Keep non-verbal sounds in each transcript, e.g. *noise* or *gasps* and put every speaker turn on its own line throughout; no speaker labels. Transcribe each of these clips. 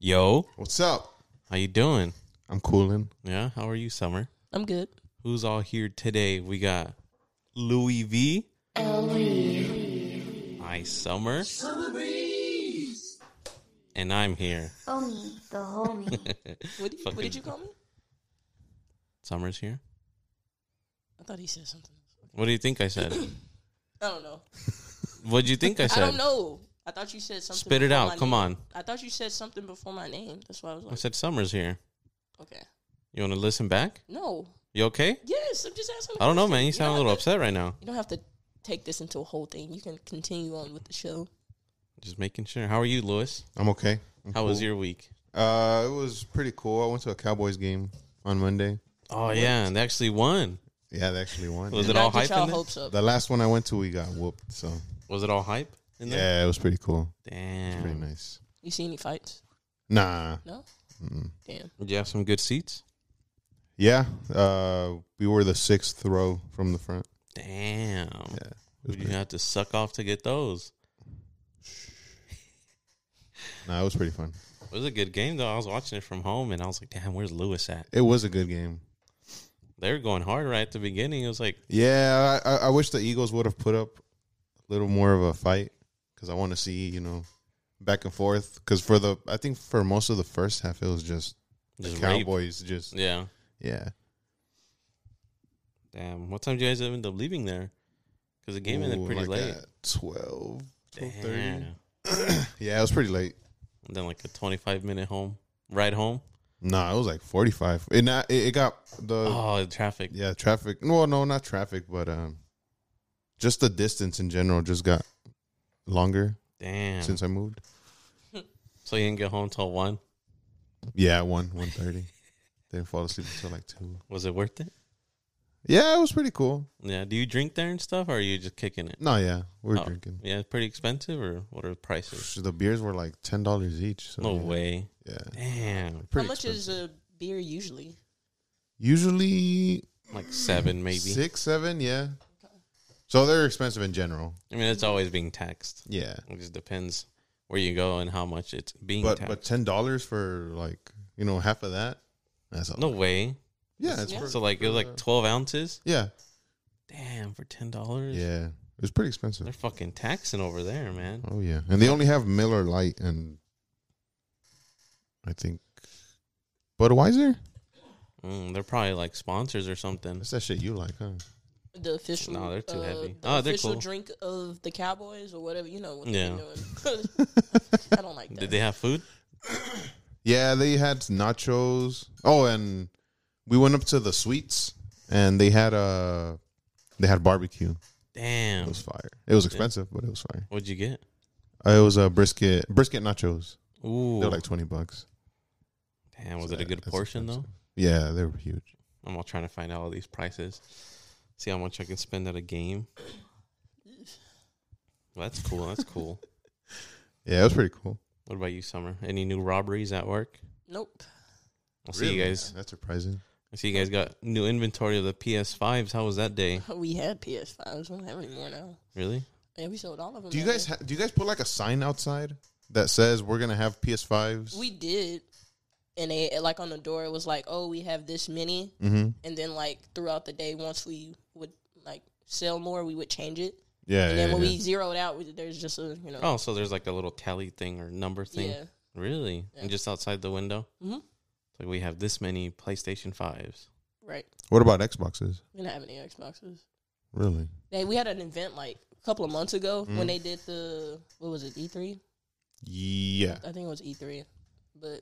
Yo,
What's up?
how you doing?
I'm cooling.
Yeah, how are you, Summer?
I'm good.
Who's all here today? We got Louis V. Hi, Summer. And I'm here.
Homie, the homie.
What did, what
Fucking-
did you call me?
Summer's here.
I thought he said something.
What do you think I said?
I don't know.
What do you think I
I
said?
don't know. I thought you said something.
Spit it
before
out.
my
Come
name.
on.
I thought you said something before my name. That's why I was
I
like,
said Summer's here.
okay.
You want to listen back?
No.
You okay?
Yes, I'm just asking. a
I don't know,
question.
man. You sound a
don't
little
have to-
upset right now.
You don't have to take this into a whole thing. You can continue on with the show.
Just making sure. How are you, Louis?
I'm okay. I'm
How was
cool.
your week?
Uh, it was pretty cool. I went to a Cowboys game on Monday.
Oh yeah, and they actually won.
Yeah, they actually won.
Was it
Not
all
get
hype?
y'all
In there?
hopes up.
the last one I went to, we got whooped. So
Was it all hype? In there?
yeah, it was pretty cool.
Damn.
Pretty nice.
You see any fights?
Nah.
No.
Mm-mm.
Damn.
Did you have some good seats?
Yeah. Uh, we were the sixth row from the front.
Damn.
Yeah. it was
Would you
pretty-
have to suck off to get those?
Nah, it was pretty fun.
It was a good game though. I was watching it from home and I was like, damn, where's Lewis at?
It was a good game.
They were going hard right at the beginning. It was like,
Yeah, I, I- I wish the Eagles would have put up a little more of a fight because I want to see you know back and forth. Because for the I think for most of the first half, it was just the
just rape.
Cowboys. Just
Yeah.
yeah,
Damn. What time do you guys end up leaving there? Because the game ended
Ooh,
pretty
like uh,
late.
at 12, 12:30.
Damn.
Yeah, it was pretty late.
And then like a 25 minute home ride home.
Nah, it was like forty five. It not it, it got the
Oh, the traffic.
yeah traffic. Well, no, not traffic, but um, just the distance in general just got longer
Damn.
since I moved.
so you didn't get home till one.
Yeah, one
*laughs*
one thirty. Didn't fall asleep until like two.
Was it worth it?
Yeah, it was pretty cool.
Yeah. Do you drink there and stuff, or are you just kicking it?
No, yeah, we were
Oh,
drinking.
Yeah, it's pretty expensive, or what are the prices?
The beers were like ten dollars each. So
No
yeah,
way.
Yeah,
Damn.
pretty
How much
expensive.
is a beer usually?
usually
Like seven, maybe.
six, seven? Yeah. So they're expensive in general.
I mean, it's always being taxed.
Yeah,
It just depends where you go and how much it's being
but but
taxed.
ten dollars for like you know half of that. That's a,
no way.
Yeah, it's
Yeah.
for-
So like it was
uh,
like twelve ounces.
yeah,
Damn, for ten dollars.
yeah. It was pretty expensive.
They're fucking taxing over there, man.
Oh yeah, and they only have Miller Light and I think Budweiser.
Mm, they're probably like sponsors or something.
That's that shit you like, huh?
The official.
No, they're too
uh,
heavy.
The
Oh, they're
official
cool.
drink of the Cowboys or whatever. You know what
Yeah.
they're doing. *laughs* I don't like that.
Did they have food?
Yeah, they had nachos. Oh, and we went up to the sweets, and they had uh, they had barbecue. It
Damn.
was fire. It was expensive, but it was fire.
What'd you get?
Uh, it was a uh, brisket brisket nachos.
Ooh.
They're like twenty bucks.
Damn, was
So
it a
that-
good
that's
portion though?
expensive. Yeah, they were huge.
I'm all trying to find out all these prices. See how much I can spend at a game. Well, that's cool. That's
*laughs*
cool.
Yeah, it was pretty cool.
what about you, Summer? Any new robberies at work?
Nope.
I'll see you guys.
That's surprising.
I see you guys got new inventory of the PS5s. How was that day?
*laughs* We had PS5s. We don't have any more now.
Really?
Yeah, we sold all of them.
Do you
that
guys
day.
ha- do you guys put like a sign outside that says we're gonna have PS5s?
we did. And they like on the door it was like, Oh, we have this many
mm-hmm.
and then like throughout the day once we would like sell more, we would change it.
Yeah,
And
yeah,
then when
yeah.
we zeroed out we, there's just a you know
Oh, so there's like a little tally thing or number thing.
Yeah.
Really?
Yeah.
And just outside the window?
Mhm.
It's Like we have this many PlayStation 5s.
Right.
What about Xboxes?
We didn't have any Xboxes.
Really?
They, we had an event like a couple of months ago
Mm.
when they did the what was it, E three?
Yeah.
I think it was E three. But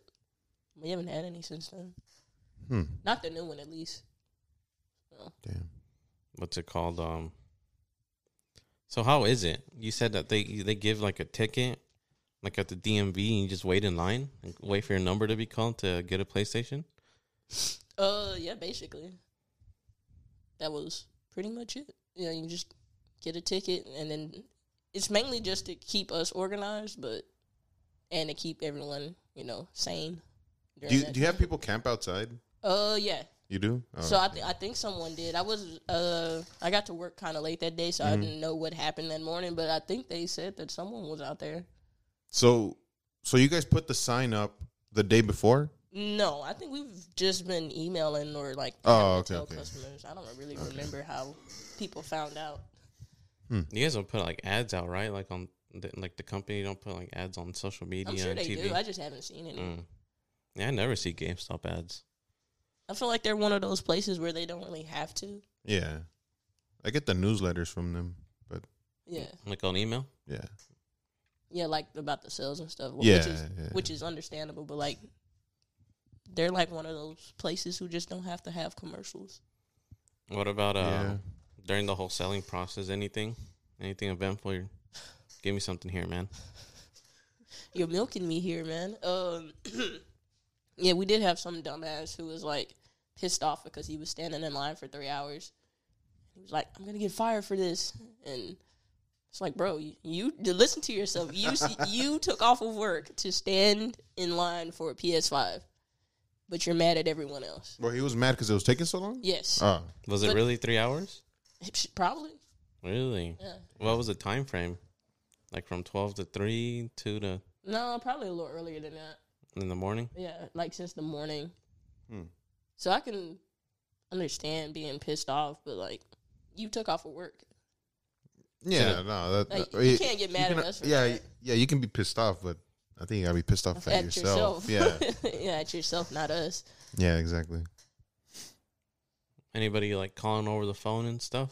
we haven't had any since then.
Hmm.
Not the new one at least.
Damn.
What's it called? Um So how is it? You said that they they give like a ticket like at the DMV and you just wait in line and wait for your number to be called to get a PlayStation?
Uh, yeah, basically. That was pretty much it. You know, you just get a ticket, and then it's mainly just to keep us organized, but and to keep everyone, you know, sane.
Do
during
you,
that
do you have
time.
people camp outside?
Uh, yeah.
You do? Oh,
so I
okay.
th- I think someone did. I was uh I got to work kind of late that day, so
Mm-hmm.
I didn't know what happened that morning. But I think they said that someone was out there.
so so you guys put the sign up the day before.
No, I think we've just been emailing or like
Oh, okay,
tell
okay.
customers. I don't really remember how people found out.
You guys don't put like ads out, right? Like on the, like the company don't put like ads on social media
I'm sure
and
they
TV.
do. I just haven't seen any.
Mm. Yeah, I never see GameStop ads.
I feel like they're one of those places where they don't really have to.
Yeah, I get the newsletters from them, but
Yeah,
Like on email.
yeah,
yeah, like about the sales and stuff. wh-
yeah,
which is
yeah.
which is understandable, but like they're like one of those places who just don't have to have commercials.
What about uh
Yeah.
during the whole selling process? Anything, anything eventful? You're, give me something here, man.
You're milking me here, man. Um, *clears throat* yeah, we did have some dumbass who was like pissed off because he was standing in line for three hours. He was like, "I'm gonna get fired for this," and it's like, bro, you, you listen to yourself. You s- *laughs* you took off of work to stand in line for a PS5, but you're mad at everyone else.
Well, he was mad because it was taking so long.
Yes,
Oh,
Was it
But-
really three hours?
probably.
Really?
Yeah.
What was the time frame? Like from twelve to three, two to
No, probably a little earlier than that.
in the morning.
Yeah, like since the morning.
Hmm.
So I can understand being pissed off, but like you took off of work.
yeah, no, that,
Like,
that-
you
it-
can't get mad
can-
at us for
yeah,
that.
yeah, you can be pissed off, but I think you gotta be pissed off at, yourself.
*laughs*
yeah,
yeah, at yourself, not us.
yeah, exactly.
Anybody like calling over the phone and stuff?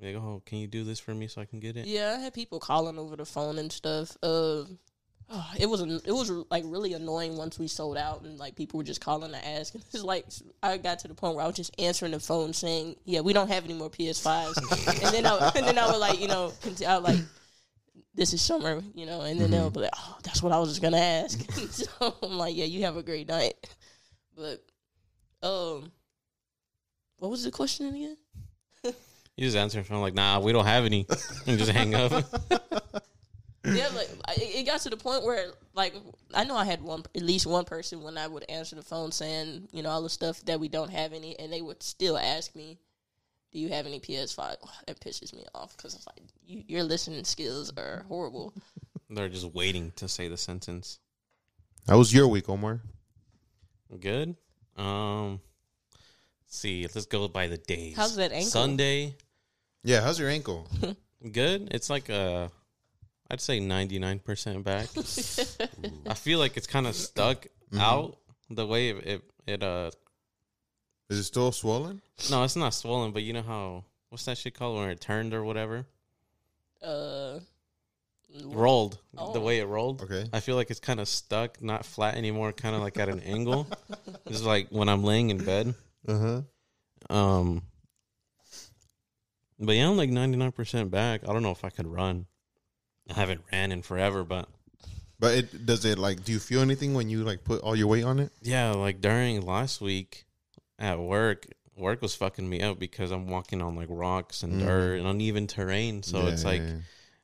Like, oh, can you do this for me so I can get it?
Yeah, I had people calling over the phone and stuff. Uh, *sighs* oh, it was an- it was like really annoying once we sold out and like people were just calling to ask. And it's like I got to the point where I was just answering the phone saying, "Yeah, we don't have any more PS5s." and then I and then I would like you know cont- I would, like this is summer, you know. And then they'll be like, "Oh, that's what I was just gonna ask." *laughs* so I'm like, "Yeah, you have a great night." But um, what was the question again?
You just answer the phone like, nah, we don't have any, *laughs* and just hang up. *laughs*
yeah, like I- it got to the point where, like, I know I had one, at least one person when I would answer the phone saying, you know, all the stuff that we don't have any, and they would still ask me, "Do you have any *sighs* PS5?" That pisses me off because it's like you, your listening skills are horrible.
They're just waiting to say the sentence.
How was your week, Omar?
Good. Um, see, let's go by the days.
How's that ankle?
Sunday.
Yeah, how's your ankle?
Good. It's like uh, I'd say ninety nine percent back. I feel like it's kind of stuck out the way it, it it uh.
Is it still swollen?
No, it's not swollen, but you know how what's that shit called when it turned or whatever
Uh, *laughs*
rolled the
Oh.
way it rolled.
Okay.
I feel like it's kind of stuck, not flat anymore, kind of like at an angle. It's like when I'm laying in bed.
Uh huh.
Um, but yeah, I'm like 99% back. I don't know if I could run. I haven't ran in forever, but
But it does it like? Do you feel anything when you like put all your weight on it?
yeah, like during last week at work, work was fucking me up because I'm walking on like rocks and
Mm.
dirt and uneven terrain. So
Yeah,
it's
yeah,
like
yeah.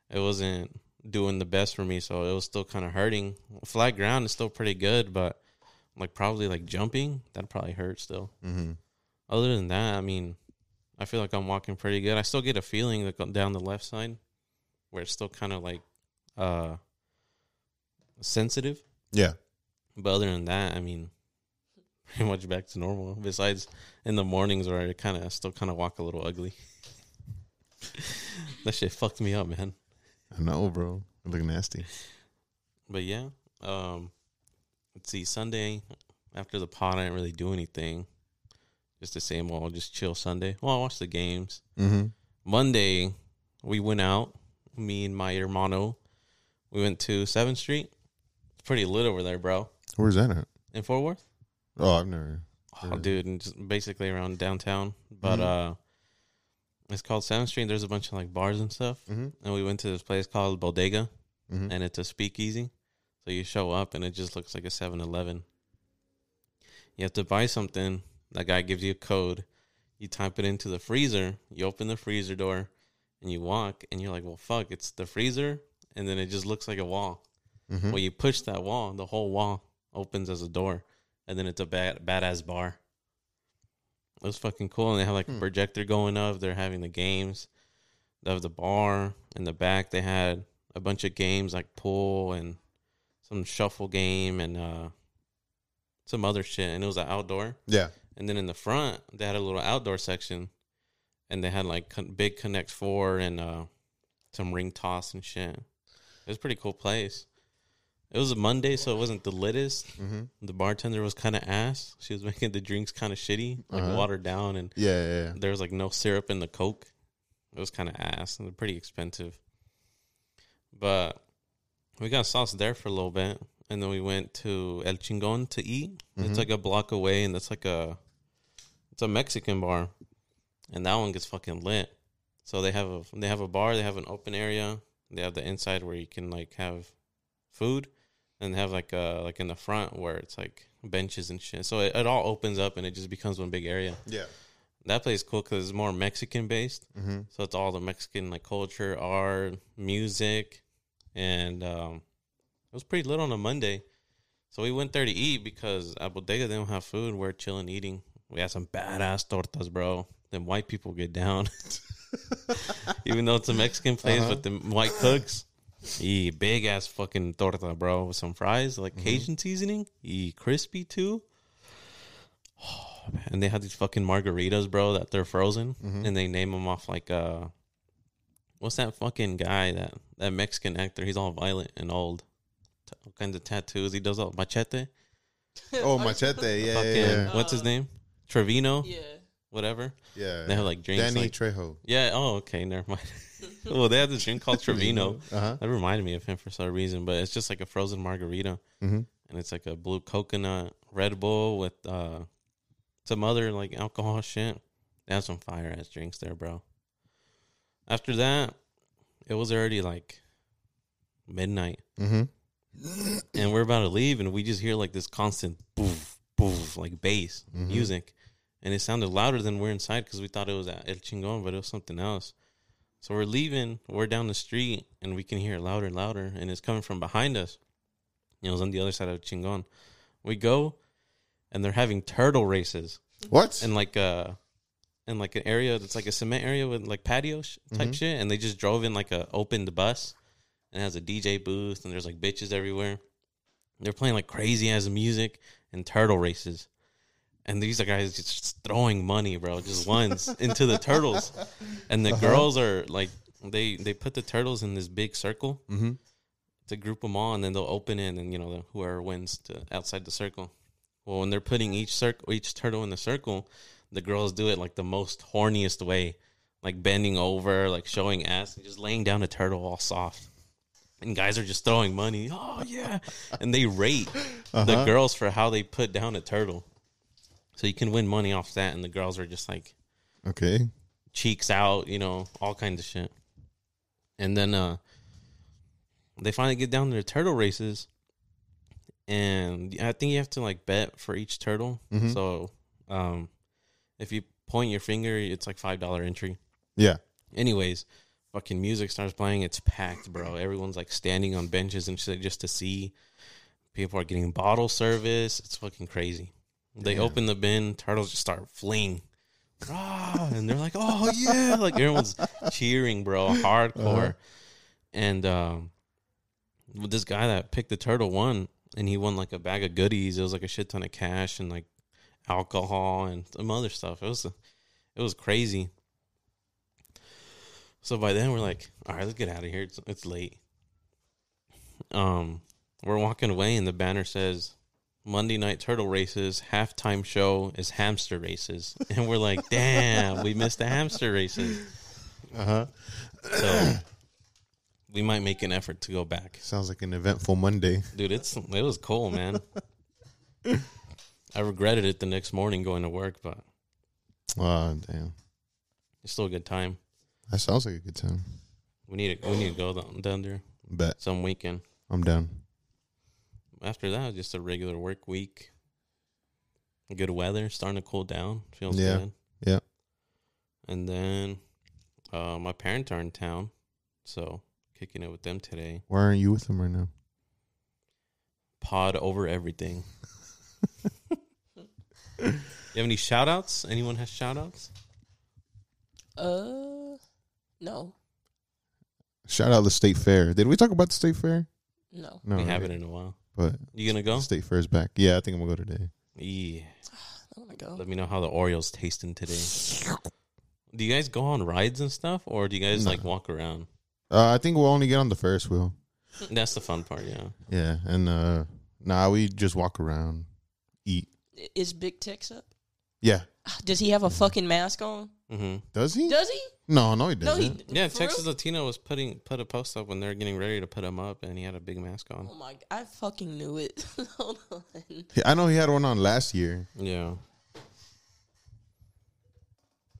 it wasn't doing the best for me. So it was still kind of hurting. Flat ground is still pretty good, but like probably like jumping, that probably hurt still.
Mhm.
other than that, I mean, I feel like I'm walking pretty good. I still get a feeling like down the left side where it's still kind of like uh sensitive.
yeah.
But other than that, I mean, *laughs* pretty much back to normal. Besides in the mornings where I kind of still kind of walk a little ugly. *laughs* that shit fucked me up, man.
I know, bro. I look nasty.
But yeah, um, let's see. Sunday after the pod, I didn't really do anything. Just the same old, just chill Sunday. Well, I watched the games.
Mm-hmm.
Monday, we went out. Me and my hermano, we went to Seventh Street. It's pretty lit over there, bro.
Where's that at?
In Fort Worth.
Oh, I've never.
Oh,
Yeah.
dude, and just basically around downtown. But uh, it's called Seventh Street. There's a bunch of like bars and stuff.
Mm-hmm.
And we went to this place called Bodega,
Mhm.
and it's a speakeasy. So you show up, and it just looks like a 7-Eleven. You have to buy something. That guy gives you a code. You type it into the freezer. You open the freezer door, and you walk, and you're like, "Well, fuck, it's the freezer." And then it just looks like a wall.
Mhm.
Well, you push that wall, the whole wall opens as a door, and then it's a bad badass bar. It was fucking cool, and they have like a projector going up. They're having the games of the bar in the back. They had a bunch of games like pool and some shuffle game and uh, some other shit, and it was an outdoor.
Yeah.
And then in the front, they had a little outdoor section, and they had like con- big Connect Four and uh, some ring toss and shit. It was a pretty cool place. It was a Monday, so it wasn't the littest.
Mm-hmm.
The bartender was kind of ass. She was *laughs* making the drinks kind of shitty, like
Uh-huh.
watered down, and
Yeah, yeah, yeah.
there was like no syrup in the Coke. It was kind of ass and pretty expensive. But we got sauce there for a little bit. And then we went to El Chingon to eat.
Mhm.
It's like a block away and it's like a it's a Mexican bar. And that one gets fucking lit. So they have a they have a bar, they have an open area, they have the inside where you can like have food and they have like uh like in the front where it's like benches and shit. So it, it all opens up and it just becomes one big area
Yeah.
that place is cool because it's more Mexican based.
Mm-hmm.
So it's all the Mexican like culture, art, music, and um, it was pretty lit on a Monday. So we went there to eat because at Bodega they don't have food. We're chilling eating. We had some badass tortas, bro. Then white people get down, *laughs* even though it's a Mexican place
Uh-huh.
with the white cooks. E big ass fucking torta, bro, with some fries, like Cajun seasoning. E crispy too. and they had these fucking margaritas, bro, that they're frozen,
Mm-hmm.
and they name them off like uh, what's that fucking guy that that Mexican actor? He's all violent and old, T- all kinds of tattoos. He does all machete.
Oh, machete. Yeah,
fucking
yeah,
what's his name? Trevino,
Yeah.
whatever.
yeah.
They
yeah.
have like drinks.
Danny
like-
Trejo.
yeah. Oh, okay. Never mind. well, they have this drink
*laughs*
called Trevino.
Uh huh.
That reminded me of him for some reason, but it's just like a frozen margarita,
Mhm.
and it's like a blue coconut Red Bull with uh, some other like alcohol shit. They have some fire ass drinks there, bro. After that, it was already like midnight,
Mm-hmm.
and we're about to leave, and we just hear like this constant boof boof like bass
Mhm.
music, and it sounded louder than we're inside because we thought it was El Chingon, but it was something else. So we're leaving, we're down the street, and we can hear it louder and louder, and it's coming from behind us. It was on the other side of Chingon. We go, and they're having turtle races
What?
in like a, in like an area that's like a cement area with like patio sh- type shit, and they just drove in like a opened bus, and it has a DJ booth, and there's like bitches everywhere. They're playing like crazy ass music and turtle races. And these are guys just throwing money, bro, just ones into the turtles. And the girls are like they they put the turtles in this big circle
mm-hmm.
to group them all, and then they'll open it, and you know whoever wins to outside the circle. Well, when they're putting each circle, each turtle in the circle, the girls do it like the most horniest way, like bending over, like showing ass, and just laying down a turtle all soft. And guys are just throwing money. Oh yeah, and they rate the girls for how they put down a turtle. So you can win money off that, and the girls are just like
Okay.
cheeks out, you know, all kinds of shit. And then uh they finally get down to the turtle races. And I think you have to like bet for each turtle.
Mhm.
So um if you point your finger, it's like five dollar entry.
Yeah.
Anyways, fucking music starts playing. It's packed, bro. Everyone's like standing on benches and shit just to see. People are getting bottle service. It's fucking crazy. They
Damn.
open the bin, turtles just start fleeing. Ah, and they're like, oh yeah. Like everyone's cheering, bro, hardcore.
Uh-huh.
And um with this guy that picked the turtle won and he won like a bag of goodies. It was like a shit ton of cash and like alcohol and some other stuff. It was it was crazy. So by then we're like, all right, let's get out of here. It's, it's late. Um, we're walking away and the banner says Monday night turtle races halftime show is hamster races, *laughs* and we're like, damn, we missed the hamster races.
Uh huh.
So we might make an effort to go back,
Sounds like an eventful Monday.
dude. It's it was cool, man. I regretted it the next morning going to work, but
Oh damn.
it's still a good time.
That sounds like a good time.
We need to, we need to go down, down there
Bet
some weekend.
I'm down.
After that, just a regular work week. Good weather, starting to cool down. Feels
Yeah,
good.
yeah.
And then uh, my parents are in town, so kicking it with them today.
Why aren't you with him right now?
Pod over everything.
*laughs*
You have any shout outs? Anyone has shout outs?
Uh, no,
Shout out the state fair. Did we talk about the state fair?
no.
No,
we
right?
haven't in a while.
But
You gonna
the
go?
state fair is back. Yeah, I think I'm gonna go today.
Yeah.
I want to go.
Let me know how the Oreos tasting today. Do you guys go on rides and stuff, or do you guys
No.
like walk around?
Uh, I think we'll only get on the Ferris wheel.
That's the fun part, yeah.
Yeah, and uh, nah, we just walk around, eat.
Is Big Tex up? *sighs*
Yeah,
Does he have a fucking mask on?
hmm
does he?
Does he?
no, no, he
No,
doesn't.
he.
Yeah,
for
Texas
real?
Latino was putting put a post up when they're getting ready to put him up, and he had a big mask on.
Oh my! g- I fucking knew it. *laughs* Hold on.
He- I know he had one on last year.
Yeah.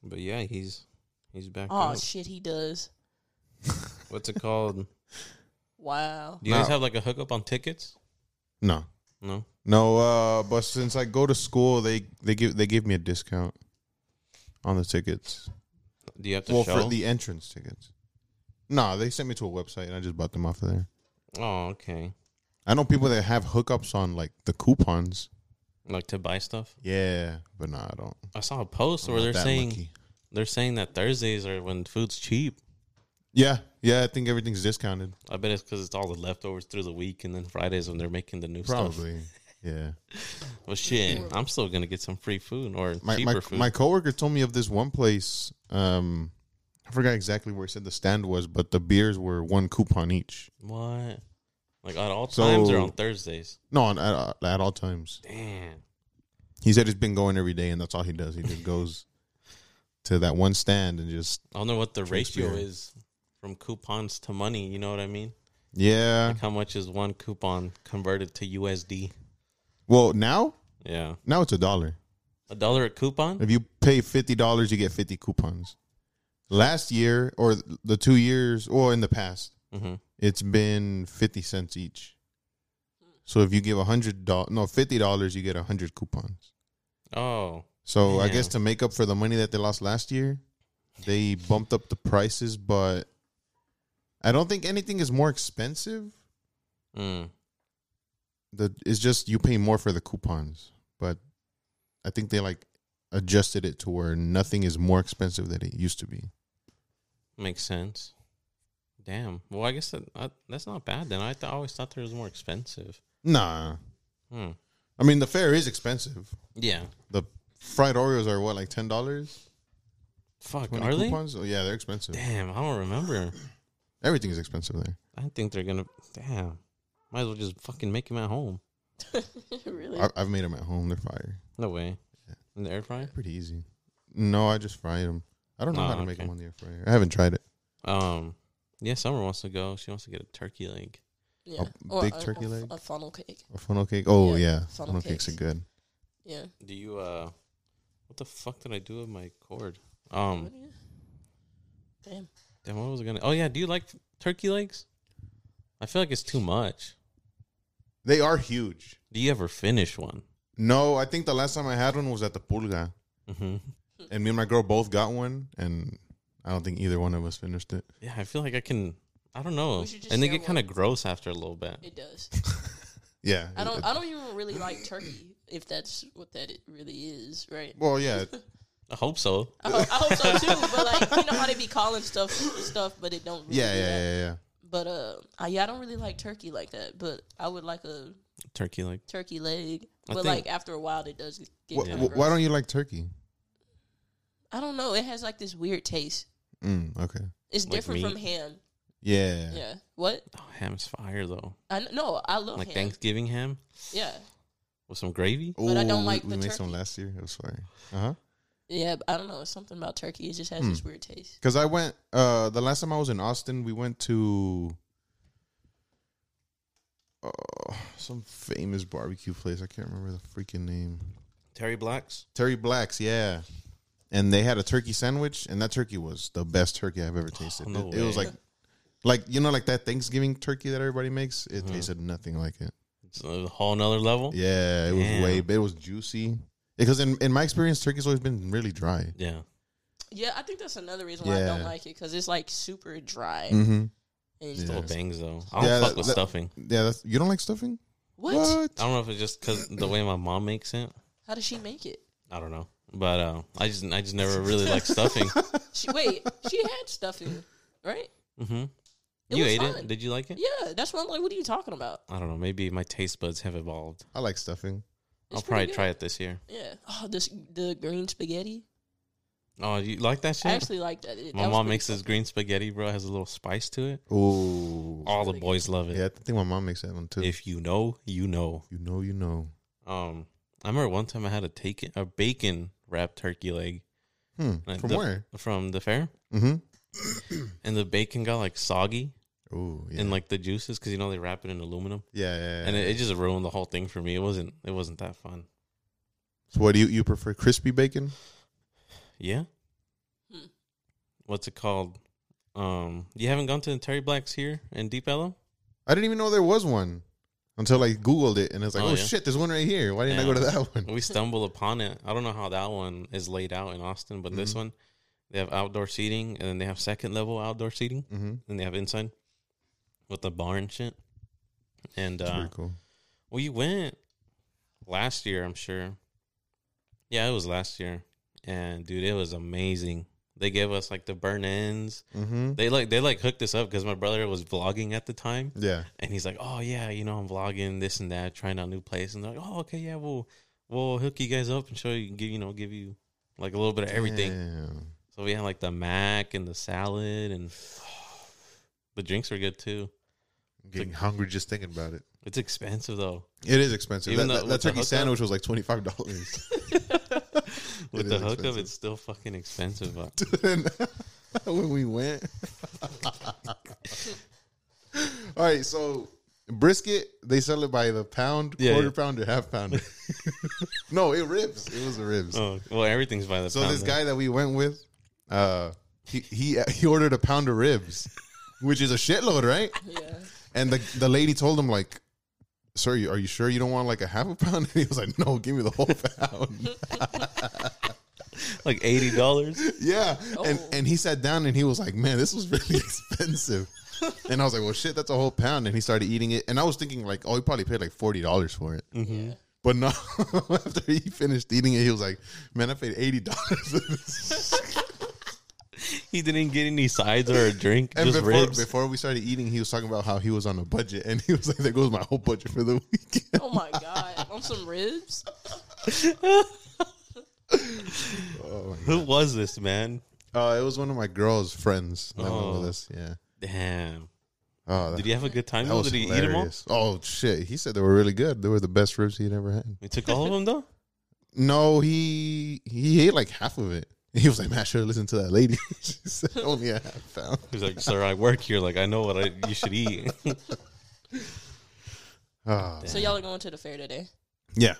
But yeah, he's he's back.
Oh
up.
shit, he does.
What's it
*laughs*
called?
Wow.
Do you guys
No.
have like a hookup on tickets?
No,
No.
no. Uh, but since I go to school, they they give they give me a discount on the tickets.
Do you have to
well,
show?
for the entrance tickets. No, they sent me to a website, and I just bought them off of there.
oh, okay.
I know people that have hookups on like the coupons.
Like to buy stuff.
Yeah, but no, I don't.
I saw a post
I'm
where
not
they're
that
saying
lucky.
they're saying that Thursdays are when food's cheap.
Yeah, yeah. I think everything's discounted.
I bet it's because it's all the leftovers through the week, and then Fridays when they're making the new stuff.
Probably.
*laughs*
Yeah.
Well, shit, I'm still gonna get some free food or
My
cheaper
my,
food.
my coworker told me of this one place. Um, I forgot exactly where he said the stand was, but the beers were one coupon each.
what? Like at all
So-
times or on Thursdays?
No, on, at, at all times.
Damn.
He said he's been going every day, and that's all he does. He just goes to that one stand and just
I don't know what the
Drinks
ratio
beer.
is from coupons to money. You know what I mean?
yeah.
Like how much is one coupon converted to USD?
Well, now
Yeah,
now it's a dollar.
a dollar a coupon.
If you pay fifty dollars, you get fifty coupons. Last year or the two years or in the past,
hmm
it's been 50 cents each. So if you give a hundred dollars, no, fifty dollars, you get a hundred coupons.
Oh,
So I
Yeah.
guess to make up for the money that they lost last year, they bumped up the prices, but I don't think anything is more expensive.
mm.
The it's just you pay more for the coupons, but I think they like adjusted it to where nothing is more expensive than it used to be.
makes sense. Damn. Well, I guess that, uh, that's not bad. Then I, th- I always thought there was more expensive.
Nah,
Hmm.
I mean the fare is expensive.
Yeah.
The fried Oreos are what like ten dollars?
Fuck.
Twenty
Are they?
coupons? Oh yeah, they're expensive.
Damn. I don't remember.
Everything is expensive there.
I don't think they're gonna. Damn. Might as well just fucking make them at home.
*laughs* really?
I, I've made them at home. They're fire.
No way. In the air fryer.
Pretty easy. No, I just fry them. I don't know
Oh,
how to make
okay.
them on the air fryer. I haven't tried it.
Um. Yeah. Summer wants to go. She wants to get a turkey leg.
yeah.
oh, big turkey leg?
A funnel cake.
A funnel cake. Oh
Yeah,
yeah,
funnel
funnel, cakes.
cakes.
are good.
Yeah.
Do you uh? What the fuck did I do with my cord? Um.
What do you- Damn.
Damn, what was I gonna? Oh yeah, do you like turkey legs? I feel like it's too much.
They are huge.
Do you ever finish one?
No, I think the last time I had one was at the Pulga,
Mm-hmm.
and me and my girl both got one, and I don't think either one of us finished it.
Yeah, I feel like I can. I don't know,
We should just
and they
share
get kind of
one.
gross after a little bit.
It does.
Yeah,
I don't. uh,
it-
I don't even really like turkey, if that's what that it really is, right?
well, yeah,
*laughs*
I hope so.
I hope, I hope so too. But like, you know how they be calling stuff stuff, but it don't. Really
yeah,
do
yeah,
that.
yeah, yeah.
But uh, I, yeah, I don't really like turkey like that. But I would like a
Turkey leg.
turkey leg.
I
But
think-
like after a while, it does get.
Wh-
kinda
wh-
gross.
why don't you like turkey?
I don't know. It has like this weird taste.
Mm, okay.
It's
Like
different from
meat?
ham.
Yeah.
Yeah. What?
Oh, ham's fire though.
I kn- no, I love
Like
Oh, ham.
Thanksgiving ham
Yeah,
with some gravy.
But I don't
Ooh, we-
like
We
the
made some
turkey.
last year. It was fire. Uh huh.
yeah. But I don't know. It's something about turkey. It just has
Hmm.
this weird taste.
Because I went uh the last time I was in Austin, we went to uh, some famous barbecue place. I can't remember the freaking name.
Terry Blacks.
Terry Black's, yeah. And they had a turkey sandwich, and that turkey was the best turkey I've ever tasted.
no
it, it was
way.
like, like you know, like that Thanksgiving turkey that everybody makes. It
Uh-huh.
tasted nothing like it.
It's a whole nother level. Yeah.
Yeah, it was
Damn.
way. It was juicy. Because in, in my experience, turkey's always been really dry.
Yeah, I think that's another reason why I don't
Yeah.
like it because it's like super dry.
Hmm.
Mm-hmm.
And
Still
Yeah.
bangs though. I don't
Yeah,
fuck
that-
with
that-
stuffing.
Yeah, that's, you don't like stuffing?
What?
I don't know if it's just because the way my mom makes it.
How does she make it?
I don't know, but uh, I just I just never really liked
*laughs*
stuffing.
She, wait, she had stuffing, right?
hmm
It
You
was
ate
fun.
it? Did you like it?
Yeah, that's what I'm like. What are you talking about?
I don't know. Maybe my taste buds have evolved.
I like stuffing.
I'll
pretty
probably
good.
try it this year.
Yeah. Oh, this the green spaghetti.
Oh, you like that shit?
I actually like that. It- that
my
was
mom
pretty
makes
fun.
this green spaghetti, bro. It has a little spice to it.
Ooh.
All the
pretty good.
boys love it.
Yeah, I think my mom makes that one too.
If you know, you know.
you know, you know.
Um, I remember one time I had a take a bacon wrapped turkey leg
Hmm.
Uh,
From
the-
where?
from the fair,
Mm-hmm.
and the bacon got like soggy
Ooh. Yeah.
and like the juices because you know they wrap it in aluminum,
yeah, yeah, yeah.
and it, it just ruined the whole thing for me. It wasn't it wasn't that fun.
so what do you, you prefer? Crispy bacon?
Yeah.
Hmm.
What's it called? Um, you haven't gone to Terry Black's here in Deep Aloe?
I didn't even know there was one until I Googled it and it's like,
Oh,
oh,
yeah.
shit, there's one right here. Why didn't I
Yeah.
go to
*laughs*
that one?
We stumbled upon it. I don't know how that one is laid out in Austin, but this
Mhm.
one they have outdoor seating, and then they have second level outdoor seating,
Mm-hmm.
and they have inside with the bar and shit. And
That's
uh,
pretty cool.
we went last year, I'm sure. Yeah, it was last year, and dude, it was amazing. They gave us like the burn ends.
Mm-hmm.
They like they like hooked us up because my brother was vlogging at the time.
Yeah.
and he's like, "Oh yeah, you know, I'm vlogging this and that, trying out new places." And they're like, "Oh okay, yeah, we'll we'll hook you guys up and show you, give you know, give you like a little bit of everything."
Damn.
So we had like the mac and the salad, and *sighs* the drinks were good too.
I'm getting hungry just thinking about it.
It's expensive though,
It is expensive.
Even
That,
though
that,
with
that
the
turkey
hookup-
sandwich was like twenty five dollars. *laughs*
with the
is
hookup,
expensive.
it's still fucking expensive. but-
*laughs* when we went. *laughs* All right, so brisket they sell it by the pound,
Yeah,
quarter
yeah.
pound, or
*laughs*
half pound. *laughs* no, it ribs. It was the ribs.
oh well, everything's by the
so
pound.
this
now.
guy that we went with, uh, he he he ordered a pound of ribs, which is a shitload, right?
Yeah.
And the the lady told him like, "Sir, you- are you sure you don't want like a half a pound?" *laughs* And he was like, "No, give me the whole pound." *laughs*
like eighty dollars.
*laughs* yeah, and
Oh.
and he sat down and he was like, "Man, this was really *laughs* expensive." and I was like, "Well, shit, that's a whole pound." And he started eating it, and I was thinking like, "Oh, he probably paid like forty dollars for it."
Mm.
hmm
But no, *laughs* after he finished eating it, he was like, "Man, I paid eighty dollars for this."
He didn't get any sides or a drink,
And
just
before
ribs.
before we started eating, he was talking about how he was on a budget, and *laughs* he was like, "There goes my whole budget for the weekend."
Oh my god. On some ribs.
Oh
Who was this man?
my- Uh, it was one of my girl's friends that went
Oh.
with us. Yeah.
Damn.
Oh, that,
Did he have a good time?
that
though?
was
Did he eat them all?
hilarious. Oh shit! He said they were really good. They were the best ribs he'd ever had.
We took all of them though.
*laughs* No, he he ate like half of it. He was like, "Man, I should have listened to that lady." *laughs* she said, "Only a half pound."
He's like, sir, I work here. Like, I know what I you should
*laughs*
eat.
Ah,
So y'all are going to the fair today.
yeah,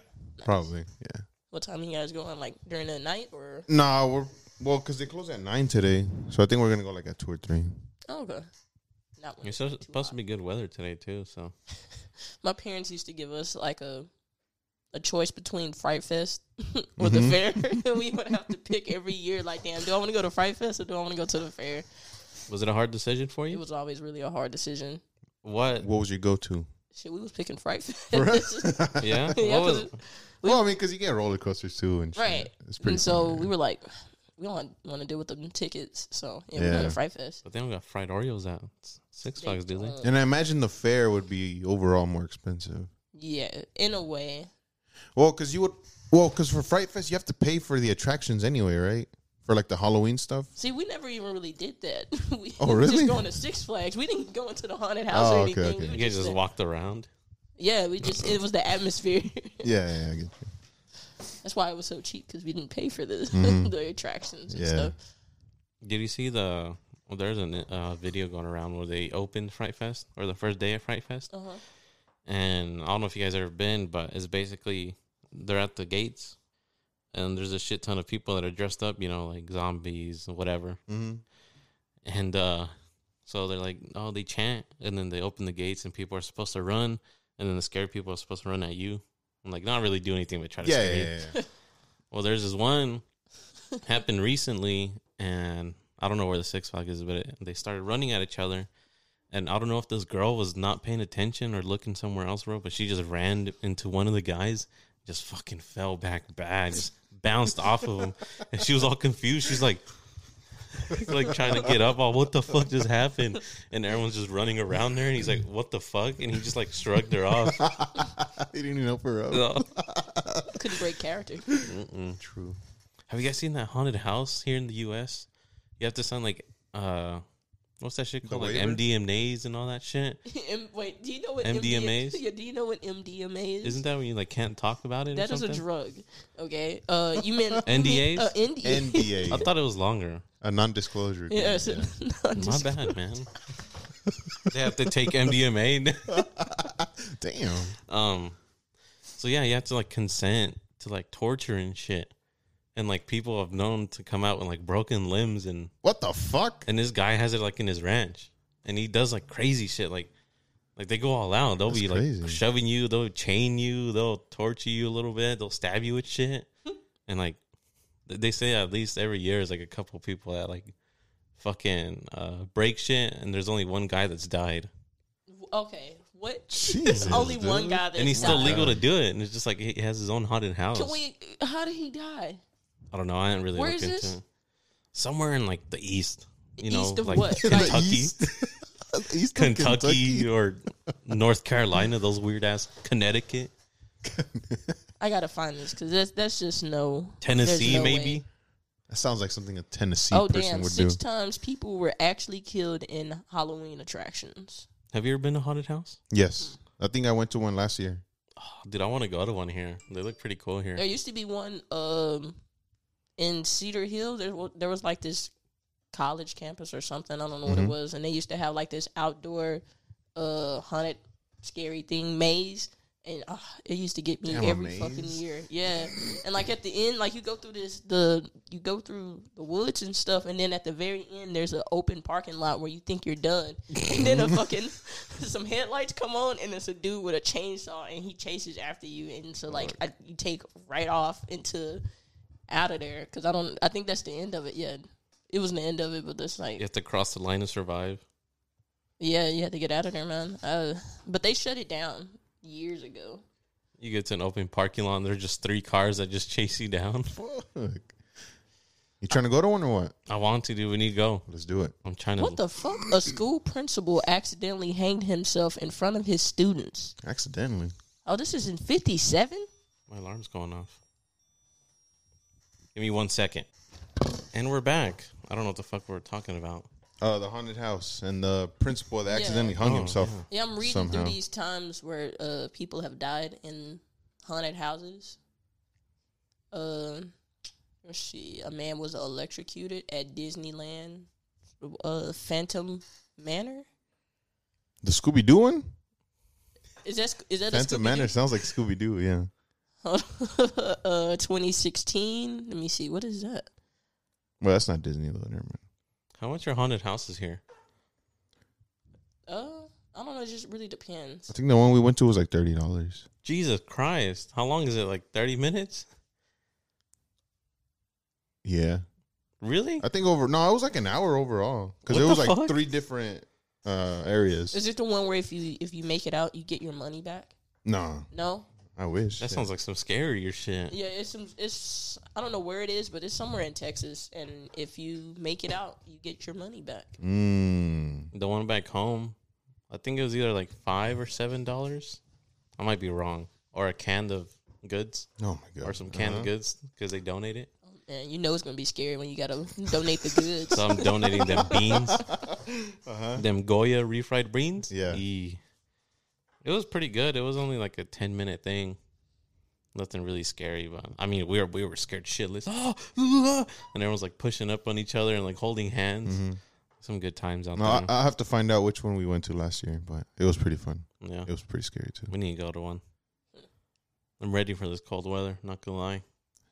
probably. Yeah.
What time you guys going? Like during the night or
Nah, we're well because they close at nine today, so I think we're gonna go like at two or three.
oh, okay. Not when
You're
it's
so,
too
supposed to
hot.
be good weather today too. So,
My parents used to give us like a a choice between Fright Fest *laughs* or
Mm-hmm.
the fair. *laughs* And we would have to pick every year. Like, damn, do I want to go to Fright Fest or do I want to go to the fair?
was it a hard decision for
It
you?
was always really a hard decision.
What?
*laughs* What was your go-to?
Shit, we was picking Fright *laughs*
real?
Fest.
Yeah.
Yeah,
What
*laughs*
was?
'cause-
Well, I mean, because you get roller coasters too, and shit.
Right.
It's pretty.
and so
fun,
we were like, we don't want to deal with them tickets. So yeah, we're
Yeah.
going to Fright Fest.
But then we got fried Oreos at S- Six
They
Flags, do they?
don't.
yeah. and I imagine the fare would be overall more expensive.
Yeah, in a way.
Well, because you would. Well, because for Fright Fest, you have to pay for the attractions anyway, right? For like the Halloween stuff.
See, we never even really did that. *laughs* we
Oh,
were
really?
Just going to Six Flags. We didn't go into the haunted house
Oh,
or
okay,
anything.
okay.
We
You guys just
said-
walked around.
Yeah, we just it was the atmosphere. *laughs*
Yeah, yeah, I get you.
That's why it was so cheap because we didn't pay for the
Mhm.
*laughs* the attractions and
Yeah.
stuff.
Did you see the? Well, there's a uh, video going around where they opened Fright Fest or the first day of Fright Fest,
Uh-huh.
and I don't know if you guys ever been, but it's basically they're at the gates, and there's a shit ton of people that are dressed up, you know, like zombies and whatever.
Mm-hmm.
And uh, so they're like, oh, they chant, and then they open the gates, and people are supposed to run, and then the scared people are supposed to run at you, and like not really do anything but try to
Yeah,
scare
yeah,
you.
yeah, yeah. *laughs*
Well, there's this one happened recently, and I don't know where the Six Flag is, but it, they started running at each other, and I don't know if this girl was not paying attention or looking somewhere else, bro, but she just ran into one of the guys, just fucking fell back bad, just bounced off of him, and she was all confused. She's like. *laughs* like trying to get up. All what the fuck just happened? And everyone's just running around there, and he's like, "What the fuck?" And he just like shrugged her off.
he didn't even help her up.
So-
Couldn't break character. *laughs*
Mm-mm.
True.
Have you guys seen that haunted house here in the U.S.? You have to sign like, uh, what's that shit
The
called? Like
waiver?
MDMA's and all that shit.
M- Wait, do you know what
MDMA is?
*laughs* Yeah, do you know what MDMA is?
Isn't that when you like can't talk about it?
that
or
is a
something?
drug. Okay. Uh, you
*laughs*
meant
NDAs?
Uh, NDA.
I
*laughs*
NDA,
thought it was longer.
a non-disclosure. agreement,
Yes. *laughs*
yeah.
Not
My
just-
bad,
*laughs*
man. they have to take MDMA.
Damn.
*laughs* Um, so yeah, you have to like consent to like torture and shit, and like people have known to come out with like broken limbs and
What the fuck?
and this guy has it like in his ranch, and he does like crazy shit like. Like they go all out. They'll
That's
be
crazy.
like shoving you. They'll chain you. They'll torture you a little bit. They'll stab you with
*laughs*
shit. and like th- they say, at least every year is like a couple people that like fucking uh, break shit. And there's only one guy that's died.
Okay. What? *laughs*
Jesus,
Only
dude.
one guy that
and he's still
died.
legal to do it. And it's just like he has his own haunted house.
Can we? How did he die?
I don't know. I didn't really
Where
look
is
into
this?
it. Somewhere in like the east, you know,
East of
like
*laughs*
what?
Kentucky,
The East, East of
Kentucky, or North Carolina. Those weird ass Connecticut,
I gotta find this because that's that's just no
Tennessee,
there's no
maybe.
way.
That sounds like something a Tennessee
Oh
person
damn!
would
Six
do.
times people were actually killed in Halloween attractions.
Have you ever been to haunted house?
Yes, I think I went to one last year.
Oh, dude, I want to go to one here. They look pretty cool here.
There used to be one um in Cedar Hill. There wa- there was like this college campus or something. I don't know what it
Mhm.
was, and they used to have like this outdoor uh haunted scary thing maze. And uh, it used to get me
Damn, a
every fucking
maze?
year, yeah. And like at the end, like you go through this, the you go through the woods and stuff, and then at the very end, there's an open parking lot where you think you're done, and
*laughs*
then a fucking *laughs* some headlights come on, and it's a dude with a chainsaw, and he chases after you, and so like I, you take right off into out of there because I don't, I think that's the end of it. Yeah, it was the end of it, but that's like
You have to cross the line to survive.
yeah, you had to get out of there, man. Uh, but they shut it down years ago.
You get to an open parking lot, and there's just three cars that just *laughs* chase you down.
Fuck. You trying to go to one or what?
I want to, do. We need to go.
Let's do it.
I'm trying to.
What the fuck? A school principal accidentally hanged himself in front of his students.
Accidentally.
Oh, this is in 57?
My alarm's going off. Give me one second. And we're back. I don't know what the fuck we're talking about.
Uh, the haunted house and the principal that accidentally hung
Oh,
himself.
yeah.
Yeah, I'm reading
Somehow.
through these times where uh, people have died in haunted houses. Uh, let's see. A man was electrocuted at Disneyland, uh, Phantom Manor.
The Scooby Doo one?
Is that is that
Phantom
a
Manor sounds like Scooby Doo. Yeah.
Scooby-Doo? *laughs* uh, 2016. Let me see. What is that?
Well, that's not Disney though. Never mind.
How much are haunted houses here?
Uh, I don't know. It just really depends.
I think the one we went to was like thirty dollars.
Jesus Christ. How long is it? Like 30 minutes?
Yeah.
Really?
I think over. No, it was like an hour overall because
What
it was
the
like
fuck?
three different uh areas.
Is it the one where if you if you make it out, you get your money back?
Nah,
No.
I wish.
That sounds like some scarier shit.
Yeah, it's some, it's I don't know where it is, but it's somewhere in Texas. And if you make it out, you get your money back.
Mm.
The one back home, I think it was either like 5 or $7. I might be wrong. Or a can of goods
Oh my god.
or some canned
Uh-huh.
goods because they donate it.
And you know it's gonna be scary when you gotta *laughs* donate the goods.
So I'm donating them
*laughs*
beans, them Goya refried beans.
Uh-huh. Yeah.
Eee. It was pretty good. It was only like a 10 minute thing. Nothing really scary, but I mean, we were, we were scared shitless. *gasps* and everyone's like pushing up on each other and like holding hands. Some good times out
No, Mm-hmm. I,
there.
I have to find out which one we went to last year, but it was pretty fun.
yeah.
It was pretty scary too.
We need to go to one. I'm ready for this cold weather, not gonna lie.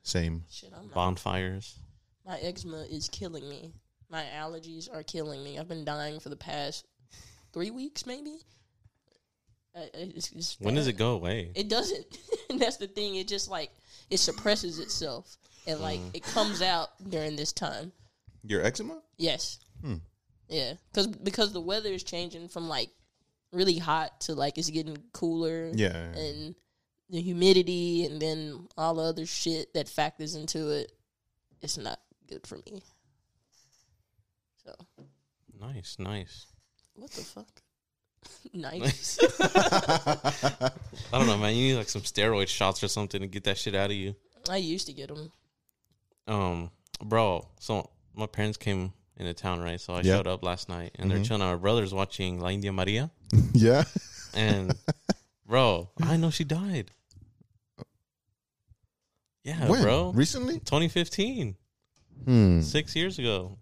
Same.
Shit, I'm not,
Bonfires.
my eczema is killing me. My allergies are killing me. I've been dying for the past three weeks, maybe. Uh, it's, it's
When does
bad.
it go away?
It doesn't. *laughs* and that's the thing. It just like it suppresses itself, and like
Mm.
it comes out during this time.
Your eczema?
Yes.
Hmm.
Yeah, because because the weather is changing from like really hot to like it's getting cooler.
Yeah.
And the humidity, and then all the other shit that factors into it, it's not good for me. So
Nice, nice.
what the fuck? *laughs*
*laughs*
nice.
I don't know, man. You need like some steroid shots or something to get that shit out of you.
I used to get them.
Um, bro. So my parents came into town, right? So I
Yeah.
showed up last night, and
Mm-hmm.
they're chilling. Our brother's watching La India Maria,
*laughs* yeah. *laughs*
and bro, I know she died. Yeah,
when?
Oh, bro.
Recently?
2015,
Hmm.
six years ago.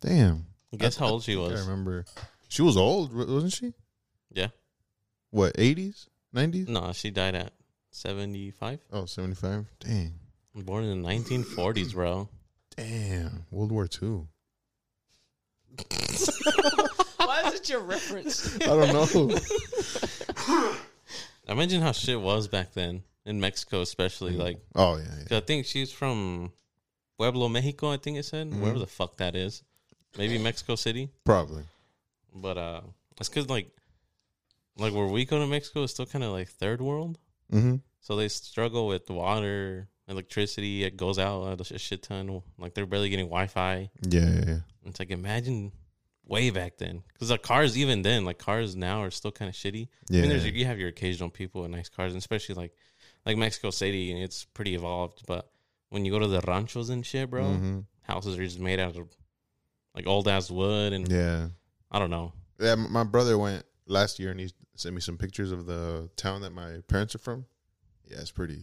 Damn.
Guess how old she
I
was?
remember. She was old, wa- wasn't she?
Yeah.
What, 80s? 90s?
No, she died at 75.
Oh, 75. Dang.
Born in the 1940s, bro.
Damn. World War II.
Why is it your reference?
I don't know.
Imagine how shit was back then in Mexico, especially. Like,
*laughs* oh, yeah. yeah.
'cause I think she's from Pueblo, Mexico. I think it said wherever the fuck that is, maybe Mexico City.
Probably.
But uh, it's because like, like where we go to Mexico is still kind of like third world,
Mm-hmm.
so they struggle with water, electricity. It goes out a shit ton. Like they're barely getting Wi Fi.
Yeah, yeah, yeah.
It's like imagine way back then, because the cars even then, like cars now are still kind of shitty. I mean, there's
Yeah.
you have your occasional people with nice cars, and especially like like Mexico City, and it's pretty evolved. But when you go to the ranchos and shit, bro,
Mhm.
houses are just made out of like old ass wood, and
Yeah.
I don't know.
Yeah, m- my brother went last year and he sent me some pictures of the town that my parents are from. Yeah, it's pretty.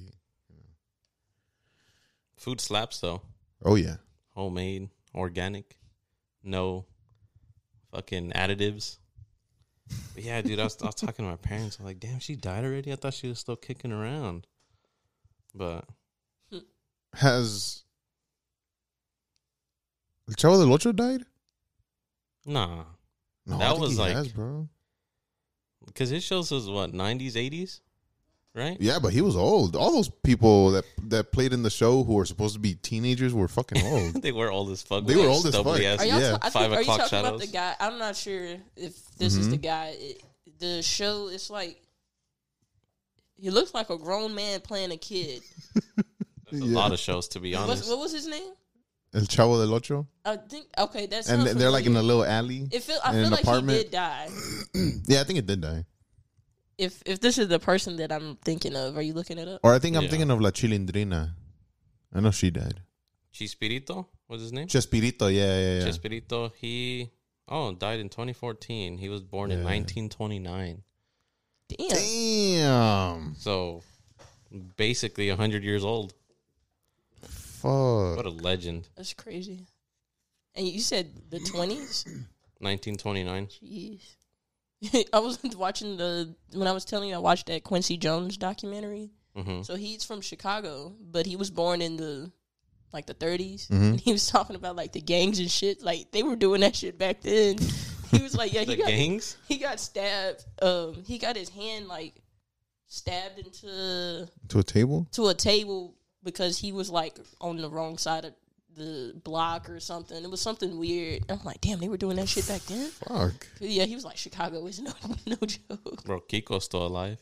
Food slaps though,
Oh yeah,
homemade, organic, no fucking additives. But yeah, dude, I was, I was talking to my parents. I'm like, damn, she died already. I thought she was still kicking around, but
has El Chavo del Ocho died?
nah,
No,
That was like-
bro.
because his shows was what '90s, '80s, right?
Yeah, but he was old. All those people that that played in the show who were supposed to be teenagers were
*laughs*
fucking old.
they were old as fuck. with
They were
their
old as
stubbly
fuck.
ass-
Are y'all
Yeah.
ta- I
Five
think, are you
o'clock
talking about the
shadows.
guy? I'm not sure if this is the
Mhm.
guy. It- the show is like he looks like a grown man playing a kid.
There's a
Yeah.
lot of shows, to be
What's,
honest.
what was his name?
El Chavo del Ocho,
I think okay, that's
and th- they're like in a little alley.
It feel, I
in
feel
an
like
apartment.
he did die.
*clears throat* yeah, I think it did die.
If if this is the person that I'm thinking of, are you looking it up?
Or I think I'm
Yeah.
thinking of La Chilindrina. I know she died.
Chispirito was his name.
Chespirito, yeah, yeah, yeah.
Chispirito. He oh died in 2014. He was born in
Yeah.
1929.
Damn,
Damn,
So basically 100 years old.
fuck.
What a legend.
that's crazy. And you said the twenties.
1929.
Jeez. *laughs* I was *laughs* watching the when I was telling you I watched that Quincy Jones documentary.
Mhm.
So he's from Chicago, but he was born in the like the 30s
Mhm.
and he was *laughs* talking about like the gangs and shit. Like they were doing that shit back then. he was like, yeah,
The
he got
gangs.
he got stabbed. Um, he got his hand like stabbed into
to a table?
to a table because he was like on the wrong side of the block or something. It was something weird. I'm like, damn, they were doing that shit back then.
Fuck.
Yeah, he was like Chicago is no *laughs* no joke.
Bro, Kiko's still alive.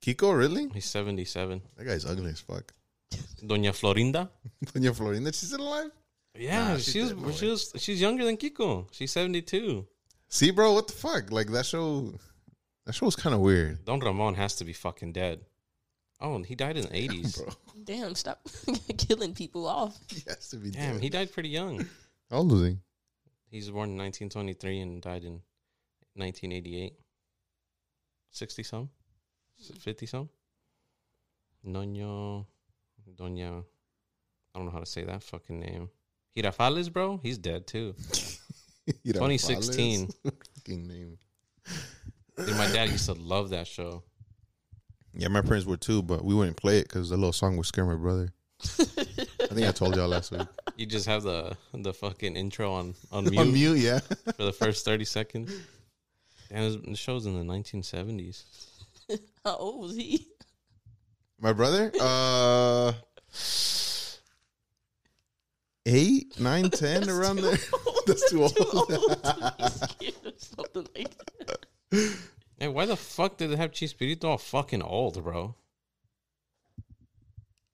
Kiko, really?
He's 77.
That guy's ugly as fuck. *laughs*
Doña Florinda.
Doña Florinda, she's still alive?
Yeah,
Nah,
she,
she's
was,
dead, no
she
way.
was. She's younger than Kiko. She's 72.
See, bro, what the fuck? Like that show, that show was kind of weird, *laughs*
Don Ramon has to be fucking dead. Oh, and he died in the 80s.
bro. *laughs*
Damn, stop *laughs* killing people off.
He has to be
Damn,
dead.
he died pretty young.
How old *laughs* is he?
He's born in 1923 and died in 1988. 60 some? 50 some? Noño. Doña. I don't know how to say that fucking name. Girafales, bro? He's dead too.
He done
2016.
flawless. *laughs* Fucking name.
Dude, my dad used to love that show.
Yeah, my parents were too, but we wouldn't play it because the little song would scare my brother. I think I told y'all last week.
You just have the the fucking intro on, on mute
On mute, yeah.
for the first 30 seconds. And the show's in the 1970s.
How old was he?
*laughs* My brother, uh, eight, nine, ten, around there. *laughs* *laughs* That's too
*laughs* Too old
old.
to be scared of something like that.
Hey, why the fuck did they have Chispirito all fucking old, bro?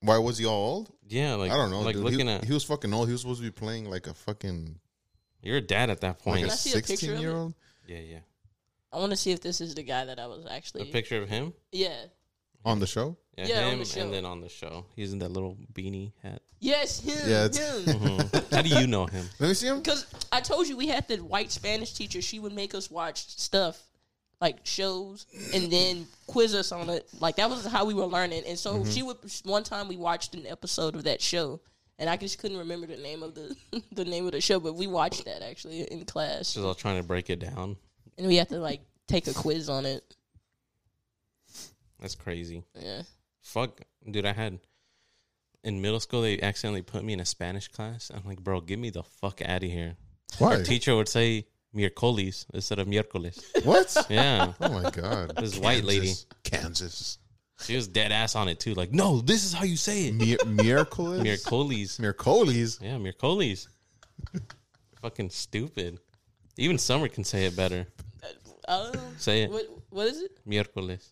Why was he all old?
Yeah, like
I don't know.
Like
dude.
looking
he,
at
he was fucking old. He was supposed to be playing like a fucking
You're a dad at that
Like
point.
a
Can I see a picture of it?
sixteen year old
yeah, yeah.
I want to see if this is the guy that I was
A
actually.
picture of him.
yeah.
on the show.
Yeah,
Yeah, on
him,
the show.
and then on the show, he's in that little beanie hat. *laughs*
Yes, him.
Yeah, it's- *laughs*
him.
Mhm. How do you know him?
Let me see him.
Because I told you we had the white Spanish teacher. She would make us watch stuff like shows and then quiz us on it. Like that was how we were learning. And so she would. One time we watched an episode of that show, and I just couldn't remember the name of the *laughs* the name of the show. But we watched that actually in class,
Just all trying to break it down.
and we had to like take a quiz on it.
That's crazy.
Yeah.
Fuck, dude. I had in middle school they accidentally put me in a Spanish class. I'm like, bro, get me the fuck out of
*laughs*
here.
Why?
Teacher would say miércoles instead of miércoles.
What?
*laughs*
*laughs*
Yeah,
Oh my god!
This white lady.
Kansas. Kansas.
she was dead ass on it too. Like, no, this is how you say it.
Mi- Miraculous.
Miércoles.
Miracolis.
Yeah,
*laughs*
Mircolis. Fucking stupid. Even Summer can say it better.
Um,
Say it.
what what is it?
Miércoles.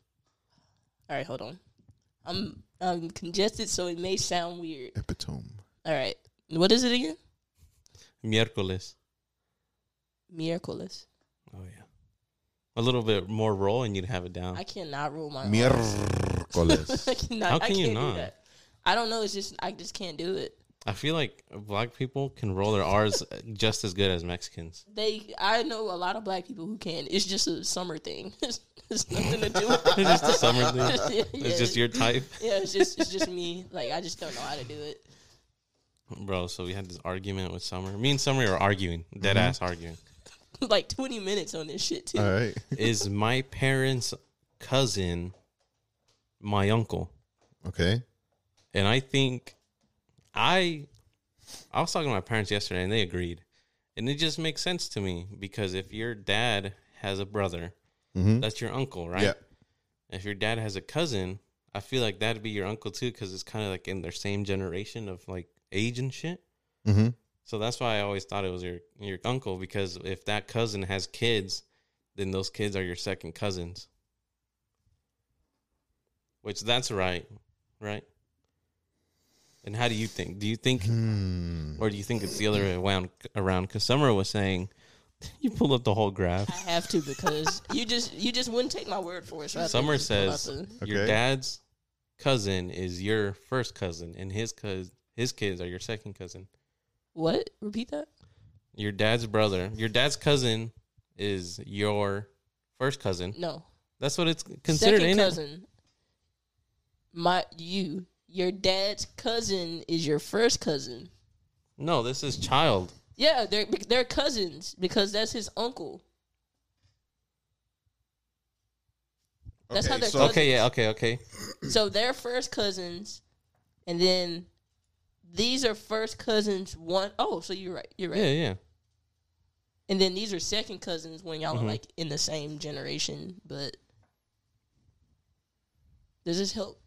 All right, hold on. I'm I'm congested, so it may sound weird.
Epitome.
All right, what is it again?
Miércoles.
Miércoles.
Oh, yeah. A little bit more roll and you'd have it down.
I cannot roll
Uh,
my. R. *laughs*
*laughs*
Miércoles.
I cannot.
How
I
can you
can't
not?
Do that. I don't know. It's just I just can't do it.
I feel like black people can roll their R's just as good as Mexicans.
They. I know a lot of black people who can. It's just a summer thing. *laughs* it's, nothing to do with.
It's just a summer
*laughs*
thing.
yeah,
*laughs*
yeah.
It's just your type.
Yeah, it's just it's just me. Like I just don't know how to do it. *laughs*
Bro, so we had this argument with Summer. Me and Summer were arguing, dead ass arguing.
like twenty minutes on this shit too.
All right.
Is my parents' cousin my uncle?
Okay.
And I think I I was talking to my parents yesterday and they agreed. And it just makes sense to me because if your dad has a brother,
Mhm.
that's your uncle, right?
Yeah.
If your dad has a cousin, I feel like that'd be your uncle too because it's kind of like in their same generation of like age and shit.
Mm-hmm.
So that's why I always thought it was your your uncle because if that cousin has kids, then those kids are your second cousins. Which that's right, right? And how do you think? Do you think,
Hmm.
or do you think it's the other way around? Around because Summer was saying, *laughs* you pull up the whole graph.
I have to because you just you just wouldn't take my word for it. So I have to
Summer
just pull out
says
the-
your
Okay.
dad's cousin is your first cousin, and his cous his kids are your second cousin.
"What? Repeat that."
Your dad's brother, your dad's cousin is your first cousin.
No,
That's what it's considered,
second
ain't it?
cousin. My you, your dad's cousin is your first cousin.
No, this is child.
Yeah, they're they're cousins because that's his uncle. That's how they're
so,
cousins.
Okay, yeah, okay, okay.
So they're first cousins, and then these are first cousins. One oh, so you're right. You're right.
Yeah, yeah.
And then these are second cousins when y'all are like in the same generation. But does this help?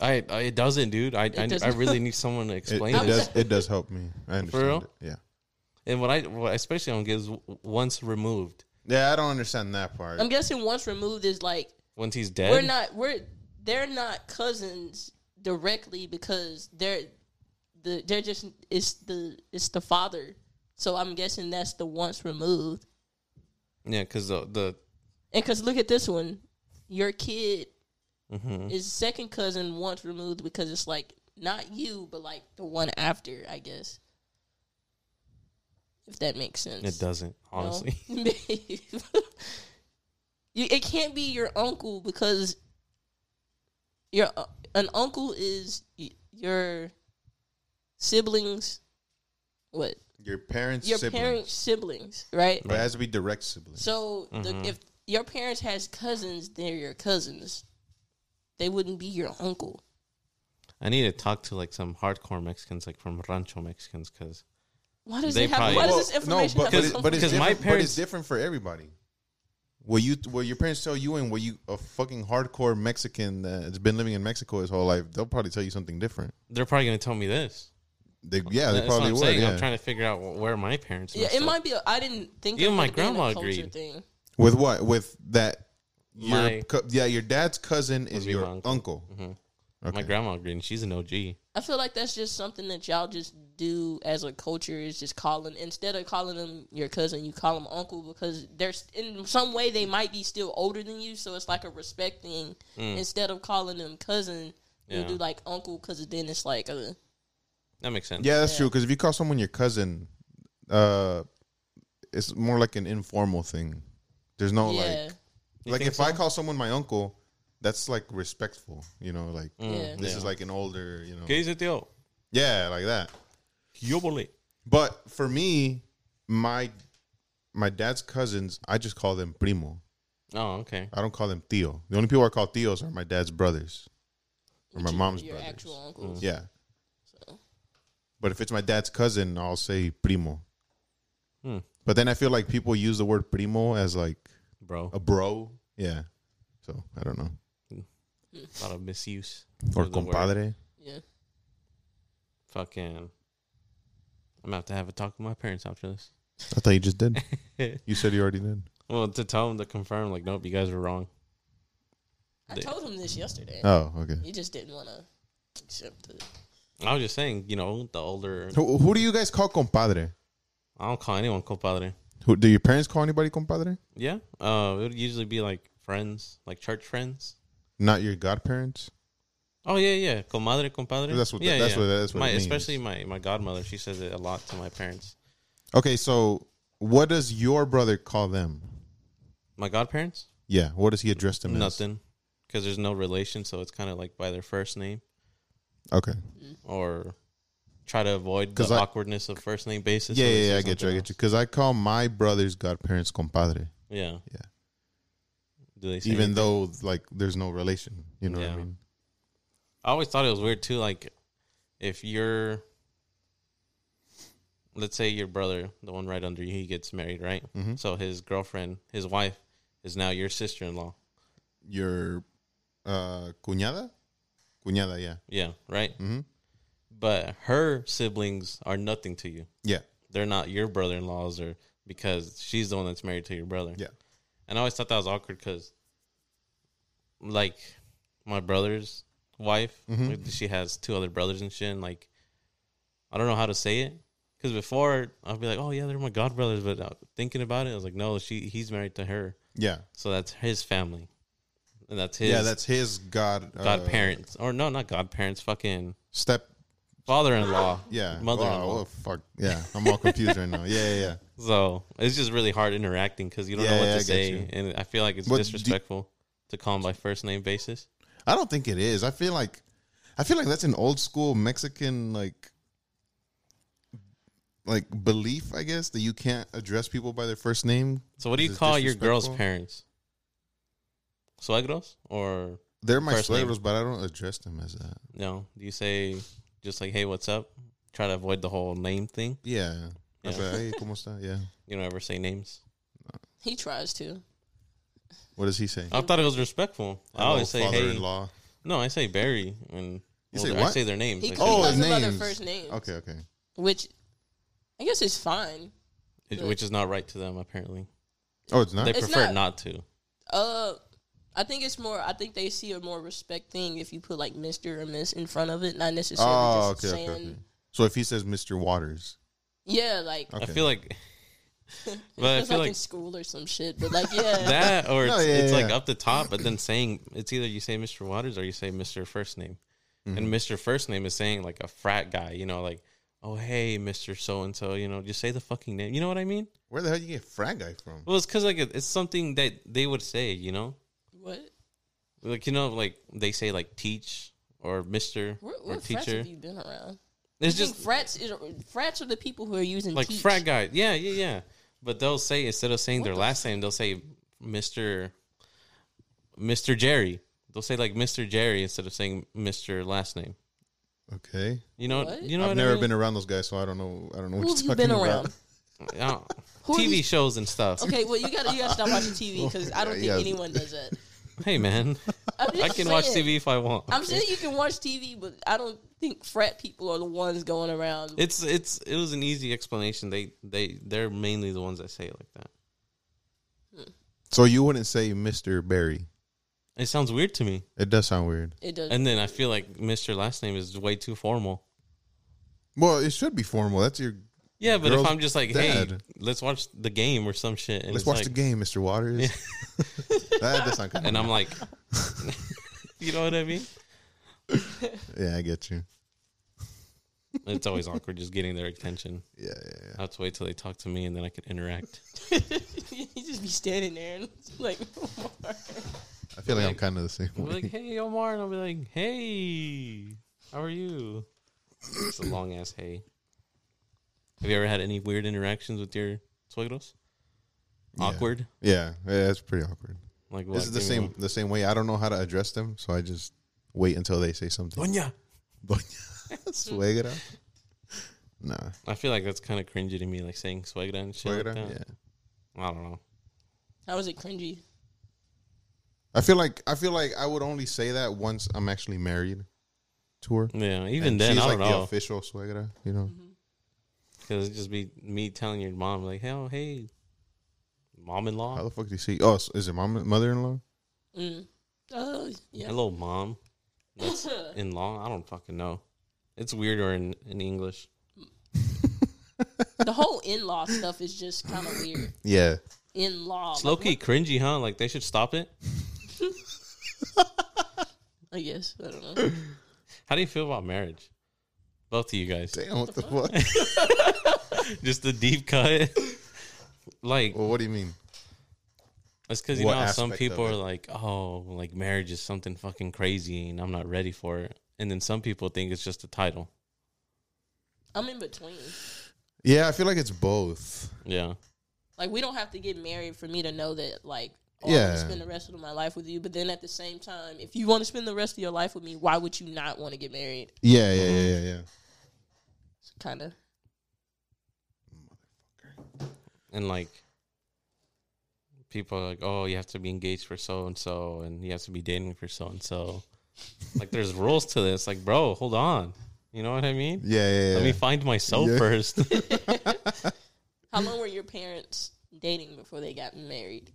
I, I it doesn't, dude. I I, I
doesn't. *laughs*
really need someone to
It,
explain
it
this.
does. It does help me. I understand.
real?
it. Yeah.
And what I what I especially don't get is w- once removed,
Yeah, I don't understand that part.
I'm guessing once removed is like
once he's dead.
we're not we're they're not cousins directly because they're the they're just it's the it's the father. So I'm guessing that's the once removed.
Yeah, because the the
And because look at this one, your kid
mhm.
is second cousin once removed because it's like not you but like the one after, I guess. If that makes sense.
it doesn't honestly.
No. *laughs* you, it can't be your uncle because your uh, an uncle is y- your siblings. What
your parents,
your
siblings,
parents' siblings, right?
but it has to be direct siblings.
So
Mm-hmm.
the, if your parents has cousins, they're your cousins. They wouldn't be your uncle.
I need to talk to like some hardcore Mexicans, like from Rancho Mexicans, because
Why does
They
it have?
probably-
why does
Well,
this information
no, but,
have
but,
to
it,
something-
but it's
Because
different,
my
but
parents-
it's different for everybody. What you what your parents tell you and what you a fucking hardcore Mexican that's been living in Mexico his whole life, they'll probably tell you something different.
they're probably gonna tell me this.
They yeah, they
That's what
probably
I'm
would.
saying.
Yeah.
I'm trying to figure out wh- where my parents.
yeah,
messed
it
up.
might be. A, I didn't think.
Even
of
my
it being a
grandma
culture
agreed.
Thing.
With what? With that your
My-
co- yeah, your dad's cousin is
be
your
my
uncle.
My grandma agreed, and she's an OG.
I feel like that's just something that y'all just do as a culture is just calling instead of calling them your cousin, you call them uncle because there's in some way they might be still older than you, so it's like a respect thing.
Mm.
Instead of calling them cousin,
Yeah.
you'll do like uncle because then it's like uh,
That makes sense.
Yeah, that's
Yeah.
true. Because if you call someone your cousin, uh, it's more like an informal thing. There's no
yeah,
You
like like
think
if I call someone my uncle, that's like respectful. You know, like
Yeah.
this
Mm, yeah.
is like an older. You know,
¿Qué dice tío?
yeah, like that.
Yo volé.
But for me, my my dad's cousins, I just call them primo.
Oh, okay.
I don't call them tío. The only people I call tíos are my dad's brothers or my
your-
mom's
your
brothers.
actual
Mm-hmm.
uncles.
Yeah,
So.
but if it's my dad's cousin, I'll say primo.
Hmm.
But then I feel like people use the word primo as like
Bro,
a bro. Yeah. So I don't know.
a lot of misuse.
Or
of the word.
compadre.
Yeah,
Fucking. I'm gonna have to have a talk with my parents after this.
I thought you
*laughs*
just did. you said you already did.
Well, to tell them to confirm, like, nope, you guys were wrong.
I
They-
told him this yesterday.
Oh, okay.
He just didn't want to accept it.
I was just saying, you know, the older.
Who, who do you guys call compadre?
I don't call anyone compadre.
Who, do your parents call anybody compadre?
Yeah. Uh, it would usually be like friends, like church friends.
Not your godparents?
Oh yeah, yeah. Comadre, compadre.
That's what-
Yeah,
that's
yeah.
what- that's what it
my,
means.
Especially my my godmother. She says it a lot to my parents.
Okay, so what does your brother call them?
My godparents.
Yeah, what does he address them as?
Nothing, because there's no relation, so it's kind of like by their first name
Okay.
or try to avoid the
'Cause I-
awkwardness of first name basis.
Yeah,
so they
yeah,
say
yeah, I get you. I
something
get you. Because I call my brother's godparents compadre,
else. Yeah,
Yeah.
Do they say
even
even? Though-
though, like, there's no relation. You know what
Yeah.
I mean?
I always thought it was weird too. Like, if you're, let's say your brother, the one right under you, he gets married, right?
Mhm.
So his girlfriend, his wife, is now your sister-in-law.
Your uh, cuñada? Cuñada, yeah.
Yeah, right.
Mhm.
But her siblings are nothing to you.
Yeah.
They're not your brother-in-laws, or because she's the one that's married to your brother.
Yeah.
And I always thought that was awkward because, like, my brother's wife,
Mhm.
like, she has two other brothers and shit. And, like, I don't know how to say it because before I'd be like, "Oh yeah, they're my god brothers," but uh, thinking about it, I was like, "No, she he's married to her,
Yeah.
so that's his family, and that's his
yeah, that's his god uh,
godparents or no, not godparents, fucking
step.
father-in-law."
Yeah,
Mother-in-law.
Wow, oh, fuck. Yeah, I'm all confused right now. Yeah, yeah, yeah.
So it's just really hard interacting because you don't
Yeah,
know what
yeah, I
to
get
say,
you.
and I feel like it's
But do-
disrespectful to call 'em by first name basis.
I don't think it is. I feel like, I feel like that's an old school Mexican like, like belief. I guess that you can't address people by their first name.
So what do you
Is it
call your girl's
disrespectful?
parents? Suegros or
They're my
First name.
suegros, but I don't address them as that.
no? Do you say just like hey, what's up? Try to avoid the whole name thing.
Yeah. I
Yeah.
say, hey, ¿cómo está? Yeah.
You don't ever say names.
He tries to.
What does he say?
I thought it was respectful. I always say
Hello,
hey.
father-in-law.
No, I say Barry and
You
well,
say
I
what?
say their names.
He
Like,
Oh,
calls
his
them by their
names.
first names,
Okay, okay.
which I guess is fine.
it- which is not right to them apparently.
Oh, it's not.
They
It's
prefer
not-
not to.
Uh, I think it's more. I think they see a more respect thing if you put like Mister or Miss in front of it, not necessarily
Oh,
just
okay, okay,
saying.
okay. So if he says Mr. Waters,
Yeah, like
I
Okay.
feel like, *laughs* but I
it's
feel
like,
like
in school or some shit. But like, yeah,
*laughs* that or
*laughs* No,
it's,
yeah,
it's
yeah,
like
yeah.
up the top but
*clears throat*
then saying it's either you say mr waters or you say mr first name
Mm-hmm.
and mr first name is saying like a frat guy you know like oh hey mr so and so you know just say the fucking name you know what i mean
where the hell you get frat guy from?
well it's because like it- it's something that they would say you know
what?
like you know like they say like teach or mr
What,
or
what frats
teacher
have you been around?
it's
I think
just
frats. Is, frats are the people who are using
like
teach.
frat guy yeah yeah yeah but they'll say instead of saying their
the
last name they'll say mr mr jerry they'll say like mr jerry instead of saying mr last name
Okay.
You know,
What?
you know.
I've never been around those guys, so I don't know. I don't know what
Who have
you're talking
you been
about. *laughs*
around?
been around
*laughs* Who have
TV
you-
Uh, shows and stuff.
*laughs* Okay, well you gotta you gotta stop watching TV because
*laughs*
I don't think
Yeah, yeah.
anyone does that.
Hey, man,
I'm *laughs* just
I can watch
saying.
TV if I want.
I'm saying you can watch TV, but I don't think frat people are the ones going around.
It's it's it was an easy explanation. They they they're mainly the ones that say it like that.
So you wouldn't say Mr. Barry.
It sounds weird to me.
It does sound weird.
It does.
And then I feel like Mr. Last Name is way too formal.
Well, it should be formal. That's your.
Yeah, but
Girl's
if I'm just like, hey,
dad.
let's watch the game or some shit, and
Let's
it's
watch
like-
the game, Mister Waters. *laughs* that does sound good.
and I'm like, *laughs* you know what I mean?
yeah, I get you.
*laughs* It's always awkward just getting their attention.
Yeah, yeah,
I have to wait till they talk to me, and then I can interact.
*laughs* you just be standing there and like, *laughs* Omar.
yeah. I feel like I'm kind of the same
I'll
way.
be like, hey, Omar, and I'll be like, hey, how are you? It's a long ass hey. Have you ever had any weird interactions with your suegros?
Yeah.
Awkward.
Yeah, yeah, it's pretty awkward.
Like what?
This is the
Give me
same
one.
the same way. I don't know how to address them, so I just wait until they say something.
Doña.
Doña *laughs*
*laughs*
suegra. Nah,
I feel like that's kind of cringy to me, like saying suegra and shit.
suegra.
Like that.
Yeah,
I don't know.
how is it cringy?
I feel like I feel like I would only say that once I'm actually married to her.
Yeah, even
And
then,
she's
I
like
don't
the
know. Mm-hmm.
official suegra. You know,
Because it'd just be me telling your mom, like, hell, hey, mom in
how
law.
the fuck do you see? Oh, so is it mom, mother-in-law?
Mm. Oh, yeah.
Hello, mom. That's in law. I don't fucking know. It's weirder in, in English.
*laughs* the whole in law stuff is just kind of weird.
Yeah,
In law,
It's low key cringy, huh? Like, they should stop it.
I guess I don't know.
How do you feel about marriage? Both of you guys.
damn, what the fuck?
*laughs* Just the deep cut. *laughs* like,
well, what do you mean?
It's because you know
what
how some
aspect of
people
it?
are like, oh, like marriage is something fucking crazy, and I'm not ready for it. And then some people think it's just a title.
I'm in between.
Yeah, I feel like it's both.
Yeah,
Like we don't have to get married for me to know that like oh, I'm
Yeah.
gonna spend the rest of my life with you. But then at the same time, if you want to spend the rest of your life with me, why would you not want to get married?
Yeah, yeah, yeah,
Mm-hmm.
yeah, yeah.
It's kind of
and like people are like, oh, you have to be engaged for so and so, and you have to be dating for so and so. Like, there's rules to this. Like, bro, hold on. You know what I mean?
Yeah, yeah, yeah.
Let me find myself
Yeah.
first. *laughs*
how long were your parents dating before they got married?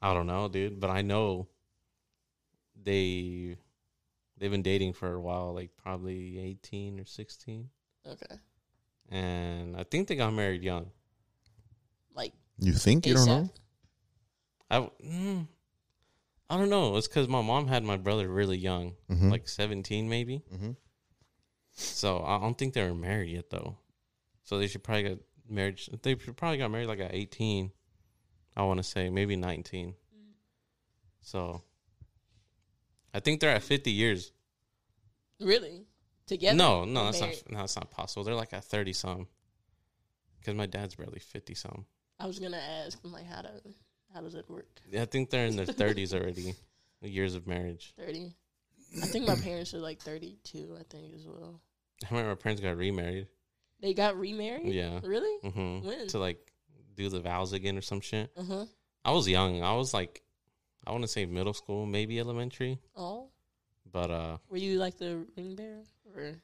I don't know, dude, but I know they they've been dating for a while, like probably 18 or 16.
Okay,
and I think they got married young.
like
you think you don't
ASAP?
know?
I w- mm, I don't know. It's because my mom had my brother really young,
Mhm.
like seventeen maybe.
Mhm.
So I don't think they were married yet though. So they should probably got married. They should probably got married like at eighteen. I want to say maybe nineteen. So I think they're at fifty years.
really together?
no, no,
Or
that's
married?
not. No, that's not possible. They're like at thirty some. Because my dad's barely fifty some.
I was gonna ask. I'm like, how do how does it work?
Yeah, I think they're in their thirties already. Years of marriage.
Thirty. I think my parents are like 32. I think as well.
I remember my parents got remarried.
They got remarried.
Yeah.
Really?
hmm
When?
To like do the vows again or some shit.
Uh huh.
I was young. I was like, I want to say middle school, maybe elementary.
Oh,
But uh,
were you like the ring bearer? Or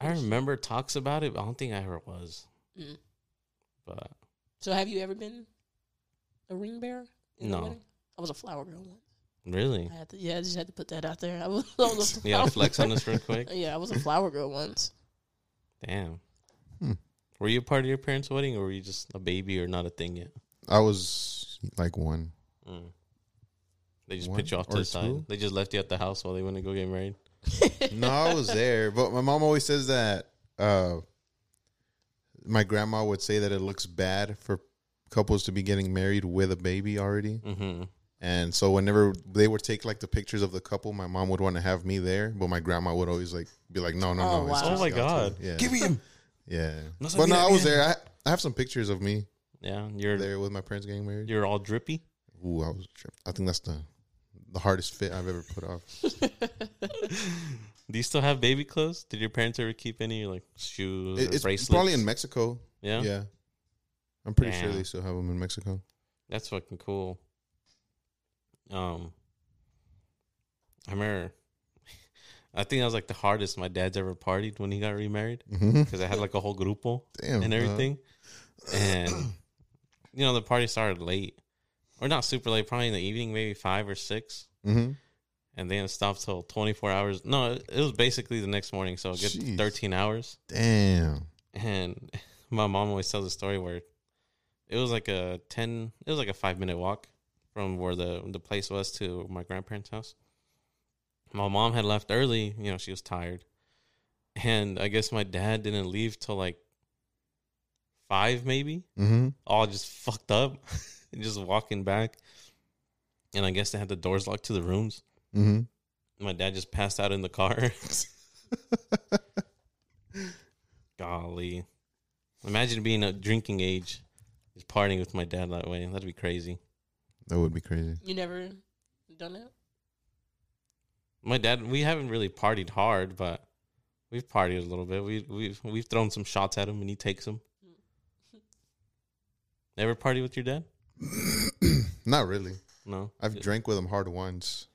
I remember talks about it, but I don't think I ever was.
Oh, Mm.
But
so have you ever been a ring bearer? a
No.
wedding? I was a flower girl once.
really,
I had to, yeah, I just had to put that out there. I was, *laughs* I
*laughs*
was a flower,
yeah, I'll flex on this real
*laughs*
quick.
yeah, I was a flower girl once. *laughs*
Damn.
Hmm.
Were you a part of your parents' wedding, or were you just a baby, or not a thing yet?
I was like one.
Mm. They just
One
put you off to
or
the side.
two?
They just left you at the house while they went to go get married.
no, I was there, but my mom always says that. Uh, my grandma would say that it looks bad for couples to be getting married with a baby already,
hmm
and so whenever they would take like the pictures of the couple, my mom would want to have me there, but my grandma would always like be like, "No, no,
Oh,
no!" it's
wow.
just
Oh my
y'all
God.
two." Yeah,
me him.
yeah.
No se
but no,
mira
I was
bien.
there. I, I have some pictures of me
Yeah, you're
there with my parents getting married.
you're all drippy.
Ooh, I was tripped. I think that's the the hardest fit I've ever put off.
Do you still have baby clothes? Did your parents ever keep any like shoes
It-
or
it's
bracelets?
probably in Mexico.
yeah?
Yeah. I'm pretty sure
Damn.
they still have them in Mexico.
that's fucking cool. Um, I remember. *laughs* I think that was like the hardest my dad's ever partied when he got remarried
Mm-hmm.
because I had like a whole grupo
Damn.
and
uh,
everything, and *clears throat* you know the party started late or not super late, probably in the evening, maybe five or six.
Mm-hmm.
and they didn't stop till 24 hours. No, it it was basically the next morning, so a good
Jeez.
13 hours.
Damn.
And *laughs* my mom always tells a story where it was like a 10, it was like a five minute walk from where the the place was to my grandparents' house. My mom had left early, you know, she was tired, and I guess my dad didn't leave till like five, maybe
Mm-hmm.
all just fucked up *laughs* and just walking back. And I guess they had the doors locked to the rooms.
Mm-hmm.
My dad just passed out in the
*laughs*
car. Golly. Imagine being a drinking age, just partying with my dad that way. That'd be crazy.
That would be crazy. *clears throat*
You never done that?
My dad, we haven't really partied hard, but we've partied a little bit. We, we've we've thrown some shots at him, and he takes them. Ever party with your dad?
Not really.
No.
I've
Did
drank with him hard once.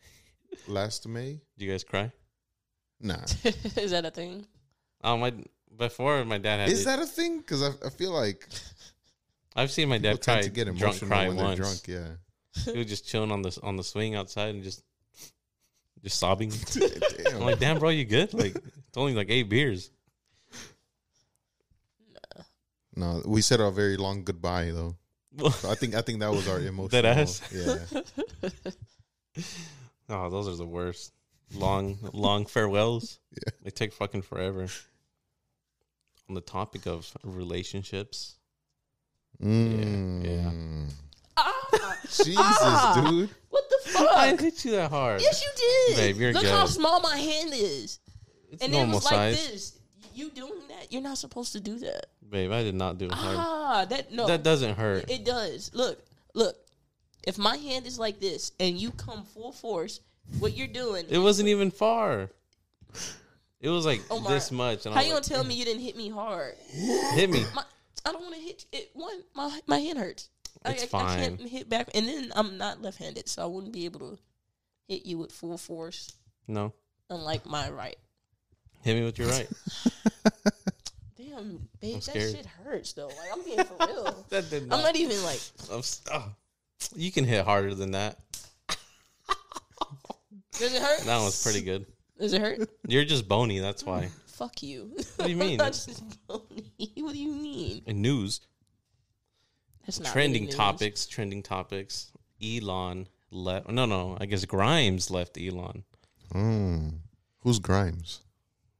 Last May?
you guys cry? *laughs*
Nah.
Is that *laughs* a thing?
Oh my! Before my dad had
Is
it-
that a thing? Because I, I
*laughs*
feel like
I've seen my
people
dad cry
tend to get
drunk
emotional
cry
when
once.
they're drunk. Yeah.
*laughs*
*laughs*
He was just chilling on the on the swing outside and just just
*laughs*
sobbing.
Damn.
I'm like, damn, bro, you good?
*laughs*
Like, it's only like eight beers. *laughs*
no, we said our very long goodbye though.
Oh,
So I think I think that
*laughs*
was our emotional.
ass?
*laughs* Yeah.
Oh, those are the worst. Long, long farewells.
Yeah.
They take fucking forever. On the topic of relationships,
Mm.
Ah,
Jesus,
Ah.
dude.
what the
I
fuck?
didn't hit you that hard.
yes, you did.
Babe, you're
Look how
good.
small my hand is,
It's
and it
normal
was like
size,
this. You doing that? You're not supposed to do that.
babe. I did not do it hard.
Ah, that no,
That doesn't hurt.
it does. Look, look. If my hand is like this, and you come full force, what you're doing?
It wasn't even far. It was like
Omar,
this much, and
how
I
you gonna
was
tell me you didn't hit me hard?
like, hit me.
my I don't want to hit it. One, my my hand hurts. I-
It's
I, I can't
fine.
hit back, and then I'm not left-handed, so I wouldn't be able to hit you with full force,
No,
unlike my right.
hit me with your
*laughs*
right.
Damn, babe, that
scared.
shit hurts though. Like I'm being for real.
*laughs* That did
I'm not even like
I'm s- oh. You can hit harder than that.
does it hurt?
That one's pretty good.
Does it hurt?
You're just bony, that's why.
Fuck you.
What do you mean?
*laughs* I'm just bony. what do you mean?
And news,
That's not
trending
really news.
topics, trending topics. Elon left. No, no, I guess Grimes left Elon.
Mm. Who's Grimes?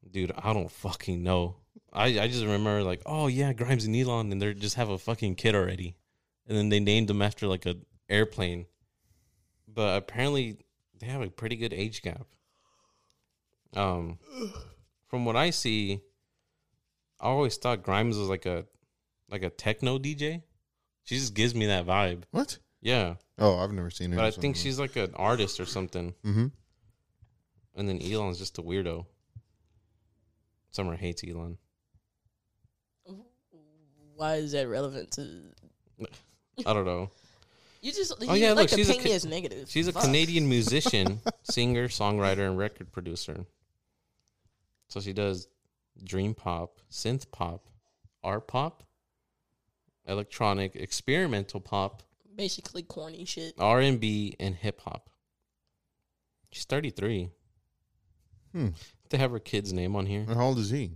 Dude, I don't fucking know. I, I just remember like, oh yeah, Grimes and Elon, and they are just have a fucking kid already, and then they named them after like a airplane. But apparently, they have a pretty good age gap. Um, from what I see, I always thought Grimes was like a like a techno DJ. She just gives me that vibe.
What?
Yeah,
Oh, I've never seen her.
but I think she's like an artist or something.
Mm-hmm.
And then Elon's just a weirdo. Summer hates Elon.
Why is that relevant to
I don't know.
you? Just you
Oh, yeah,
like
look, she's a
to paint
Ca-
me as negative.
She's a
Fuck.
Canadian
*laughs*
musician, singer, songwriter, and record producer. So she does dream pop, synth pop, art pop, electronic, experimental pop,
basically corny shit.
R and B, and hip hop. She's thirty three.
Hmm.
They have her kid's name on here.
And How old is he?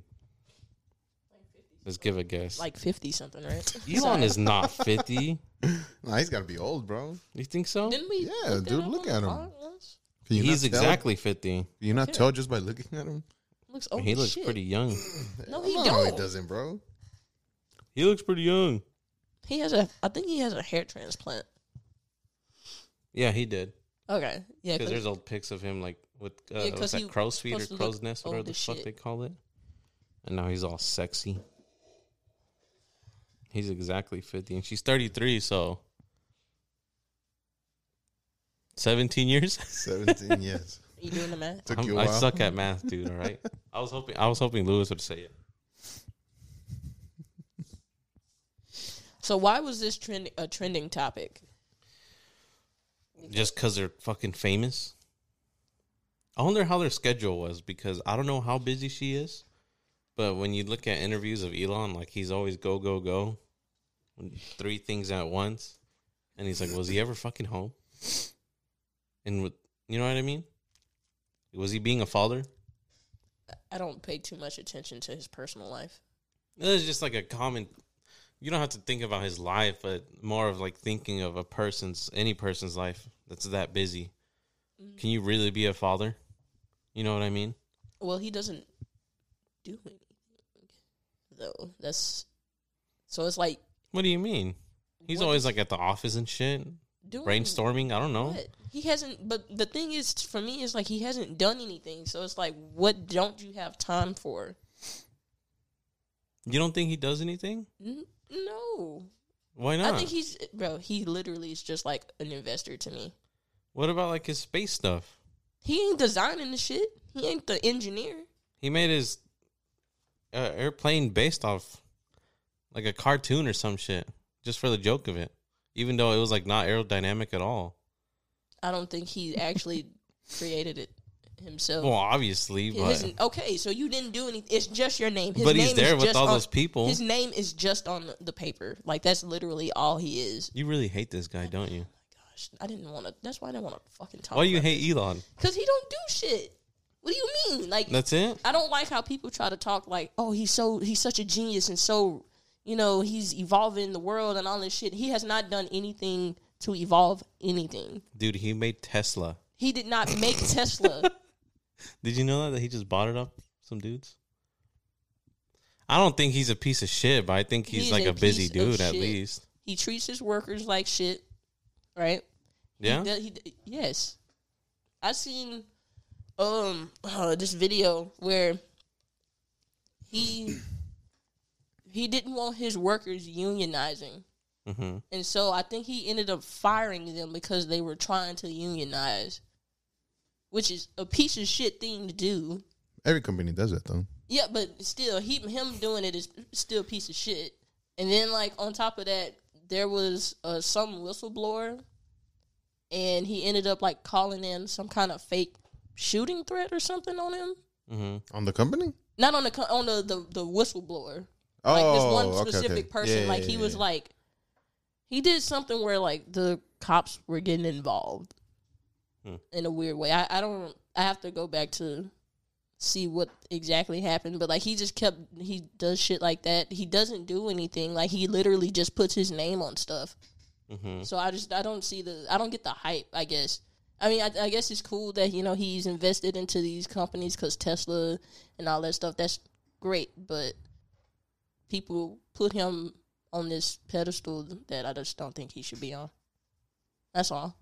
Let's give a guess.
like 50 something,
*laughs*
right?
Elon is
*laughs*
not fifty.
Nah, he's got to be old, bro.
You think so?
Didn't we?
Yeah,
look that
dude,
up
look
on
at
the
him.
podcast?
Can you
He's
not tell-
exactly fifty.
Can you not
Yeah.
tell just by looking at him?
Looks old.
he looks
shit.
pretty young.
No, he
no,
don't.
he doesn't, bro.
He looks pretty young.
He has a. I think he has a hair transplant.
Yeah, he did.
Okay. Yeah.
Because
'cause-
there's old pics of him like with uh,
Yeah, 'cause
what's
he
that crow's feet or
supposed to look
crow's nest, whatever
old
the
as
fuck
shit.
they call it. And now he's all sexy. He's exactly fifty, and she's thirty three, so seventeen years.
Seventeen, *laughs* yes.
you doing the math?
Took
I'm-
you a
I
while.
suck at math, dude. All
*laughs*
right, I was hoping I was hoping Lewis would say it.
So why was this trend a trending topic?
just because they're fucking famous. I wonder how their schedule was because I don't know how busy she is, but when you look at interviews of Elon, like he's always go go go, three things at once, and he's like, was he ever fucking home? And with You know what I mean? Was he being a father?
I don't pay too much attention to his personal life.
It was just like a common. You don't have to think about his life, but more of like thinking of a person's any person's life that's that busy.
Mm-hmm.
Can you really be a father? You know what I mean?
Well, he doesn't do anything, though. That's so it's like
What do you mean? He's
What
always like at the office and shit,
doing
brainstorming. I don't know.
What? He hasn't. But the thing is, for me, is like he hasn't done anything. So it's like, what don't you have time for?
You don't think he does anything?
N- No,
Why
I
not?
think he's bro. He literally is just like an investor to me.
what about like his space stuff?
He ain't designing the shit. He ain't the engineer.
He made his uh, airplane based off like a cartoon or some shit, just for the joke of it. Even though it was like not aerodynamic at all.
I don't think
*laughs*
he actually created it himself.
Well, obviously,
His-
but
his- okay, so you didn't do anything. It's just your name. His
but
name
he's there
is
with
just
all
on-
those people.
His name is just on the- the paper. Like that's literally all he is.
you really hate this guy, don't you?
Gosh, I didn't want to. That's why I didn't want to fucking talk.
Why do you hate Elon?
Because he don't do shit. What do you mean? Like
That's it.
I don't like how people try to talk like, oh, he's so he's such a genius and so you know he's evolving the world and all this shit. He has not done anything to evolve anything.
Dude, he made Tesla.
He did not make Tesla.
Did you know that, that he just bought it up some dudes? I don't think he's a piece of shit, but I think he's,
He's
like
a
a, busy
piece of
dude at
shit.
least.
He treats his workers like shit, right?
Yeah.
He does, he, d- yes. I seen um uh, this video where he *clears throat* he didn't want his workers unionizing.
Mm-hmm.
And so I think he ended up firing them because they were trying to unionize, which is a piece of shit thing to do.
Every company does that though.
Yeah, but still, he him doing it is still a piece of shit. And then, like on top of that, there was uh, some whistleblower, and he ended up like calling in some kind of fake shooting threat or something on him.
Mm-hmm.
On the company?
Not on the co- on the the, the whistleblower,
Oh,
like this one
okay,
specific
okay.
person.
Yeah,
like
yeah,
he
yeah,
was
yeah.
like, he did something where like the cops were getting involved
Hmm.
in a weird way. I, I don't. I have to go back to see what exactly happened, but like he just kept he does shit like that. He doesn't do anything. Like he literally just puts his name on stuff.
Mm-hmm.
So I just I don't see the I don't get the hype. I guess. I mean, I, I guess it's cool that you know he's invested into these companies because Tesla and all that stuff. That's great, but people put him on this pedestal that I just don't think he should be on. That's all.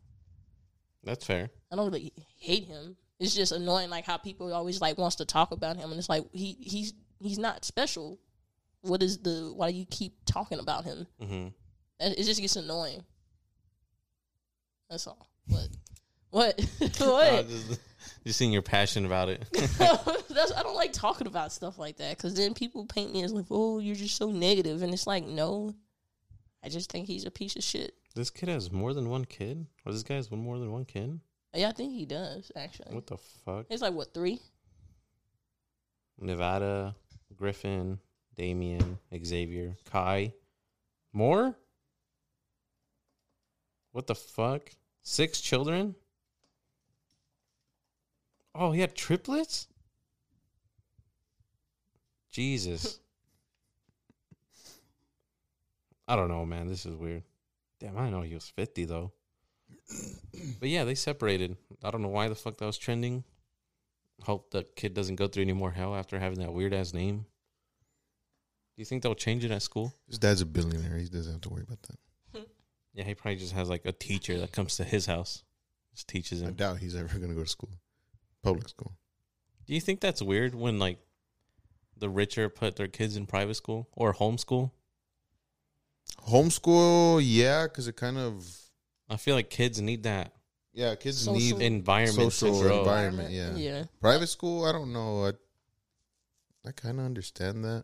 That's fair.
I don't really hate him. It's just annoying, like how people always like wants to talk about him, and it's like he he's he's not special. What is the why do you keep talking about him?
Mm-hmm.
That- It just gets annoying. That's all. What? What? *laughs*
*laughs*
what?
just, just seeing your passion about it. *laughs*
*laughs* That's, I don't like talking about stuff like that because then people paint me as like, oh, you're just so negative, and it's like, no, I just think he's a piece of shit.
this kid has more than one kid. Or this guy has one more than one
*laughs*
kid.
Yeah, I think he does actually.
What the fuck?
It's like what three?
Nevada, Griffin, Damien, Xavier, Kai. More? What the fuck? Six children? Oh, he had triplets? Jesus. I don't know, man. This is weird. Damn, I know he was 50, though. But yeah, they separated. I don't know why the fuck that was trending hope that kid doesn't go through any more hell after having that weird ass name. Do you think they'll change it at school?
His dad's a billionaire. He doesn't have to worry about that.
Yeah, he probably just has like a teacher that comes to his house, just teaches
I
him.
doubt he's ever gonna go to school, public school.
Do you think that's weird when like the richer put their kids in private school or homeschool?
Homeschool, yeah, because it kind of
I feel like kids need that
yeah, kids
Social-
need
environment to
Social
grow.
environment. yeah.
Yeah.
private school. I don't know. I, I kind of understand that.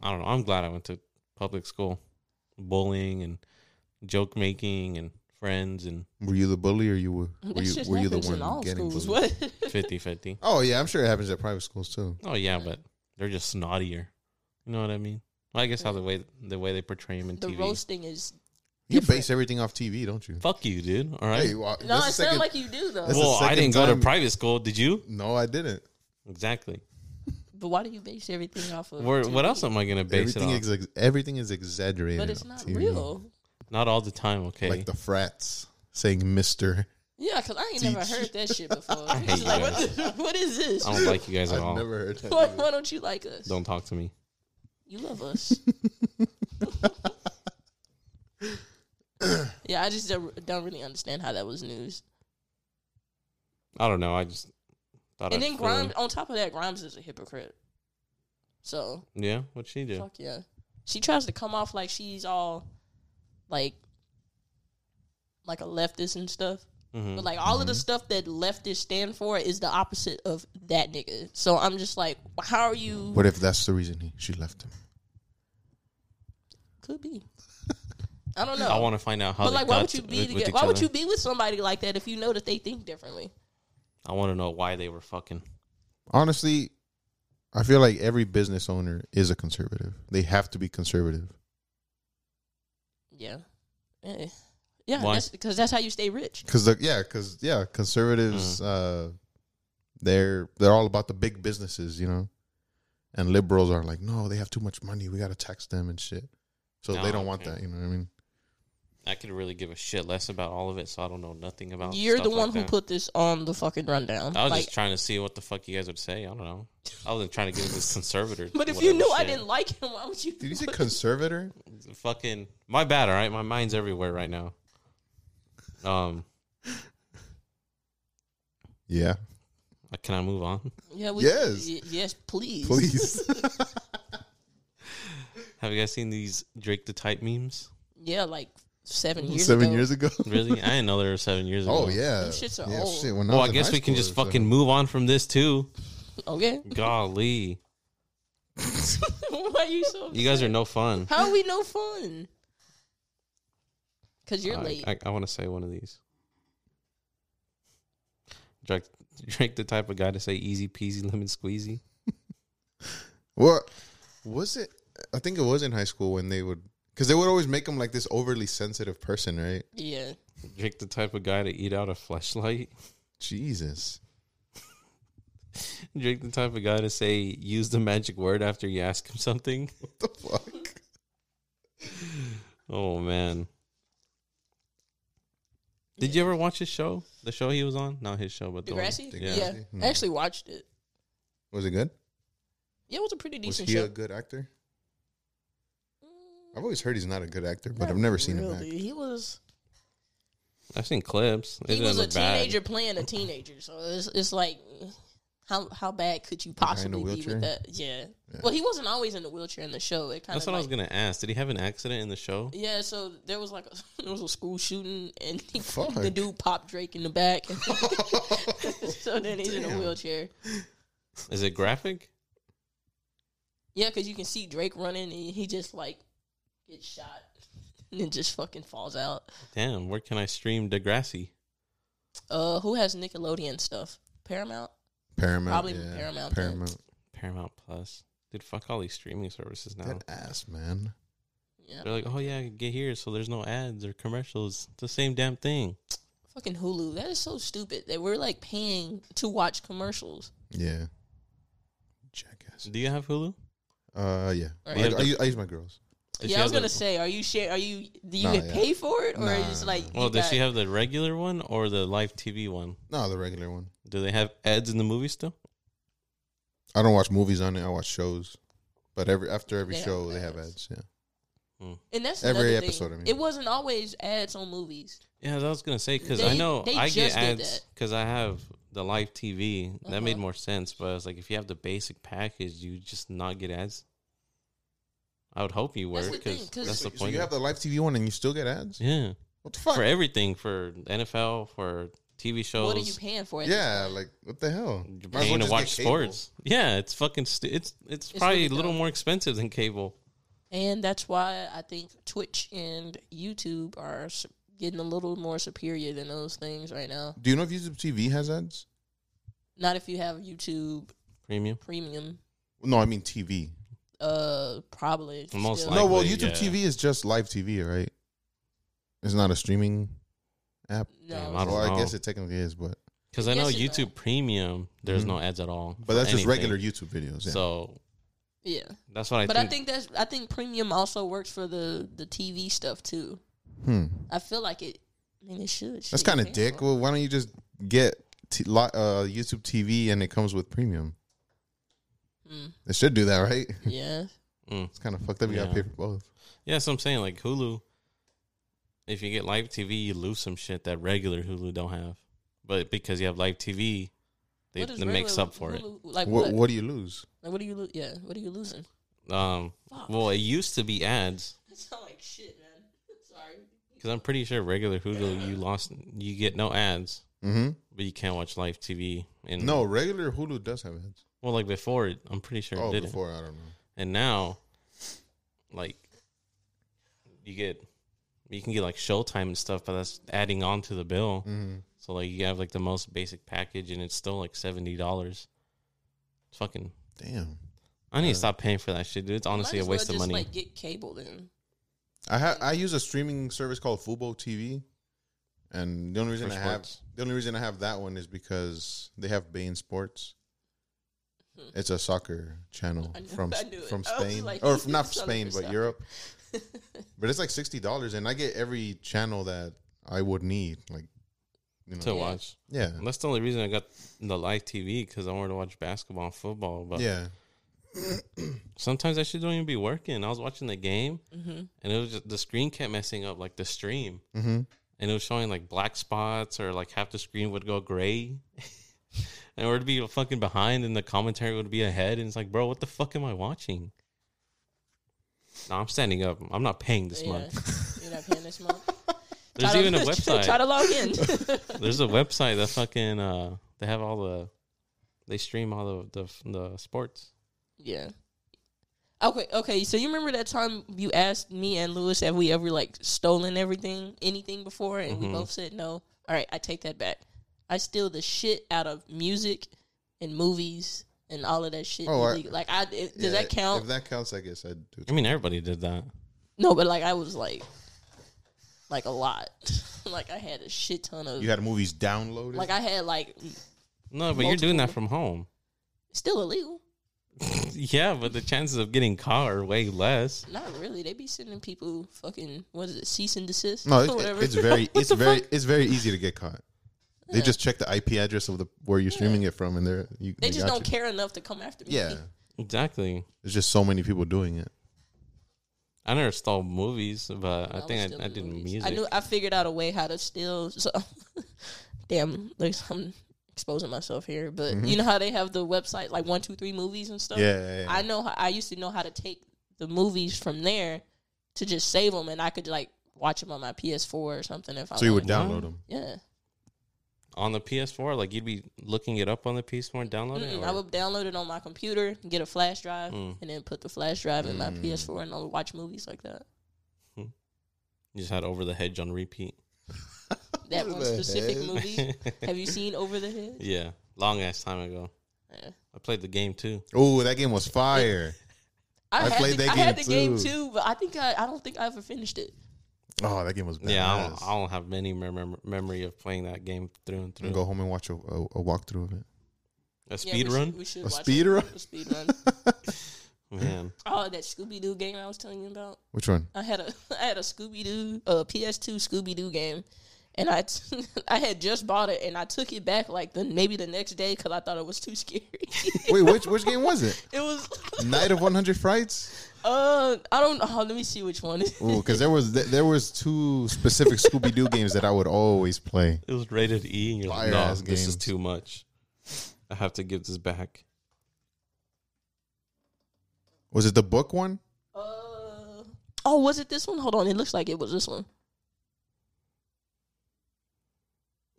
I don't know. I'm glad I went to public school. Bullying and joke making and friends and
Were you the bully or
*laughs*
you were were
That
you,
shit
were you the
happens in
one
all
getting
schools.
bullied?
*laughs* What?
50 50.
Oh yeah, I'm sure it happens at private schools too.
Oh yeah, but they're just snottier. You know what I mean? Well, I guess how the way the way they portray him in
the
TV.
roasting is
You
different.
base everything off TV, don't you?
Fuck you, dude. All right.
Hey, well, that's
No, it
the
sounds
second-
like you do though.
that's the
well, I
second
didn't go
time-
to private school. Did you?
No, I didn't.
Exactly.
But why do you base everything off of?
Where, what
TV?
else am I gonna base
everything
it on?
is ex- everything is exaggerated.
But it's
on
not
TV.
real.
Not all the time. Okay.
Like the frats saying Mister.
Yeah, cause I ain't never
Teach.
heard that
*laughs*
shit before.
I hate
It's like,
you
what, the- what is
*laughs*
this? *laughs*
I don't like you guys at all.
I've never heard that.
Why, why don't you like us?
Don't talk to me.
You love
*laughs*
us. yeah, I just don't, don't really understand how that was news.
I don't know. I just thought.
and
I'd
then
fill in.
Grimes, on top of that, Grimes is a hypocrite. So
Yeah. What she do?
fuck yeah, she tries to come off like she's all like like a leftist and stuff.
Mhm.
But like all of the stuff that leftists stand for is the opposite of that nigga. So I'm just like, how are you?
What if that's the reason he, she left him?
Could be. I don't know.
I want to find out how.
but
they
like, why would
got
you
to-
be
with- with
together?
each
Why would
other.
you be with somebody like that if you know that they think differently?
I want to know why they were fucking.
Honestly, I feel like every business owner is a conservative. They have to be conservative.
Yeah, Eh. yeah.
Why?
That's because that's how you stay rich.
Cause the, yeah, cause yeah,
Mm.
conservatives, uh, they're they're all about the big businesses, you know, and liberals are like, no, they have too much money, we gotta tax them and shit. So
Oh,
they don't want
okay.
that, you know what I mean?
I could really give a shit less about all of it, so I don't know nothing about.
You're
stuff
the one
like
who
that.
put this on the fucking rundown.
I was
Like,
just trying to see what the fuck you guys would say. I don't know. I wasn't trying to get into this conservator.
*laughs* but if you
whatever
knew I
shit.
didn't like him, why would you?
Did you say conservator?
fucking my bad. All right, my mind's everywhere right now. Um,
*laughs* Yeah,
uh, can I move on? *laughs*
Yeah, we,
Yes.
y- yes, please.
please.
Have you guys seen these Drake the Type memes?
Yeah, like seven years.
Seven
ago.
years ago.
Really? I didn't know there were seven years ago.
*laughs* Oh yeah,
Them shits are
yeah,
old.
when
Well, I
was in
guess
high
we can
school
just
or something.
fucking move on from this too.
Okay. *laughs*
Golly,
Why are you so?
you guys are no fun.
How are we no fun? Cause *laughs* you're
I-
late.
I, I want to say one of these. Drake, *laughs* Drake, the type of guy to say easy peasy lemon squeezy.
What was it? I think it was in high school when they would, because they would always make him like this overly sensitive person, right?
yeah.
Drake, the type of guy to eat out a *laughs* flashlight.
Jesus.
Drake, the type of guy to say use the magic word after you ask him something. *laughs*
What *laughs* the fuck?
Oh man. Did you ever watch his show? The show he was on? Not his show, but the one-
Degrassi.
Degrassi?
Yeah.
Hmm.
I actually watched it.
Was it good?
Yeah, it was a pretty
Was
decent
he
show.
a good actor? I've always heard he's not a good actor, but I've never seen him act.
Really, He was
I've seen clips. It
he
didn't
was a
look bad.
teenager playing a teenager, so it's, it's like how how bad could you
guy in the
possibly be
wheelchair?
with that? Yeah.
Yeah.
Well, he wasn't always in the wheelchair in the show. It kind
That's
of
what I was
like,
gonna ask. Did he have an accident in the show?
yeah. So there was like a, *laughs* there was a school shooting, and *laughs* he,
Fuck.
the dude popped Drake in the back. *laughs* so then he's in a
Damn.
wheelchair.
Is it graphic?
Yeah, because you can see Drake running, and he just like gets shot, *laughs* and then just fucking falls out.
Damn, where can I stream Degrassi?
Uh, who has Nickelodeon stuff? Paramount.
Paramount.
Probably
yeah.
Paramount, then.
Paramount.
Paramount Plus. Dude, fuck all these streaming services now.
That ass, man.
Yeah.
They're like, oh yeah, get here, so there's no ads or commercials. It's the same damn thing.
Fucking Hulu. That is so stupid that we're like paying to watch commercials.
Yeah. Jackass.
Do you have Hulu?
Uh, yeah.
Right.
I, I, use- I use my girls.
Does she
yeah, I was
have the-
gonna say, are you share? Are you do you
Nah,
get
yeah.
pay for it or
Nah,
is
nah,
like?
Well,
you
does she
got-
have the regular one or the live TV one?
No, the regular one.
Do they have ads in the movie still?
I don't watch movies on it. I watch shows. But every after every
They have
show, they have
ads.
ads. Yeah.
And that's
every
another thing.
episode, I mean.
It wasn't always ads on movies.
Yeah, I was gonna say because
They-
I know
they
I get
just did
ads because I have the live TV. That made
Uh-huh.
more sense, but I was like, if you have the basic package, you just not get ads. I would hope you
That's
were
the thing,
because
'cause-
that's the
So
point.
you have the live TV one and you still get ads?
yeah,
What the fuck?
for everything, for NFL, for TV shows,
What are you paying for? at this
Yeah,
point?
like what the hell?
you're
Might as
paying
well
to
just
watch
get cable.
sports. Yeah, it's fucking. Stu- it's, it's
It's
probably
really
a little
dumb.
more expensive than cable.
and that's why I think Twitch and YouTube are s- getting a little more superior than those things right now.
Do you know if YouTube TV has ads?
Not if you have YouTube
Premium.
Premium.
No, I mean TV.
Uh, probably.
Most
still.
likely.
no, well,
yeah.
YouTube TV is just live TV, right? It's not a streaming app.
No,
Damn,
it's-
I don't
or I
know.
guess it technically is, but
Because I know
Yes, it's
YouTube
not.
Premium, there's no ads at all.
Mm-hmm. but
for
that's just
anything.
regular YouTube videos. Yeah.
So
yeah.
that's what I
but
think.
I think that's I think premium also works for the the TV stuff too.
hmm.
I feel like it. I mean, it should. shit,
That's
you're
kind of
paying
dick.
for it.
Well, why don't you just get t- li- uh, YouTube TV and it comes with premium?
Mm,
It should do that, right?
yeah,
Mm.
It's kind of fucked up. You got to
Yeah.
pay for both.
Yeah, so I'm saying like Hulu. If you get live TV, you lose some shit that regular Hulu don't have. But because you have live TV, *laughs* they,
What is
they makes
regular
up for
Hulu- Like what?
What, what do you lose?
Like what are you? Lo- yeah, what are you losing?
it. Um,
Fuck. *laughs*
well, it used to be ads
That sound like shit, man. *laughs* Sorry.
because I'm pretty sure regular Hulu you lost you get no ads,
hmm
but you can't watch live TV. And
No, regular Hulu does have ads.
well, like before it, I'm pretty sure
oh,
it didn't.
before I don't know.
And now, like, you get you can get like Showtime and stuff, but that's adding on to the bill.
Mm-hmm.
So like you have like the most basic package and it's still like seventy dollars. It's fucking
Damn,
I need to stop paying for that shit, dude. It's honestly
Might
a
as
waste
well
of
just,
money.
Like get cable then.
I ha- I use a streaming service called Fubo TV, and the only reason
For
I
sports.
have the only reason I have that one is because they have Bain Sports. It's a soccer channel
Hmm. I knew-
from
I knew it.
from
I was
Spain
like, *laughs*
or from, not
some
Spain
other
but
stuff. *laughs*
Europe. but it's like sixty dollars, and I get every channel that I would need. Like, you know,
to
Yeah.
watch.
yeah,
That's the only reason I got the live TV because I wanted to watch basketball and football. But
yeah.
sometimes that shit don't even be working. I was watching the game
Mm-hmm.
and it was just the screen kept messing up like the stream.
Mm-hmm.
and it was showing like black spots or like half the screen would go gray *laughs* and it would be fucking behind and the commentary would be ahead and it's like bro what the fuck am i watching no i'm standing up i'm not paying this
yeah.
month
*laughs* You're not paying this month.
there's
*laughs* Try to-
even a
Try
website
to log in.
*laughs* there's a website that fucking uh they have all the they stream all the the, the sports
yeah. Okay. Okay. So you remember that time you asked me and Lewis have we ever like stolen everything, anything before, and
Mhm.
we both said no. All right, I take that back. I steal the shit out of music and movies and all of that shit.
Oh, I-
illegal. like I it- does
Yeah,
that count?
If that counts, I guess I'd do.
i mean everybody did that
no, but like I was like, like a lot. *laughs* like I had a shit ton of.
You had movies downloaded.
like I had like
no but you're doing that from home
still illegal.
yeah but the chances of getting caught are way less
Not really. They be sending people fucking what is it? Cease and desist. *laughs*
No,
or
it's,
whatever.
it's very, it's very, it's very easy to get caught. They just check the IP address of the where you're streaming it from, and they're you.
They just
got
don't care enough to come after me.
you. Yeah,
exactly
there's just so many people doing it.
I never stole movies, but I,
was
think
still
I, I
in
did
movies.
music.
I knew I figured out a way how to steal. So, *laughs* damn, like I'm exposing myself here, but you know how they have the website like one, two, three movies and stuff.
Mm-hmm. Yeah, yeah, yeah.
I know. How, I used to know how to take the movies from there to just save them, and I could like watch them on my PS4 or something if I.
so you would
wanted.
download them.
Yeah,
on the PS4, like you'd be looking it up on the PS4 and downloading it.
Mm-mm,
or-
I would download it on my computer, get a flash drive,
Mm.
and then put the flash drive in
Mm.
my PS4 and I'll watch movies like that.
You just had Over the Hedge on
*laughs*
repeat.
*laughs* That
Over
one
the *laughs*
specific
Hedge.
movie. Have you seen Over the Hedge?
*laughs* Yeah, long ass time ago.
Yeah.
I played the game too.
Oh, that game was fire.
I,
I
had
played
the,
that
I had
game
the game
too.
too, but I think I, I don't think I ever finished it.
Oh, that game was badass.
Yeah, I don't, I don't have many mem- memory of playing that game through and
I'm gonna
through.
go home and watch a, a, a walkthrough of it.
A
Yeah,
speed
we should-
run,
we should
A
watch
speed
it.
run?
A speed
*laughs*
run.
man.
oh, that Scooby Doo game I was telling you about.
Which
*laughs*
one?
I had a I had a Scooby Doo uh, PS2 Scooby Doo game, and I t- *laughs* I had just bought it and I took it back like the maybe the next day because I thought it was too scary.
Wait, which which game was it?
*laughs* it was *laughs*
Night of 100 Frights.
uh I don't know. Let me see which one.
Ooh, because there was there was two specific Scooby Doo games that I would always play.
It was rated E, and you're like,
Fire
no,
ass
this
games.
is too much. I have to give this back.
Was it the book one?
*laughs* Uh, oh, was it this one? Hold on, it looks like it was this one.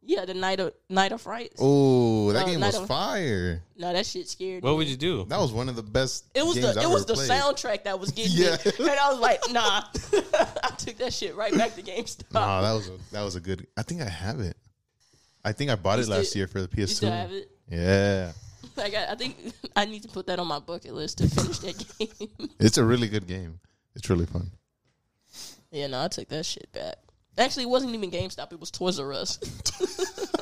Yeah, the night of night of frights.
Oh, that
Oh,
game
Night
was
of-
fire.
No, that shit scared.
What
me.
would you
*laughs*
do?
That was one of the best.
It was
games
the
I've
it was
ever
the
played.
soundtrack that was getting
Yeah.
me, *laughs* and I was like,
*laughs*
nah. *laughs* I took that shit right back to GameStop.
Nah, that was a, that was a good. I think I have it. I think I bought
You
it last
still-
year for the
you still have
PS2.
it. *laughs*
Yeah,
Like I, I think *laughs* I need to put that on my bucket list to finish that *laughs* game.
it's a really good game. It's really fun.
yeah, no, I took that shit back. Actually, it wasn't even GameStop. It was Toys R Us.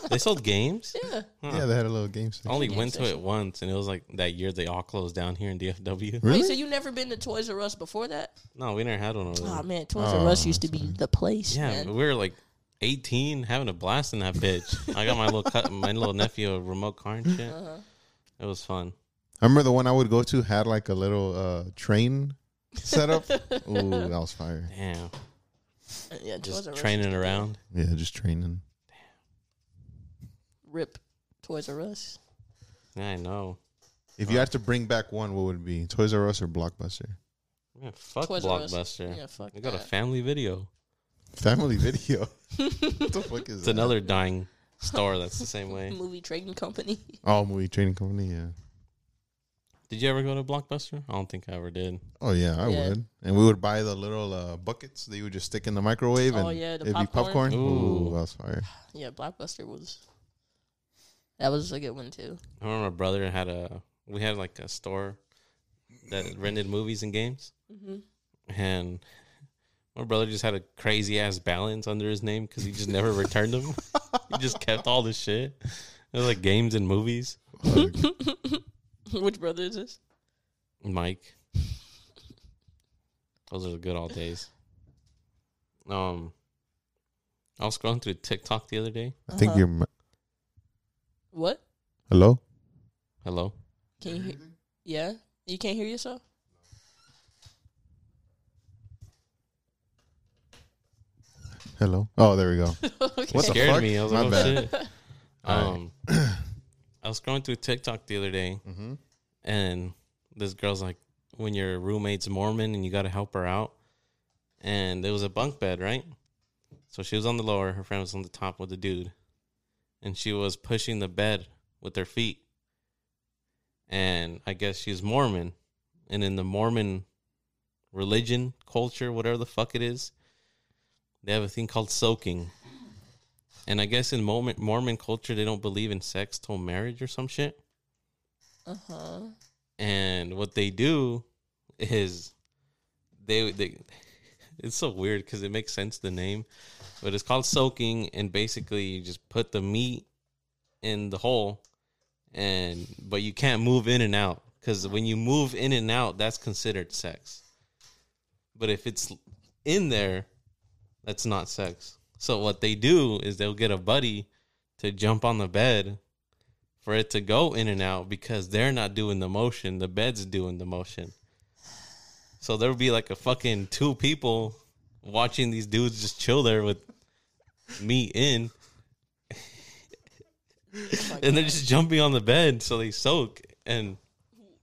They sold games.
yeah.
Huh.
Yeah, they had a little game
I
section.
only
Game
went to it
session.
once, and it was like that year they all closed down here in DFW.
Wait, so
Really?
you never been to Toys R Us before that?
No, we never had one over there.
Oh man, Toys
Oh,
R Us used to
that's
be the place.
yeah,
man.
we were like 18, having a blast in that bitch. I got my little cut, my little nephew a remote car and
*laughs*
shit.
Uh-huh.
It was fun.
I remember the one I would go to had like a little uh, train set
*laughs*
up. Ooh, that was fire.
Damn,
Uh, Yeah, Toys
just
R Us
training
used to be-
around.
Yeah, just training.
Rip Toys R Us.
Yeah, I know.
If you had to bring back one, what would it be? Toys R Us or Blockbuster?
Yeah, fuck
Toys R Us.
Blockbuster.
Yeah, fuck.
We got a
that.
family video.
Family *laughs*
*laughs*
Video. what the fuck is
It's
that?
another dying store that's the
*laughs*
same way.
movie trading company. *laughs*
Oh, movie training company. Yeah.
Did you ever go to Blockbuster? I don't think I ever did.
Oh yeah, I
Yeah.
would. And we would buy the little uh, buckets that you would just stick in the microwave, and
Oh, yeah, the
it'd
popcorn.
be popcorn. Ooh,
Ooh.
that was
*laughs*
fire.
yeah, Blockbuster was. That was a good one too.
I remember my brother had a we had like a store that rented movies and games, and my brother just had a crazy ass balance under his name because he just never returned them. *laughs* he just kept all the shit. It was like games and movies.
Fuck.
*laughs* Which brother is this?
Mike, those are the good old days. Um, I was scrolling through TikTok the other day.
I think
Uh-huh.
you're. mi-
What?
Hello.
Hello,
Can you hear? Yeah, you can't hear yourself. *laughs*
Hello. Oh, there we go.
okay.
What the
scared
fuck?
me. I was
My
like, oh,
bad. *laughs*
shit. Um, I was scrolling through TikTok the other day.
hmm
and this girl's like, when your roommate's Mormon and you got to help her out, and it was a bunk bed, right? So she was on the lower, her friend was on the top with the dude, and she was pushing the bed with her feet, and I guess she's Mormon, and in the Mormon religion, culture, whatever the fuck it is, they have a thing called soaking. And I guess in Mormon Mormon culture, they don't believe in sex till marriage or some shit.
Uh huh.
And what they do is they they *laughs* it's so weird because it makes sense the name, but it's called soaking, and basically you just put the meat in the hole, and but you can't move in and out because when you move in and out, that's considered sex. But if it's in there, that's not sex. So what they do is they'll get a buddy to jump on the bed for it to go in and out because they're not doing the motion. The bed's doing the motion. So there would be like a fucking two people watching these dudes just chill there with me in, and they're just jumping on the bed so they soak. And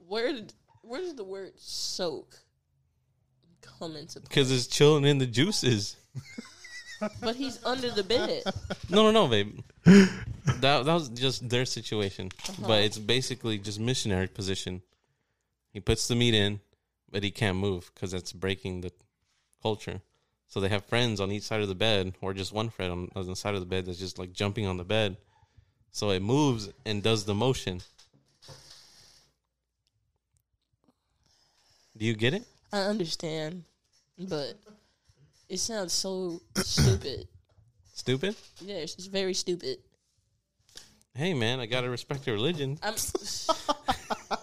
Where did where does the word soak come into play?
because it's chilling in the juices.
But he's under the bed.
No, no, no, babe. That that was just their situation, but it's basically just missionary position. He puts the meat in, but he can't move because that's breaking the culture. So they have friends on each side of the bed, or just one friend on, on the side of the bed that's just like jumping on the bed. So it moves and does the motion. Do you get it?
I understand, but it sounds so stupid.
Stupid.
Yeah, it's, it's very stupid.
Hey man, I gotta respect your religion.
I'm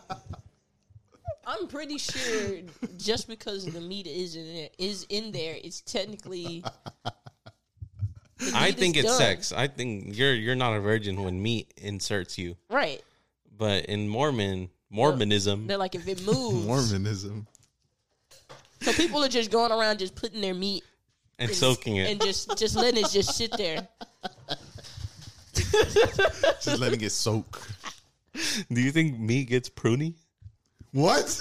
*laughs* I'm pretty sure just because the meat is in there is in there, it's technically
I
meat
think
is
it's
done.
sex. I think you're you're not a virgin when meat inserts you.
right.
But in Mormon Mormonism,
They're like if it moves,
*laughs* Mormonism.
so people are just going around just putting their meat
and soaking it,
and just just letting it just sit there.
Just letting it soak.
do you think meat gets pruny?
*laughs* What?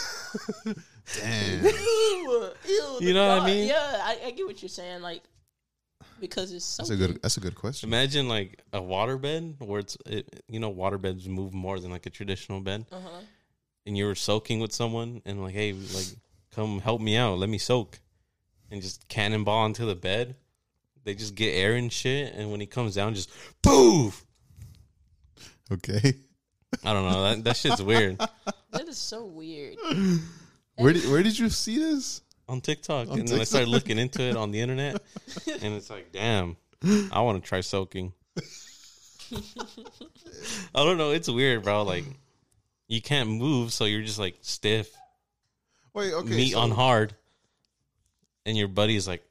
Damn.
*laughs* Ew, ew, the
You know what I
thought.
mean?
Yeah, I, I get what you're saying. Like because it's so
That's a good. That's a good question.
Imagine like a waterbed where it's it, you know waterbeds move more than like a traditional bed,
Uh-huh.
and you were soaking with someone and like hey like come help me out, let me soak, and just cannonball into the bed. They just get air and shit, and when he comes down, just poof.
*laughs*
Okay.
I don't know that that shit's weird.
That is so weird.
Where did Where did you see this?
on TikTok,
On
and then I
TikTok.
started looking into it on the internet, and it's like, damn, I want to try soaking. I don't know. It's weird, bro. Like, you can't move, so you're just like stiff,
Wait, okay.
meat
so,
on hard, and your buddy's like,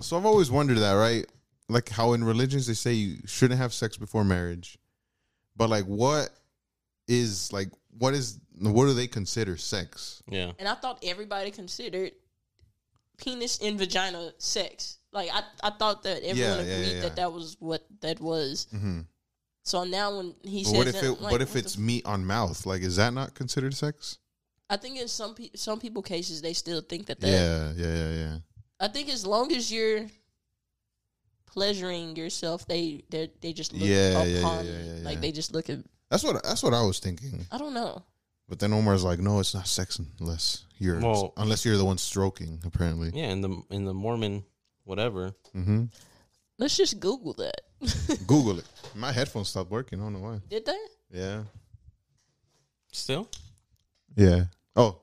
so I've always wondered that, right? Like how in religions they say you shouldn't have sex before marriage, but like what is like what is what do they consider sex?
yeah,
And I thought everybody considered penis and vagina sex. Like I, I thought that everyone
Yeah, yeah,
agreed
yeah, yeah.
that that was what that was.
Mm-hmm.
So now when he
But
says
what if
that,
it?
I'm like,
what if
the
it's meat on mouth? Like, is that not considered sex?
I think in some pe- some people cases they still think that that.
Yeah, yeah, yeah, yeah.
I think as long as you're pleasuring yourself, they they they just look
Yeah, yeah, yeah,
upon
yeah,
you.
yeah,
like
yeah.
they just look at.
That's what that's what I was thinking.
I don't know.
But then Omar's like, no, it's not sex unless you're
Well-
unless you're the one stroking. Apparently,
yeah. In the in the Mormon, whatever.
hmm
Let's just Google that. *laughs*
Google it. My headphones stopped working. I don't know why.
Did they?
Yeah,
Still,
yeah. Oh,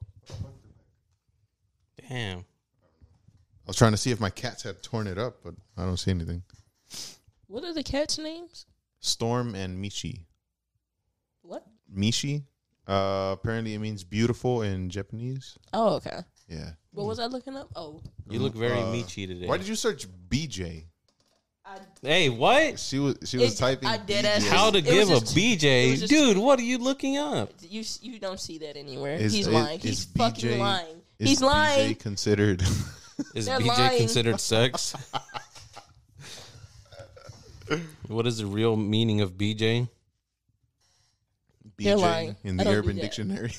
damn.
I was trying to see if my cats had torn it up, but I don't see anything.
What are the cats' names?
Storm and Michi.
What?
Michi. Uh, apparently, it means beautiful in Japanese.
Oh, okay.
Yeah.
What was I looking up? Oh,
You look very
Uh,
Michi today.
Why did you search BJ?
I
Hey, what?
She was she was
It-
typing.
I did ask
BJ.
How to
It was
give a
just- it
BJ,
was just-
dude? What are you looking up?
You you don't see that anywhere.
Is-
He's
is-
lying.
is
He's fucking
BJ
lying.
Is
He's
*laughs*
lying.
BJ considered?
Is
They're
BJ
lying.
considered sex? what is the real meaning of BJ?
They're
BJ
lying.
in the
I don't do
Urban
*laughs*
that.
Dictionary.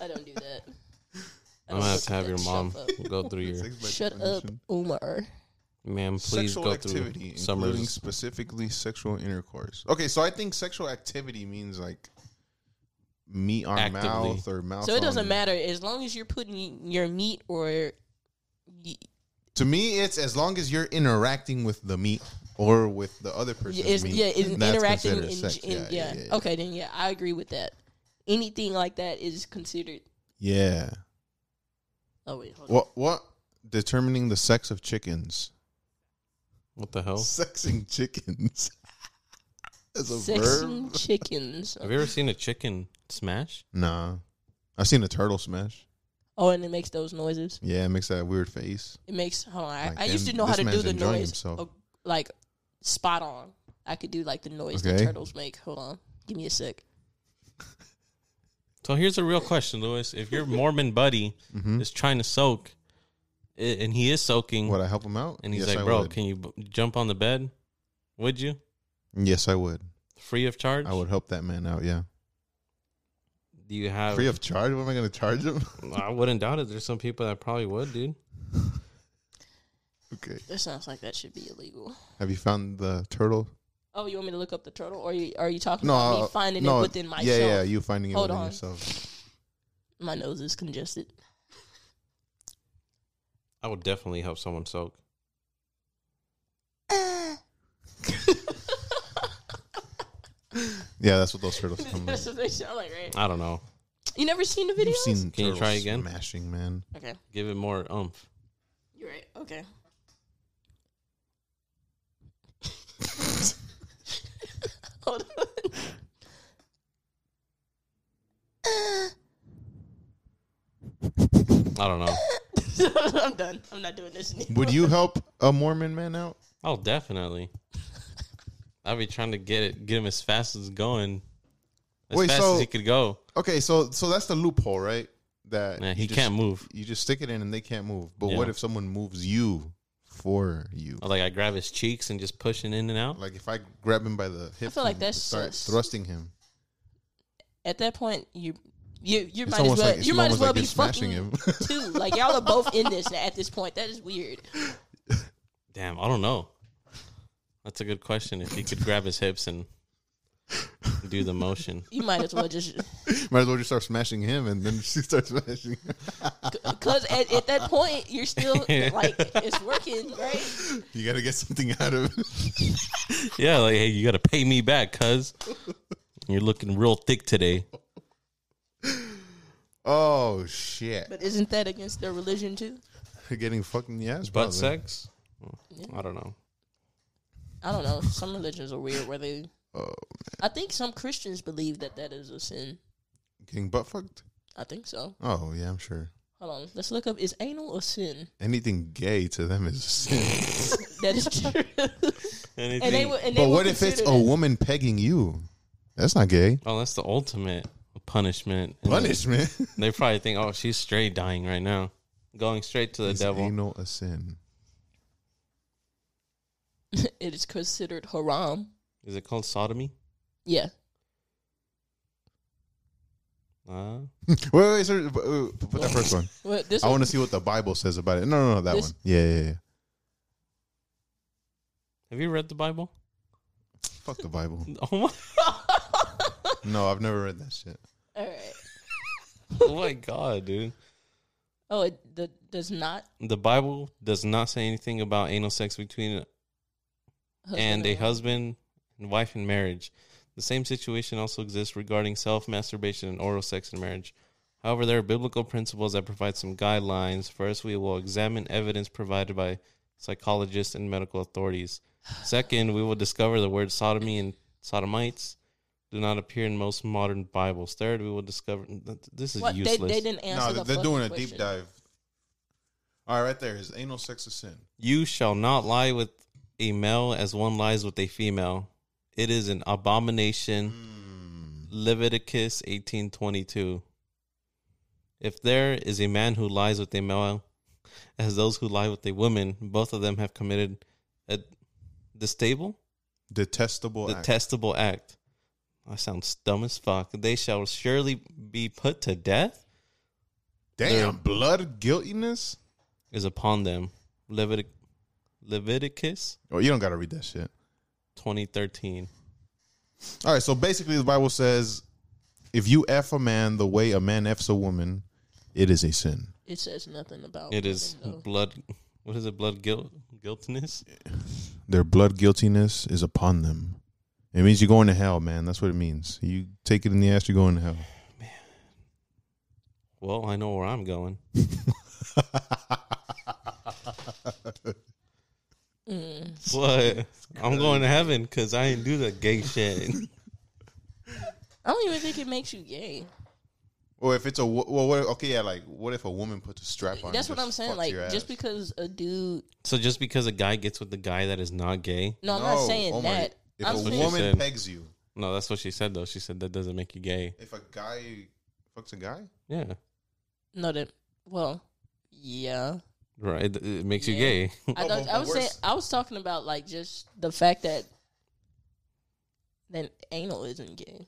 I don't do that. I
I'm
don't
gonna have
look
to have
at
your
that.
mom
Shut up.
go through your
Shut up, Umar.
ma'am. Please
sexual
go
activity,
through
including
summers.
specifically sexual intercourse. Okay, so I think sexual activity means like meat on
Actively.
mouth or mouth.
So it doesn't
on-
matter as long as you're putting your meat or y-
To me, it's as long as you're interacting with the meat or with the other person.
is yeah is interacting in,
sex.
in- yeah, Okay, then yeah, I agree with that. Anything like that is considered.
Yeah.
Oh wait, hold on.
What what determining the sex of chickens?
What the hell?
Sexing chickens. *laughs* As a verb.
Sexing
*laughs*
chickens.
Have you ever seen a chicken smash?
Nah. I've seen a turtle smash.
Oh, and it makes those noises.
Yeah, it makes that weird face.
It makes. Hold on, I,
Like,
I used
damn,
to know how
this
to do
man's
the
enjoying
noise,
himself.
uh, like spot on. I could do like the noise that
Okay.
turtles make. Hold on, give me a sec.
So here's a real question, Lewis. If your Mormon buddy
Mm-hmm.
is trying to soak, i- and he is soaking,
Would I help him out?
Mm. and he's
yes,
like,
I
"Bro,
would.
can you b- jump on the bed? Would you?
Yes, I would.
Free of charge?
I would help that man out, yeah.
Do you have
Free of charge? What am I gonna charge him? *laughs*
I wouldn't doubt it. There's some people that probably would, dude.
okay.
That sounds like that should be illegal.
Have you found the turtle?
Oh, you want me to look up the turtle, or you, are you talking
No,
about
uh,
me finding
no,
it within myself?
Yeah, yeah, you finding it
Hold
within
on.
yourself.
My nose is congested. *laughs*
I would definitely help someone soak.
Yeah, that's what those turtles
*laughs*
come like.
That's what they sound like, right?
I don't know.
You never seen the video?
You've seen
Can you
turtles
try again?
smashing, man.
Okay,
Give it more oomph.
you're right.
*laughs*
Okay. *laughs* Hold on.
I don't know.
*laughs* I'm done. I'm not doing this anymore.
Would you help a Mormon man out?
Oh, definitely.
*laughs*
I'd be trying to get it, get him as fast as going, as
Wait,
fast
so-
as he could go.
Okay, so so that's the loophole, right? That
Yeah,
you
he
just-
can't move.
You just stick it in and they can't move. But
Yeah. Oh.
what if someone moves you for you?
Like I grab his cheeks and just push it in and out.
Like if I grab him by the hip,
feel like
and
that's
start
sus.
thrusting him.
At that point, you you you
It's
might as
almost
well
like- it's
you might
almost
as well
like
be
you're smashing
fucking
him. *laughs*
too. Like y'all are both in this at this point. That is weird.
Damn, I don't know. That's a good question. If he could grab his hips and do the
*laughs*
motion,
You might as well just
Might as well just start smashing him, and then *laughs* she starts smashing. him.
because at, at that point you're still like it's working, right?
You got to get something out of it.
yeah, like hey, you got to pay me back, cuz you're looking real thick today.
*laughs* Oh shit!
But isn't that against their religion too?
Getting fucking the ass.
Butt
probably.
sex?
Yeah.
I don't know.
I don't know. Some religions are weird where they.
Oh,
I think some Christians believe that that is a sin.
getting butt fucked.
I think so.
Oh yeah, I'm sure.
Hold on. Let's look up is anal a sin?
Anything gay to them is. a sin.
That is
*laughs*
true.
Anything?
and they would. And *laughs* they
but
would
what if it's
consider
a
that-
woman pegging you? That's not gay.
oh, that's the ultimate punishment. And
Punishment.
They probably think, oh, she's straight dying right now, going straight to the
Is
devil.
Anal a sin.
it is considered haram?
Is it called sodomy?
Yeah.
Uh,
Wait, wait, wait, sir, but, uh, put that first one.
Well, this
I
one-
want to see what the Bible says about it. No, no, no, that
This-
one. Yeah, yeah, yeah.
have you read the Bible? *laughs*
Fuck the
*laughs*
Bible.
Oh my,
No, I've never read that shit.
All right.
oh my god, dude!
Oh, it the, does not.
The Bible does not say anything about anal sex between and a
husband.
husband and wife in marriage. The same situation also exists regarding self masturbation and oral sex in marriage. However, there are biblical principles that provide some guidelines. First, we will examine evidence provided by psychologists and medical authorities. Second, we will discover the word sodomy and sodomites do not appear in most modern Bibles. Third, we will discover th- this is
What? They,
useless.
they didn't answer.
No,
the
they're
fucking
doing a
question.
deep dive. All right, right there is anal sex a sin?
You shall not lie with a male as one lies with a female. It is an abomination. Leviticus 18:22 If there is a man who lies with a male as those who lie with a woman both of them have committed a distable
Detestable. act.
detestable act I sound dumb as fuck they shall surely be put to death
Damn, blood guiltiness.
is upon them Levitic- Leviticus
Oh, you don't got to read that shit.
2013
All right, so basically the Bible says, if you f a man the way a man f's a woman, it is a sin.
It says nothing about.
It is
women, though.
blood. *laughs* What is it? Blood guilt, guiltiness.
Their blood guiltiness is upon them. It means you're going to hell, man. That's what it means. You take it in the ass, you're going to hell.
Well, I know where I'm going. What? I'm going to heaven because I ain't do the gay shit. *laughs*
I don't even think it makes you gay.
Or if it's a wo- well, what, okay, yeah, like what if a woman puts a strap on?
That's
and
what I'm
just
saying.
fucks
Like,
your ass?
just because a dude.
so just because a guy gets with the guy that is not gay,
No, I'm not
No,
saying
oh my-
that.
If
I'm
a
That's what
saying
she
woman
said.
pegs you,
no, that's what she said though. She said that doesn't make you gay.
if a guy fucks a guy,
Yeah,
no. That well, yeah.
right. It, it makes you
Yeah.
gay.
I
Oh,
thought,
but-
I
but
was
worse.
saying I was talking about like just the fact that that anal isn't gay.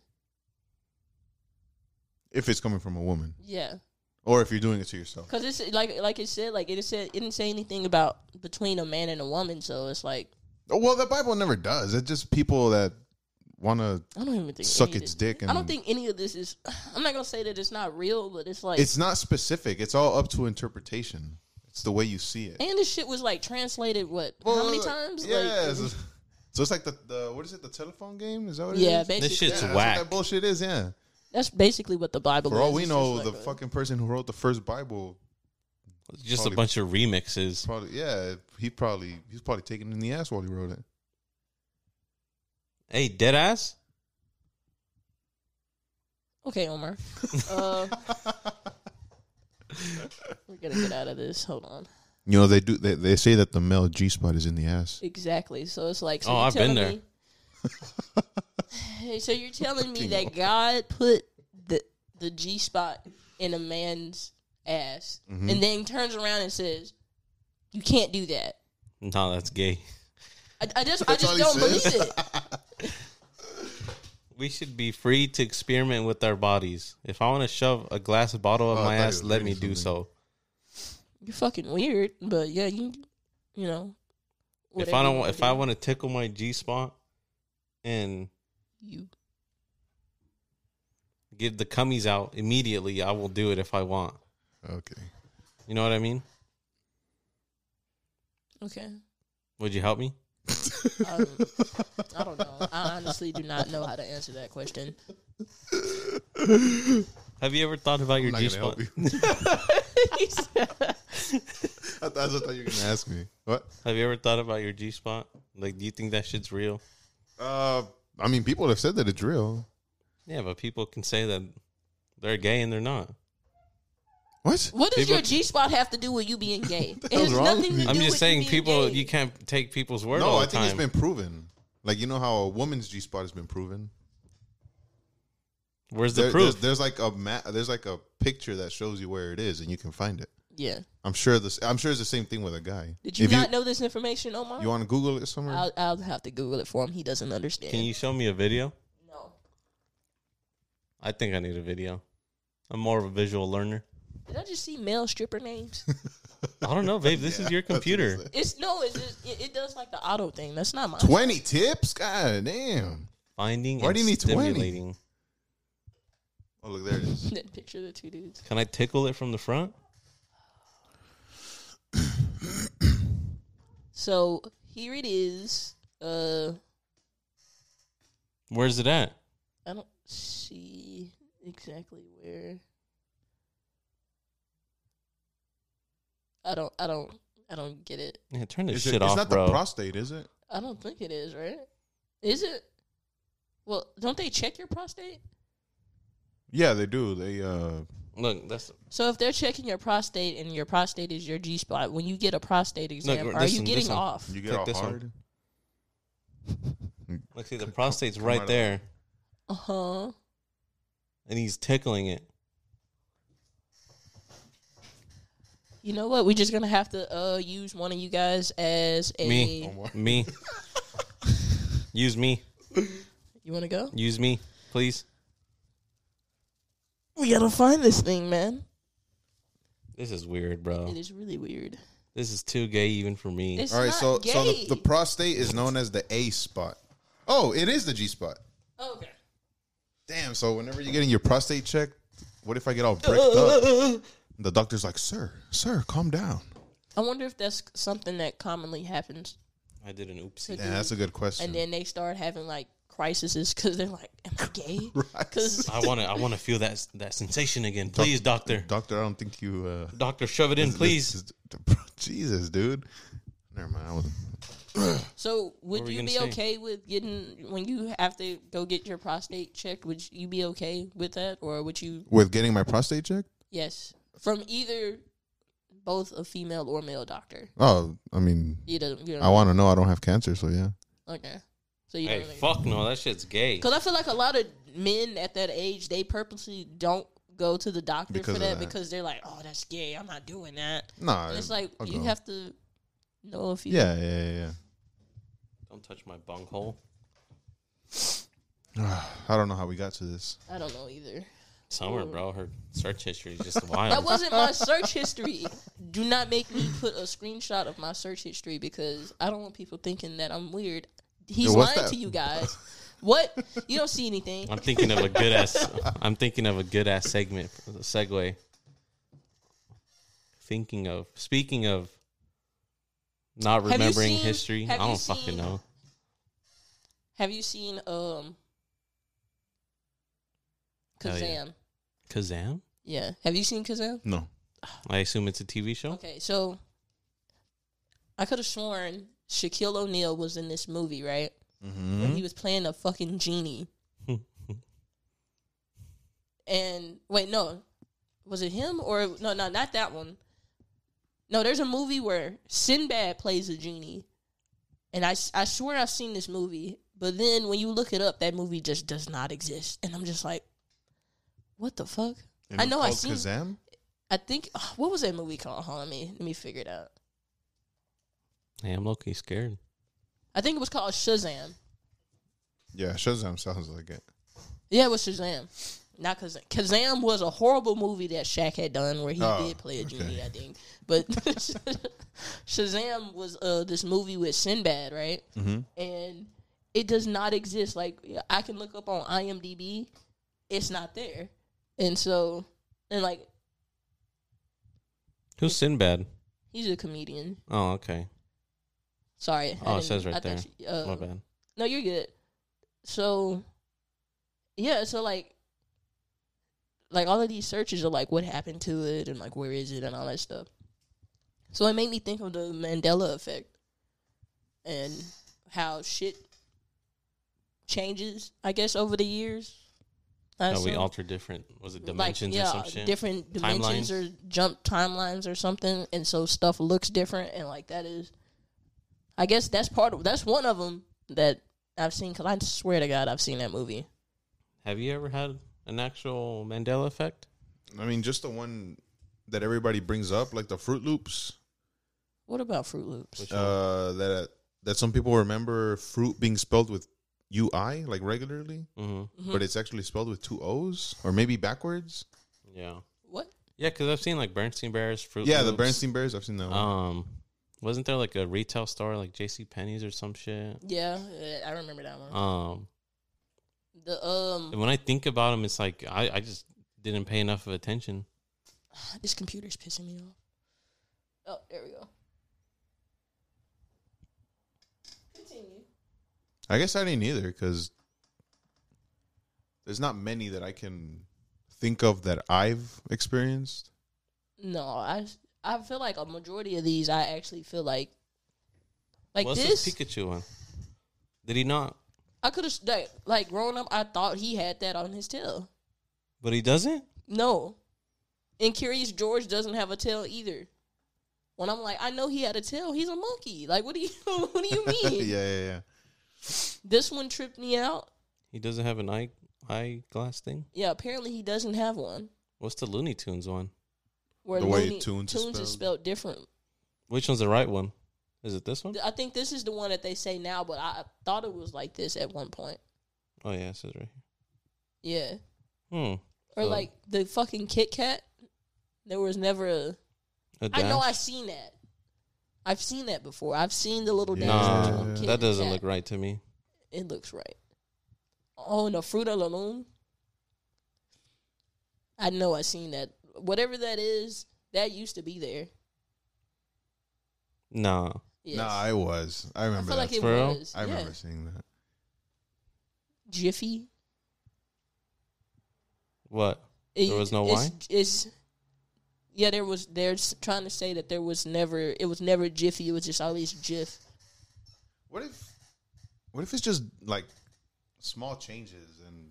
if it's coming from a woman,
Yeah,
or if you're doing it to yourself,
because it's like like it said like it said it didn't say anything about between a man and a woman. So it's like
Oh, well, the Bible never does. It's just people that want to
I don't even think
suck
any of
its
this-
dick. And
I don't think any of this is. *sighs* I'm not gonna say that it's not real, but it's like
it's not specific. It's all up to interpretation. It's the way you see it.
and this shit was like translated what how many times?
Yeah.
Like, mm-hmm.
so, so it's like the, the what is it? The telephone game? Is that what? It
yeah,
is?
basically.
This shit's
Yeah, that's
whack.
What that bullshit is yeah.
That's basically what the Bible.
For
is.
all we
It's
know,
just
the
like a-
fucking person who wrote the first Bible
Just a
Probably-
bunch of remixes.
probably yeah he probably he's probably taking it in the ass while he wrote it.
Hey, dead ass.
Okay, Omar. *laughs* uh, we're gonna get out of this. Hold on.
You know they do they, they say that the male G spot is in the ass.
Exactly. So it's like, so
Oh,
you're
I've been
telling
there.
Me, Hey, *laughs* so you're telling me that God put the the G spot in a man's ass,
Mm-hmm.
and then turns around and says, "You can't do that."
No, that's gay.
I, I just, I
That's all
just
he
don't believe
says?
it. *laughs*
We should be free to experiment with our bodies. If I want to shove a glass bottle up
Oh, I
my
thought he
ass,
was
let me
reading
do so.
something.
You're fucking weird, but yeah, you, you know.
if I
whatever you
don't,
wanna
if I
do,
want to tickle my G spot, and
you,
give the cummies out immediately, I will do it if I want.
Okay. *laughs*
You know what I mean?
okay.
Would you help me?
Um,
*laughs*
I don't know. I honestly do not know how to answer that question.
Have you ever thought about your
not
G
gonna
spot?
help you. I thought, that's what I thought you were gonna ask me. What?
*laughs* Have you ever thought about your G spot? Like, do you think that shit's real?
Uh, I mean, people have said that it's real.
Yeah, but people can say that they're gay and they're not.
What?
What does
People-
your G spot have to do with you
*laughs*
being gay? It
hell's
has
wrong
nothing
with
to
you?
do
I'm
with
just saying,
being
people,
gay.
you can't take people's word
No,
all
I
the
think it's
time.
been proven. Like you know how a woman's G spot has been proven.
Where's the
There-
proof?
There's, there's like a ma- there's like a picture that shows you where it is, and you can find it.
Yeah.
I'm sure this. I'm sure it's the same thing with a guy.
Did you
If
not know this information, Omar?
You want to Google it somewhere?
I'll, I'll have to Google it for him. He doesn't understand.
Can you show me a video?
no.
I think I need a video. I'm more of a visual learner.
Did I just see male
*laughs*
stripper names?
I don't know, babe. This is your
that's what it
computer.
said.
it's no. It's just, it, it does like the auto thing. That's not mine.
Twenty tips. God damn.
Finding
Why
and
do you need 20?
stimulating.
Oh look, there
*laughs*
it is.
*laughs* That picture of the two dudes.
Can I tickle it from the front?
So here it is. Uh,
Where's it at?
I don't see exactly where. I don't. I don't. I don't get it.
Yeah, turn this
Is
shit
it-
off,
it's not
bro.
the prostate, is it?
I don't think it is, right? Is it? Well, don't they check your prostate?
Yeah, they do. They uh
Look, that's
So if they're checking your prostate and your prostate is your G spot, when you get a prostate exam,
gr-
are
this
you
one,
getting
this one.
off?
you get
Take
all
this one.
hard.
*laughs*
look. See, the prostate's
*laughs* come out
right
of-
there,
Uh huh.
and he's tickling it.
You know what? We're just gonna have to uh use one of you guys as a.
Me.
*laughs*
Me. Use me.
You want to go?
Use me, please.
We gotta find this thing, man.
This is weird, bro.
It is really weird.
This is too gay even for me.
It's
All right,
not
so
gay.
so the, the prostate is known as the A spot. Oh, it is the G spot.
okay.
Damn. So whenever you're getting your prostate checked, what if I get all bricked up?
*laughs*
The doctor's like, "Sir, sir, calm down."
I wonder if that's something that commonly happens,
I did an oopsie.
Yeah, that's a good question.
and then they start having like crises because they're like, "Am I gay?"
*laughs*
Because
I want to. I want to feel that that sensation again, please, doctor.
Doctor, I don't think you. Uh,
Doctor, shove it in, please.
this is- *laughs* Jesus, dude. Never mind. I wasn't-
so would
were you
you
gonna
be
say?
okay with getting when you have to go get your prostate checked? Would you be okay with that, or would you?
With getting my prostate checked?
Yes, from either both a female or male doctor.
Oh, I mean,
You don't. You don't
I want to know I don't have cancer, so yeah.
okay. So you
Hey,
don't.
fuck no, that shit's gay.
Because I feel like a lot of men at that age, they purposely don't go to the doctor
Because
for
of
that,
that.
because they're like, "Oh, that's gay. I'm not doing that."
Nah,
And it's like
I'll
you
go.
have to know if you.
Yeah, yeah, yeah,
Don't touch my bunghole.
yeah. I don't know how we got to this.
I don't know either.
Summer, bro. Her search history is
*laughs*
just
That
wild.
wasn't my search history. Do not make me put a screenshot of my search history because I don't want people thinking that I'm weird. He's
Yo, what's
lying
that?
to you guys. What? You don't see anything.
I'm thinking of a good
*laughs*
ass. I'm thinking of a good ass segment, a segue. Thinking of speaking of not
Have you
remembering
seen-
history. I
have you
don't fucking
seen-
know.
Have you seen um
Hell yeah.
Kazam?
Kazam?
yeah. Have you seen Kazam?
No.
I assume it's a TV show.
Okay, so I could have sworn Shaquille O'Neal was in this movie, right? When he was playing a fucking genie. and wait, no, was it him or no? No, not that one. No, there's a movie where Sinbad plays a genie, and I s- I swear I've seen this movie, but then when you look it up, that movie just does not exist, and I'm just like, what the fuck?
And
I
it's
know I
called
seen.
Kazam.
I think uh, what was that movie called? Hold on, let me let me figure it out.
Hey, I'm low-key scared.
I think it was called Shazam.
Yeah, Shazam sounds like it.
Yeah, it was Shazam. Not Kazam. Kazam was a horrible movie that Shaq had done where he
Oh,
did play a
okay.
genie, I think. But *laughs* Shazam was uh, this movie with Sinbad, right? Mm-hmm. And it does not exist. Like, I can look up on IMDb, it's not there. And so, and like,
Who's Sinbad?
he's a comedian.
Oh, okay.
Sorry. I
Oh, it
didn't-
says
I
right there.
thought you- uh,
My bad.
No, you're good. So, yeah, so like, like all of these searches are like what happened to it and like where is it and all that stuff. So it made me think of the Mandela effect and how shit changes, I guess, over the years. I
How Oh, we
assume.
alter different was it
uh, Like,
dimensions
yeah,
or some shit?
different dimensions
Timelines?
or jump timelines or something, and so stuff looks different, and like that is, I guess that's part of that's one of them that I've seen because I swear to God I've seen that movie.
Have you ever had an actual Mandela effect?
I mean, just the one that everybody brings up, like the Fruit Loops.
What about Fruit Loops?
Which one?
Uh, that that some people remember fruit being spelled with U I like regularly,
hmm
Mm-hmm.
but it's actually spelled with two O's or maybe backwards.
Yeah,
What?
yeah, because I've seen like Bernstein Bears fruit.
yeah, the
Loops.
Bernstein Bears. I've seen that.
Oh.
one.
Um, wasn't there like a retail store like J.C. Penney's or some shit?
Yeah, yeah, I remember that one.
Um,
the
and
um,
when I think about them, it's like I I just didn't pay enough of attention.
*sighs* this computer's pissing me off. Oh, there we go. Continue.
I guess I didn't either because there's not many that I can think of that I've experienced.
No, I I feel like a majority of these I actually feel like like
What's
this.
this Pikachu one? Did he not?
I could have like, like growing up. I thought he had that on his tail.
But he doesn't.
No, and Curious George doesn't have a tail either. When I'm like, I know he had a tail. He's a monkey. Like, what do you *laughs* what do *laughs* you
*laughs* yeah,
mean?
yeah, yeah.
This one tripped me out.
He doesn't have an eye eye glass thing.
Yeah, apparently he doesn't have one.
What's the Looney Tunes one?
Where
The way
Looney-
Tunes is
Tunes
spelled.
is spelled different.
Which one's the right one? Is it this one?
I think this is the one that they say now, but I thought it was like this at one point.
Oh yeah, it says right
Yeah.
here. Hmm,
Or
So-
like the fucking Kit Kat. There was never a.
Hmm. A
I know
dash?
I've seen that. I've seen that before. I've seen the little
Yeah.
dash.
Nah,
on
No,
Kit
that doesn't
Kat.
look right to me.
It looks right. Oh, and the Fruit of the Loom. I know I've seen that. Whatever that is, that used to be there.
No.
Yes.
Nah, I was. I
I
remember
feel
that.
like it
For real?
was.
I
yeah.
remember seeing that.
Jiffy.
What?
It-
There was no
it's,
Y?
It's yeah, there was. They're s- trying to say that there was never. It was never Jiffy. It was just always Jiff.
What if what if it's just like small changes and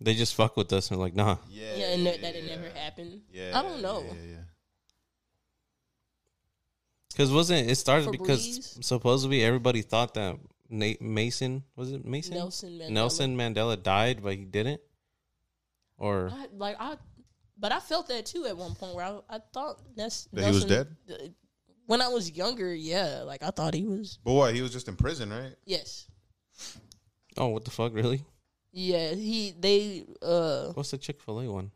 They just fuck with us and like, nah.
yeah,
yeah, and that, that it never happened.
Yeah.
I don't know.
Yeah, yeah, yeah.
Because wasn't it started
For
because
Breeze?
supposedly everybody thought that Nate Mason was it Mason
Nelson Mandela.
Nelson Mandela died, but he didn't. Or
I, like I, but I felt that too at one point where I, I thought that's
That he was
Nelson- th- When I was younger, yeah, like I thought he was.
But what? He was just in prison, right?
Yes,
oh, what the fuck, really?
yeah, he they uh
What's the Chick Fil A one?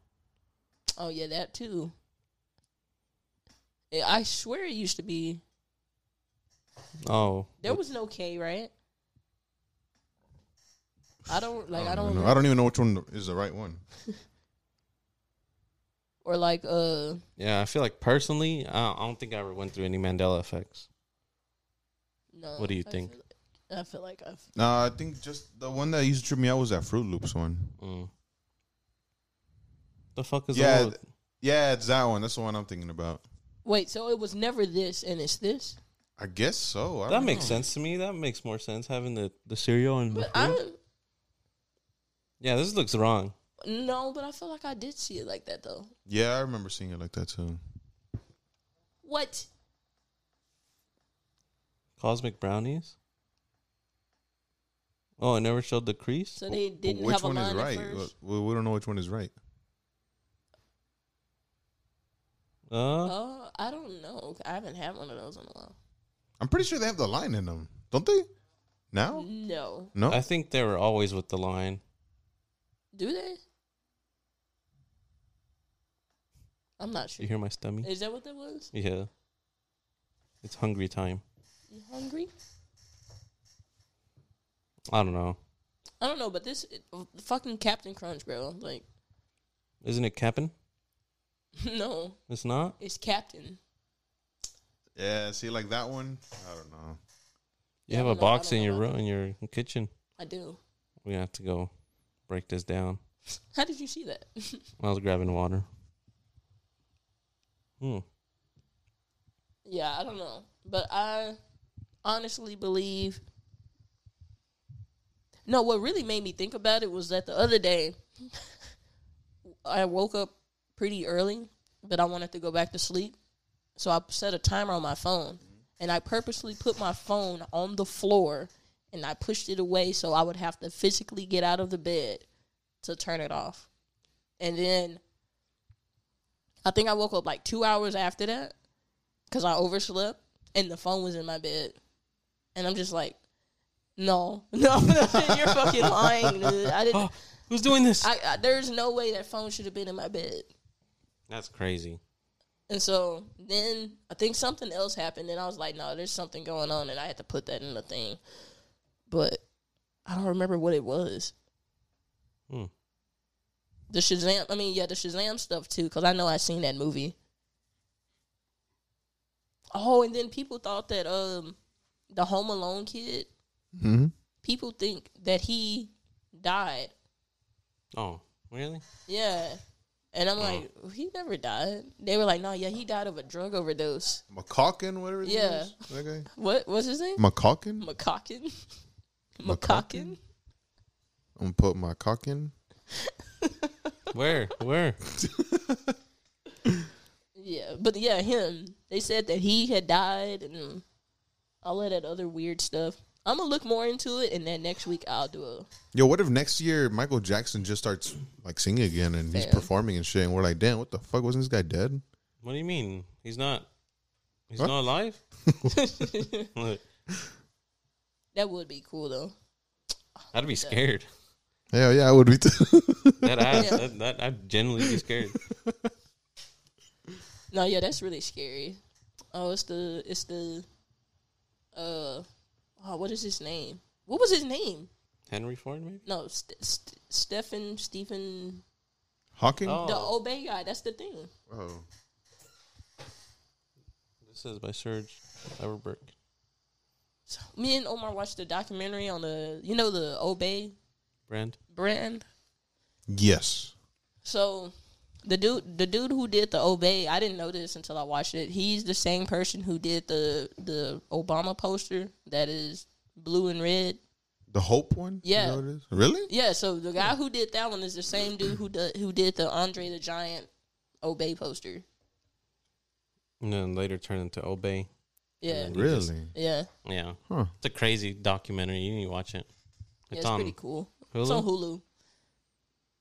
oh yeah that too. Yeah, I swear it used to be
Oh,
there
what-
was no K right. I don't like I don't,
know.
remember.
I don't even know which one is the right one.
or like uh
yeah. I feel like personally, I I don't think I ever went through any Mandela effects.
no.
What do you
I
think?
feel like- I feel like I've
No, I think just the one that used to trip me out was that Fruit Loops one.
Mm. The fuck is
Yeah,
the one
th-
with-
Yeah, it's that one. That's the one I'm thinking about.
wait. So it was never this, and it's this.
I guess so. I
that
don't
makes
know.
sense to me. That makes more sense having the the cereal and the
But I
fruit.
don't.
yeah. This looks wrong.
No, but I feel like I did see it like that though.
Yeah, I remember seeing it like that too.
What?
Cosmic brownies. Oh, it never showed the crease.
So they didn't
which
have a
one is
line
right?
at first.
We, we don't know which one is right.
Uh,
Oh, I don't know. I haven't had one of those in a while.
I'm pretty sure they have the line in them, don't they?
Mm-hmm.
Now?
No,
No.
I think they were always with the line.
do they? I'm not
You
sure.
hear my stomach?
Is that what that was?
Yeah. It's hungry time.
You hungry?
I don't know.
I don't know, but this it, fucking Captain Crunch, bro. Like, *laughs*
Isn't it Cap'n?
no,
It's not.
it's Captain.
yeah, see, like that one. I don't know.
You
Yeah,
have
I
a
don't know- I
box
don't
in
know
your
about
room in your kitchen.
I do.
We have to go break this down.
How did you see that? *laughs*
When I was grabbing water. Hmm. *gasps*
yeah, I don't know. But I honestly believe. No, what really made me think about it was that the other day I woke up pretty early, but I wanted to go back to sleep. So I set a timer on my phone and I purposely put my phone on the floor and I pushed it away so I would have to physically get out of the bed to turn it off. And then I think I woke up like two hours after that because I overslept and the phone was in my bed. And I'm just like, no, *laughs* no, you're fucking lying, dude. I didn't.
Oh, who's doing this?
I, I, there's no way that phone should have been in my bed.
That's crazy.
And so then I think something else happened, and I was like, no, there's something going on, and I had to put that in the thing. But I don't remember what it was.
Hmm.
The Shazam, I mean, yeah, the Shazam stuff too, because I know i seen that movie. Oh, and then people thought that um, the Home Alone kid,
Mm-hmm.
people think that he died.
Oh, really?
Yeah. And I'm like, he never died. They were like, no, yeah, he died of a drug overdose.
McCalkin, whatever his name
Yeah.
is? That guy?
What was his name?
McCalkin?
McCockin.
McCockin?
McCockin.
I'm gonna put my cock in.
*laughs*
Where? Where?
Yeah, but yeah, him. They said that he had died and um, all of that other weird stuff. I'm gonna look more into it, and then next week I'll do a.
Yo, what if next year Michael Jackson just starts like singing again and he's
Fam.
performing and shit and we're like, damn, what the fuck? Wasn't this guy dead?
What do you mean? He's not. He's
Huh?
not
*laughs*
alive. *laughs* Look,
That would be cool though.
I'd be
*laughs*
scared.
Hell yeah, I would be too. *laughs*
That ass.
Yeah.
That, that I'd generally be scared.
No, yeah, that's really scary. Oh, it's the it's the, uh, oh, what is his name? What was his name?
Henry Ford, maybe.
No, St- St- Stephen Stephen
Hawking?
Oh.
the Obey guy. That's the thing.
Oh.
This is by Serge Everberg.
Me and Omar watched the documentary on the you know the Obey
Brand.
brand.
Yes.
So the dude the dude who did the obey, I didn't know this until I watched it. He's the same person who did the the Obama poster that is blue and red.
The Hope one?
Yeah.
You know what it is? Really?
Yeah, so the guy who did that one is the same dude who did, who did the Andre the Giant obey poster.
And then later turned into Obey.
Yeah.
Yeah.
Really?
Yeah.
Yeah.
Huh.
It's a crazy documentary. You need to watch it.
Yeah,
It's
it's
on.
pretty cool.
Hulu?
It's on Hulu.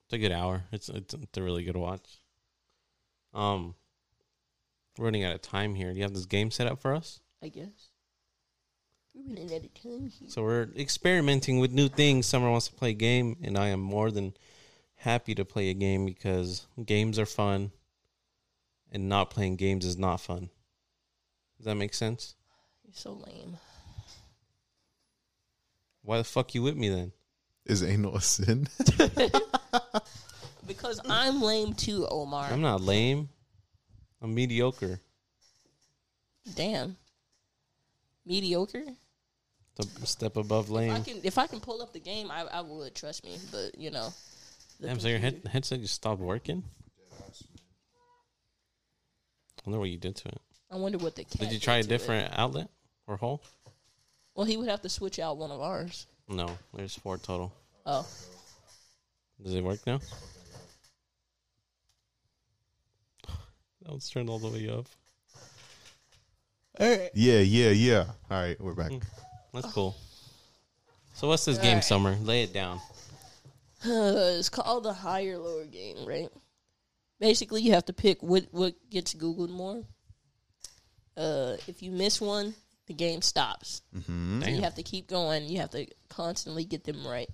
It's a good hour. It's it's, it's a really good watch. Um, we're running out of time here. Do you have this game set up for us?
I guess. We're running out of time here.
So we're experimenting with new things. Summer wants to play a game, and I am more than happy to play a game because games are fun, and not playing games is not fun. Does that make sense?
You're so lame.
Why the fuck you with me then?
Is anal a
*laughs*
sin?
Because I'm lame too, Omar.
I'm not lame. I'm mediocre.
Damn. Mediocre?
It's a step above lame.
I can if I can pull up the game, I, I would trust me. But you know, the
Damn, so your head,
computer-
headset just stopped working? I wonder what you did to it.
I wonder what the cat
Did you try a
did to it.
different outlet or hole?
Well, he would have to switch out one of ours.
No, there's four total.
Oh,
Does it work now? *sighs* That was turned all the way up.
yeah, yeah, yeah. All right, we're back.
Mm.
That's cool. So what's this game,
Alright.
Summer? Lay it down.
uh, it's called the higher lower game, right? Basically, you have to pick what what gets googled more. Uh, if you miss one, the game stops. So you
Mm-hmm. Damn.
have to keep going. You have to constantly get them right.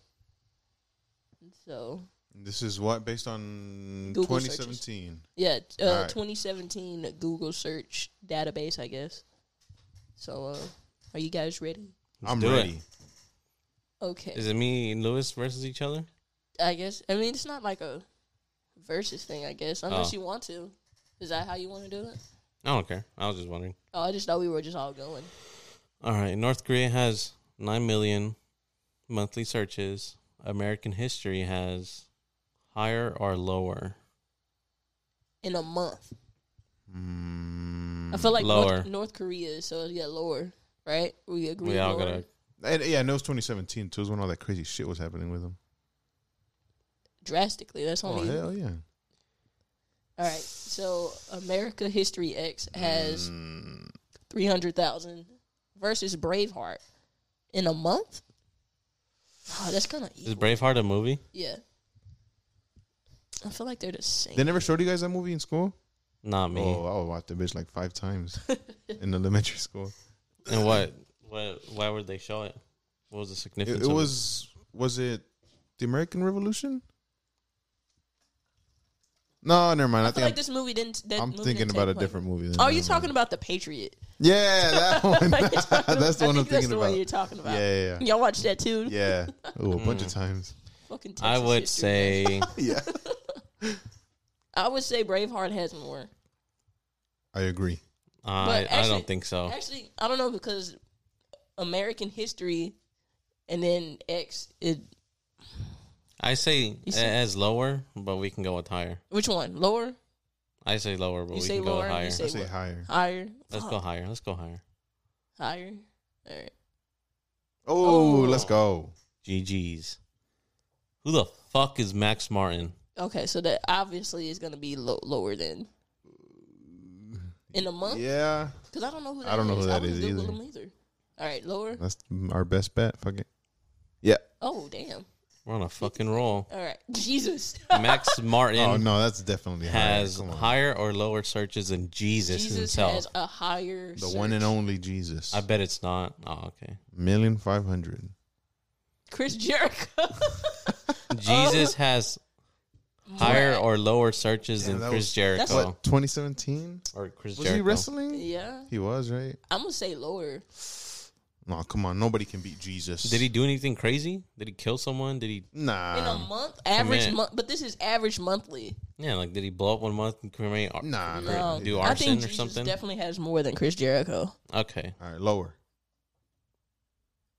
So
This is what based on
Google searches.
2017.
Yeah, t- uh,
Alright.
2017 Google search database, I guess. So, uh, are you guys ready?
I'm
do it.
ready.
Okay.
Is it me and Lewis versus each other?
I guess. I mean, it's not like a versus thing, I guess, unless
Oh.
you want to. Is that how you want to do it?
I don't care. I was just wondering.
Oh, I just thought we were just all going.
All right. North Korea has 9 million monthly searches. American history has Higher or lower?
in a month.
Mm.
I feel like
Lower.
North, North Korea, so yeah, lower, right? We agree.
We all
lower.
gotta.
And, yeah, I know it's 2017 too. Is when all that crazy shit was happening with him.
drastically. That's
Oh
only
hell yeah!
all right. So America History X has
Mm.
three hundred thousand versus Braveheart in a month. Oh, that's kind of
Is Braveheart a movie?
yeah. I feel like they're the same.
They never showed you guys that movie in school.
Not me.
Oh, I would watch that bitch like five
*laughs*
times in elementary school.
And what? What? Why would they show it? What was the significance?
It,
of
it was was it the American Revolution? No, never mind. I,
I feel
think
like this movie didn't. That
I'm, I'm
movie
thinking
didn't
about
take
a
place.
different movie.
Oh, you're talking about
*laughs*
the Patriot.
Yeah,
*laughs*
that one.
You're talking
*laughs* that's the
about-
one I'm
I think that's
thinking
the
about.
one you're talking about. Mm.
Yeah,
*laughs*
yeah,
Y'all watched that too.
yeah. yeah. Oh, a bunch of
*laughs*
times.
Fucking
I
Texas
would
history.
*laughs* say uh,
Yeah,
I would say Braveheart has more.
I agree.
I, I
actually-
don't think so.
Actually, I don't know because American history and then X. It
I say
You see-
as lower, but we can go with higher.
which one lower,
I say lower, but
You
we
say
can go
lower,
with
you
higher.
I
say-
say higher.
higher?
Let's
Fuck,
go higher. Let's go higher.
higher. All right,
Oh.
Oh, let's go.
GG's. Who the fuck is Max Martin?
okay. So that obviously is gonna be lo- lower than in a month
Yeah,
because I don't know who. That
I don't know
is.
who that
wouldn't
is
Google
either.
him either. All right, lower.
that's our best bet. Fuck it. Yeah.
Oh damn!
We're on a fucking roll.
All right, *laughs* Jesus,
Max Martin
*laughs* oh no, that's definitely
has
higher. Come on.
higher or lower searches than Jesus,
Jesus
himself.
has a higher.
The one and
search.
only Jesus.
I bet it's not. Oh, okay.
Million five hundred.
Chris Jericho.
Jesus has *laughs* higher or lower searches
Damn,
than
that
Chris
was-
Jericho
What? 2017?
or Chris
Was
Oh. Jericho.
he wrestling?
yeah,
He was right.
I'm gonna say lower.
No, come on. Nobody can beat Jesus.
Did he do anything crazy? Did he kill someone? Did he?
in
Um,
a
Nah.
month, average
commit.
month, but this is average monthly. Um,
Yeah, like did he blow up one month and commemorate?
Nah,
cre-
no.
do
I
arson
think
or
Jesus
something?
definitely has more than Chris Jericho.
Okay,
All right, lower.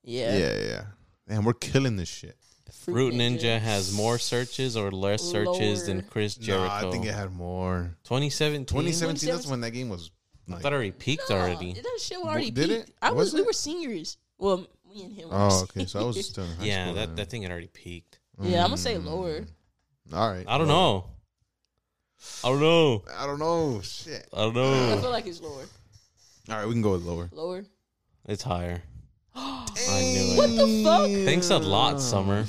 Yeah,
Yeah, yeah. yeah. Man, we're killing this shit.
Fruit,
Root Ninja has more searches or less searches than
Lower.
Chris Jericho.
Nah, I think it had more.
2017.
2017, that's when that game was.
I
Like,
thought I already peaked
Nah,
already.
That shit already
Did
peaked.
it?
I was,
Was
we
it?
were seniors. Well, me and him. Were
oh, okay. So I was mm.
seniors.
still in
*laughs*
high
Yeah,
school.
that,
then.
that thing had already peaked.
*laughs* yeah, I'm gonna say lower.
All right.
I don't
lower.
know. I don't know.
I don't know. Shit.
I don't
I
know.
feel like it's lower.
All right, we can go with lower.
Lower.
It's higher. I
What
knew it.
the fuck?
Thanks a lot, Summer.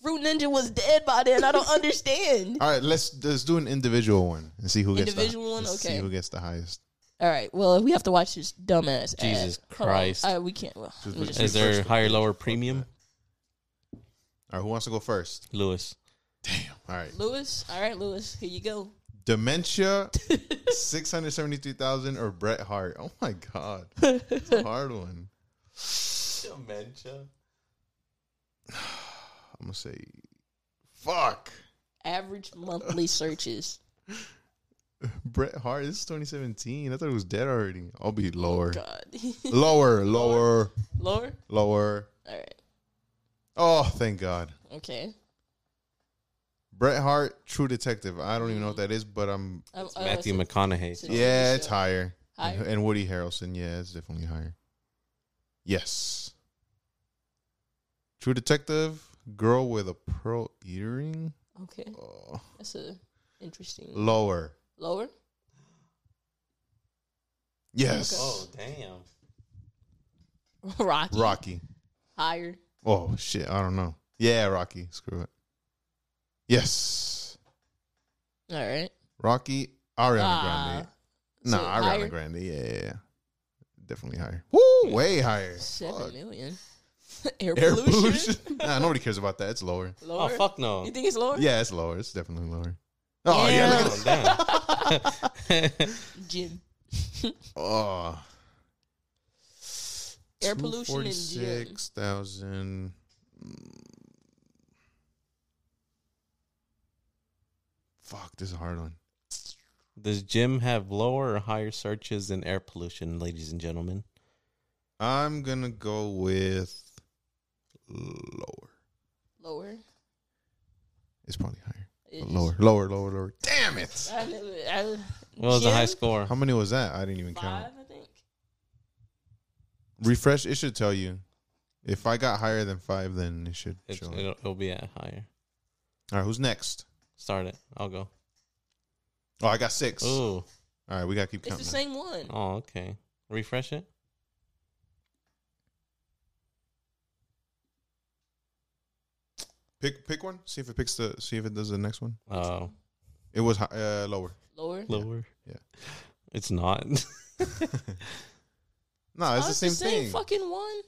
Fruit Ninja was dead by then. I
*laughs*
don't understand.
All right, let's let's do an individual one and see who gets
Individual
the,
one?
let's
Okay.
See who gets the highest.
All right. Well, we have to watch this dumbass. ad.
Jesus
Hold on.
Christ.
Uh, we can't. Well,
Just
I'm
put-
just-
Is there higher, lower premium?
All right, who wants to go first?
Lewis.
All right,
Lewis. All right, Lewis. Here you go.
dementia, six hundred seventy-three thousand, or Bret Hart. Oh my god, It's a hard one.
Dementia.
I'm gonna say, fuck.
average
*laughs*
monthly searches.
Bret Hart. This is 2017. I thought he was dead already. I'll be lower,
God.
lower, lower,
*laughs* Lower?
lower.
All right.
Oh, thank God.
Okay.
Bret Hart, True Detective. I don't even know what that is, but I'm.
Um, uh,
Matthew
so-
McConaughey.
so-
Yeah,
so-
it's higher. And-
Higher?
And Woody Harrelson. Yeah, it's definitely higher. Yes. True Detective, Girl with a Pearl Earring.
Okay.
Oh,
That's a interesting.
lower.
Lower? *laughs*
Yes.
Oh, damn.
Rocky.
Rocky.
Higher.
Oh, shit. I don't know. Yeah, Rocky. Screw it. Yes.
All right.
Rocky, Ariana
Ah.
Grande.
So
Nah, Ariana
higher?
Grande. Yeah, yeah, yeah. Definitely higher. Woo, way higher.
Seven
Fuck.
million. *laughs* Air,
Air
pollution?
pollution. *laughs* nah, nobody cares about that. It's lower.
Oh,
*laughs* Lower?
fuck no.
You think it's lower?
Yeah, it's lower. It's definitely lower. Oh yeah,
Yeah.
look at
Oh, damn.
*laughs* Gym.
Oh.
Air pollution and gym.
246,000. Fuck, this is a hard one.
*laughs* Does Jim have lower or higher searches than air pollution, ladies and gentlemen?
I'm going to go with lower.
Lower.
It's probably higher.
It's-
But lower, lower, lower, lower. Damn it!
I, knew- I,
Well, it was a high
Jim,
score.
How many was that? I didn't even count.
Five, I think.
Refresh. It should tell you. If I got higher than five, then it should
It's,
show.
it'll,
it.
it'll be at higher.
All right, who's next?
Start it. I'll go.
Oh, I got six. All
Ooh.
right, we gotta keep
It's the
counting.
same one.
Oh, okay. Refresh it.
Pick pick one. See if it picks the. See if it does the next one.
Oh,
It was hi- uh, lower.
Lower.
lower.
Yeah.
It's not.
No, it's
Oh,
the same, thing.
Fucking one.
Oh,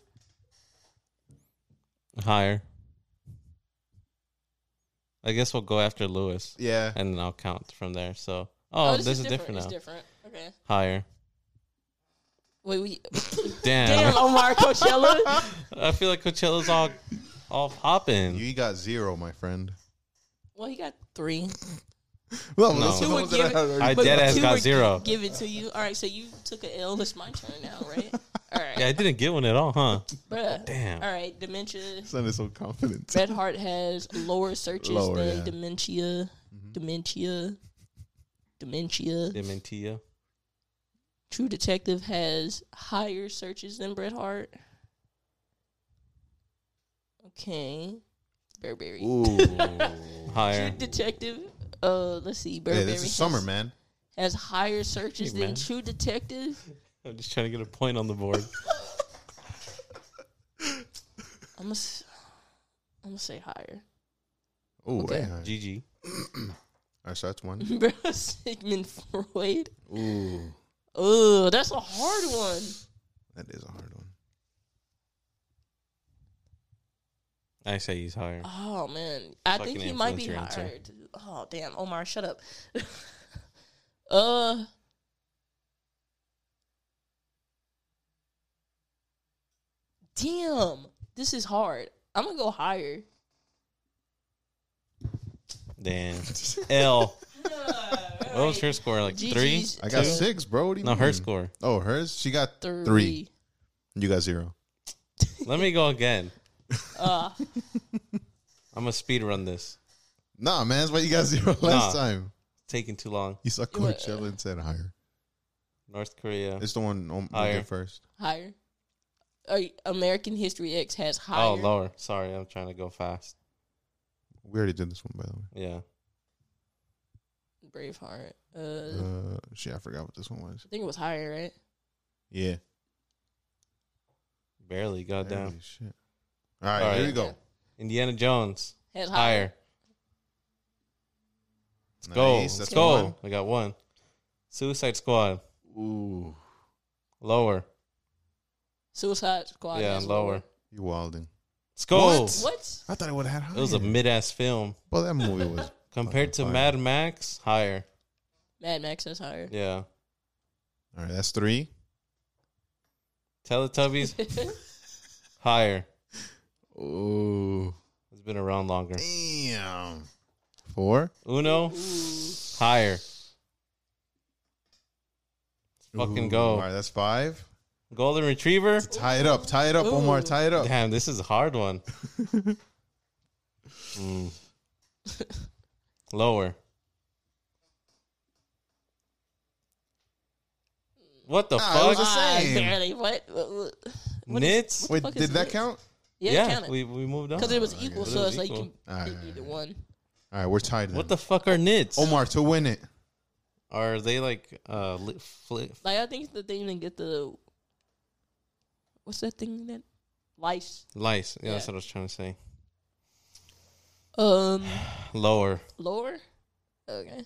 higher. I guess we'll go after Lewis
Yeah.
and then I'll count from there. So, oh, this, is different, now.
It's different. Okay.
Higher.
*laughs* Wait,
*laughs*
we.
Damn.
Damn, Omar Coachella.
*laughs* I feel like Coachella's all, all popping.
You got zero, my friend.
well, he got three.
*laughs*
Well,
No.
those are
Two
the
would
ones that I
give it-
had already
I
done.
dead ass
two
got
were-
zero.
Give it to you. All right, so you took an L. It's my turn now, right? All right,
Yeah, I didn't get one at all, huh?
bruh.
Damn.
All right,
*laughs*
dementia.
Son is so confident.
Red Heart has lower searches
Lower,
than
yeah. Mm-hmm.
dementia, dementia, dementia.
Dementia.
True Detective has higher searches than Bret Hart. Okay, Burberry.
*laughs* Ooh.
Higher.
True Detective. Uh, let's see.
Hey,
Burberry
this is summer, man.
has higher searches
Hey,
than
man.
True Detective.
I'm just trying to get a point on the board.
*laughs* I'm gonna, s- I'm gonna say higher. *laughs*
Ooh,
Okay.
way higher.
GG.
All right, so that's
*laughs*
one.
Bro, Sigmund Freud.
Ooh,
Oh, that's a hard one.
that is a hard one.
I say he's higher.
Oh man, I
Fucking
think he might be
influencer answer.
higher. dude. Oh damn, Omar, shut up. *laughs* uh, damn, this is hard. I'm gonna go higher. *laughs*
Damn. L. What was
Alright.
her score? Like three?
GG's.
I got
Two?
six, bro. What do you
No, her
mean?
score.
Oh, hers. She got
Three.
three. You got zero.
Let me go again.
Uh,
I'm gonna speed run this.
Nah, man, that's why you got *laughs* zero last
Nah.
time.
Taking too long.
You saw Coachella
uh,
and said higher.
North Korea.
It's the one on we
Higher.
did first.
higher. Uh, American History X has higher.
Oh, lower. Sorry, I'm trying to go fast.
We already did this one, by the way.
Yeah.
Braveheart. Uh,
Uh, shit, I forgot what this one was.
I think it was higher, right?
Yeah.
Barely. Goddamn.
Holy shit. All right,
All
here
right.
we go.
Indiana Jones.
Has
Higher.
higher.
Let's
Go. Let's
That's
go.
one.
I got one. Suicide Squad.
Ooh,
Lower.
Suicide Squad.
yeah,
has
lower.
you wilding.
Let's go.
What?
What?
I thought it would have had higher.
It was a mid ass film.
well, that movie was. *laughs*
Compared to
Fucking fire.
Mad Max, higher.
Mad Max has higher.
Yeah.
All right, that's three.
Teletubbies,
*laughs*
higher.
Ooh,
It's been around longer.
damn. Four.
Uno, higher. Fucking
Ooh,
go.
All right, that's five.
Golden Retriever.
Tie it up. Tie it up, Omar.
Ooh.
Tie it up.
*laughs* Damn, this is a hard one. Mm. Lower. What the
Ah, it was
fuck?
a-
Ah,
same.
barely. What? What- what- what is-
Nits?
Wait,
fuck is
did that
this?
count?
yeah,
yeah,
count it.
we, we moved on.
Because it was equal,
It
so
was
it's like you
equal.
can pick
Alright.
either one.
All right, we're tied.
What
What
the fuck are nits?
Oh
Omar to win it.
Are they like uh li- fli-
Like, I think that they didn't get the. What's that thing that. Lice.
lice? Yeah, that's
Yeah.
what I was trying to say.
Um,
Lower.
lower? Okay.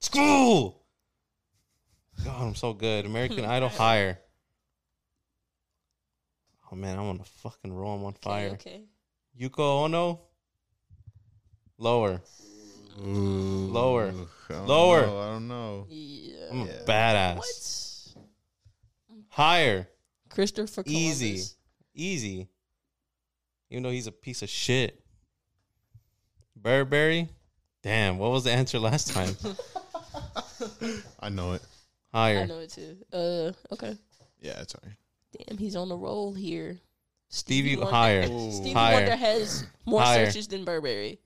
School. God, I'm so good.
*laughs*
American Idol higher. Oh man, I'm on a fucking roll. I'm on fire.
Okay.
Yuko Ono. Lower.
Mm.
Lower.
I
*laughs*
don't
Lower.
know, I don't know.
Yeah.
I'm
Yeah.
a badass.
What?
Higher.
Christopher Columbus.
Easy. Easy. Even though he's a piece of shit. Burberry. Damn, what was the answer last
*laughs*
time?
I know it.
Higher.
I know it too. Uh, okay.
Yeah, it's all right.
Damn, he's on the roll here.
Stevie
Wonder-
higher.
Ooh.
Stevie
Higher.
Wonder has more
Higher.
searches than Burberry.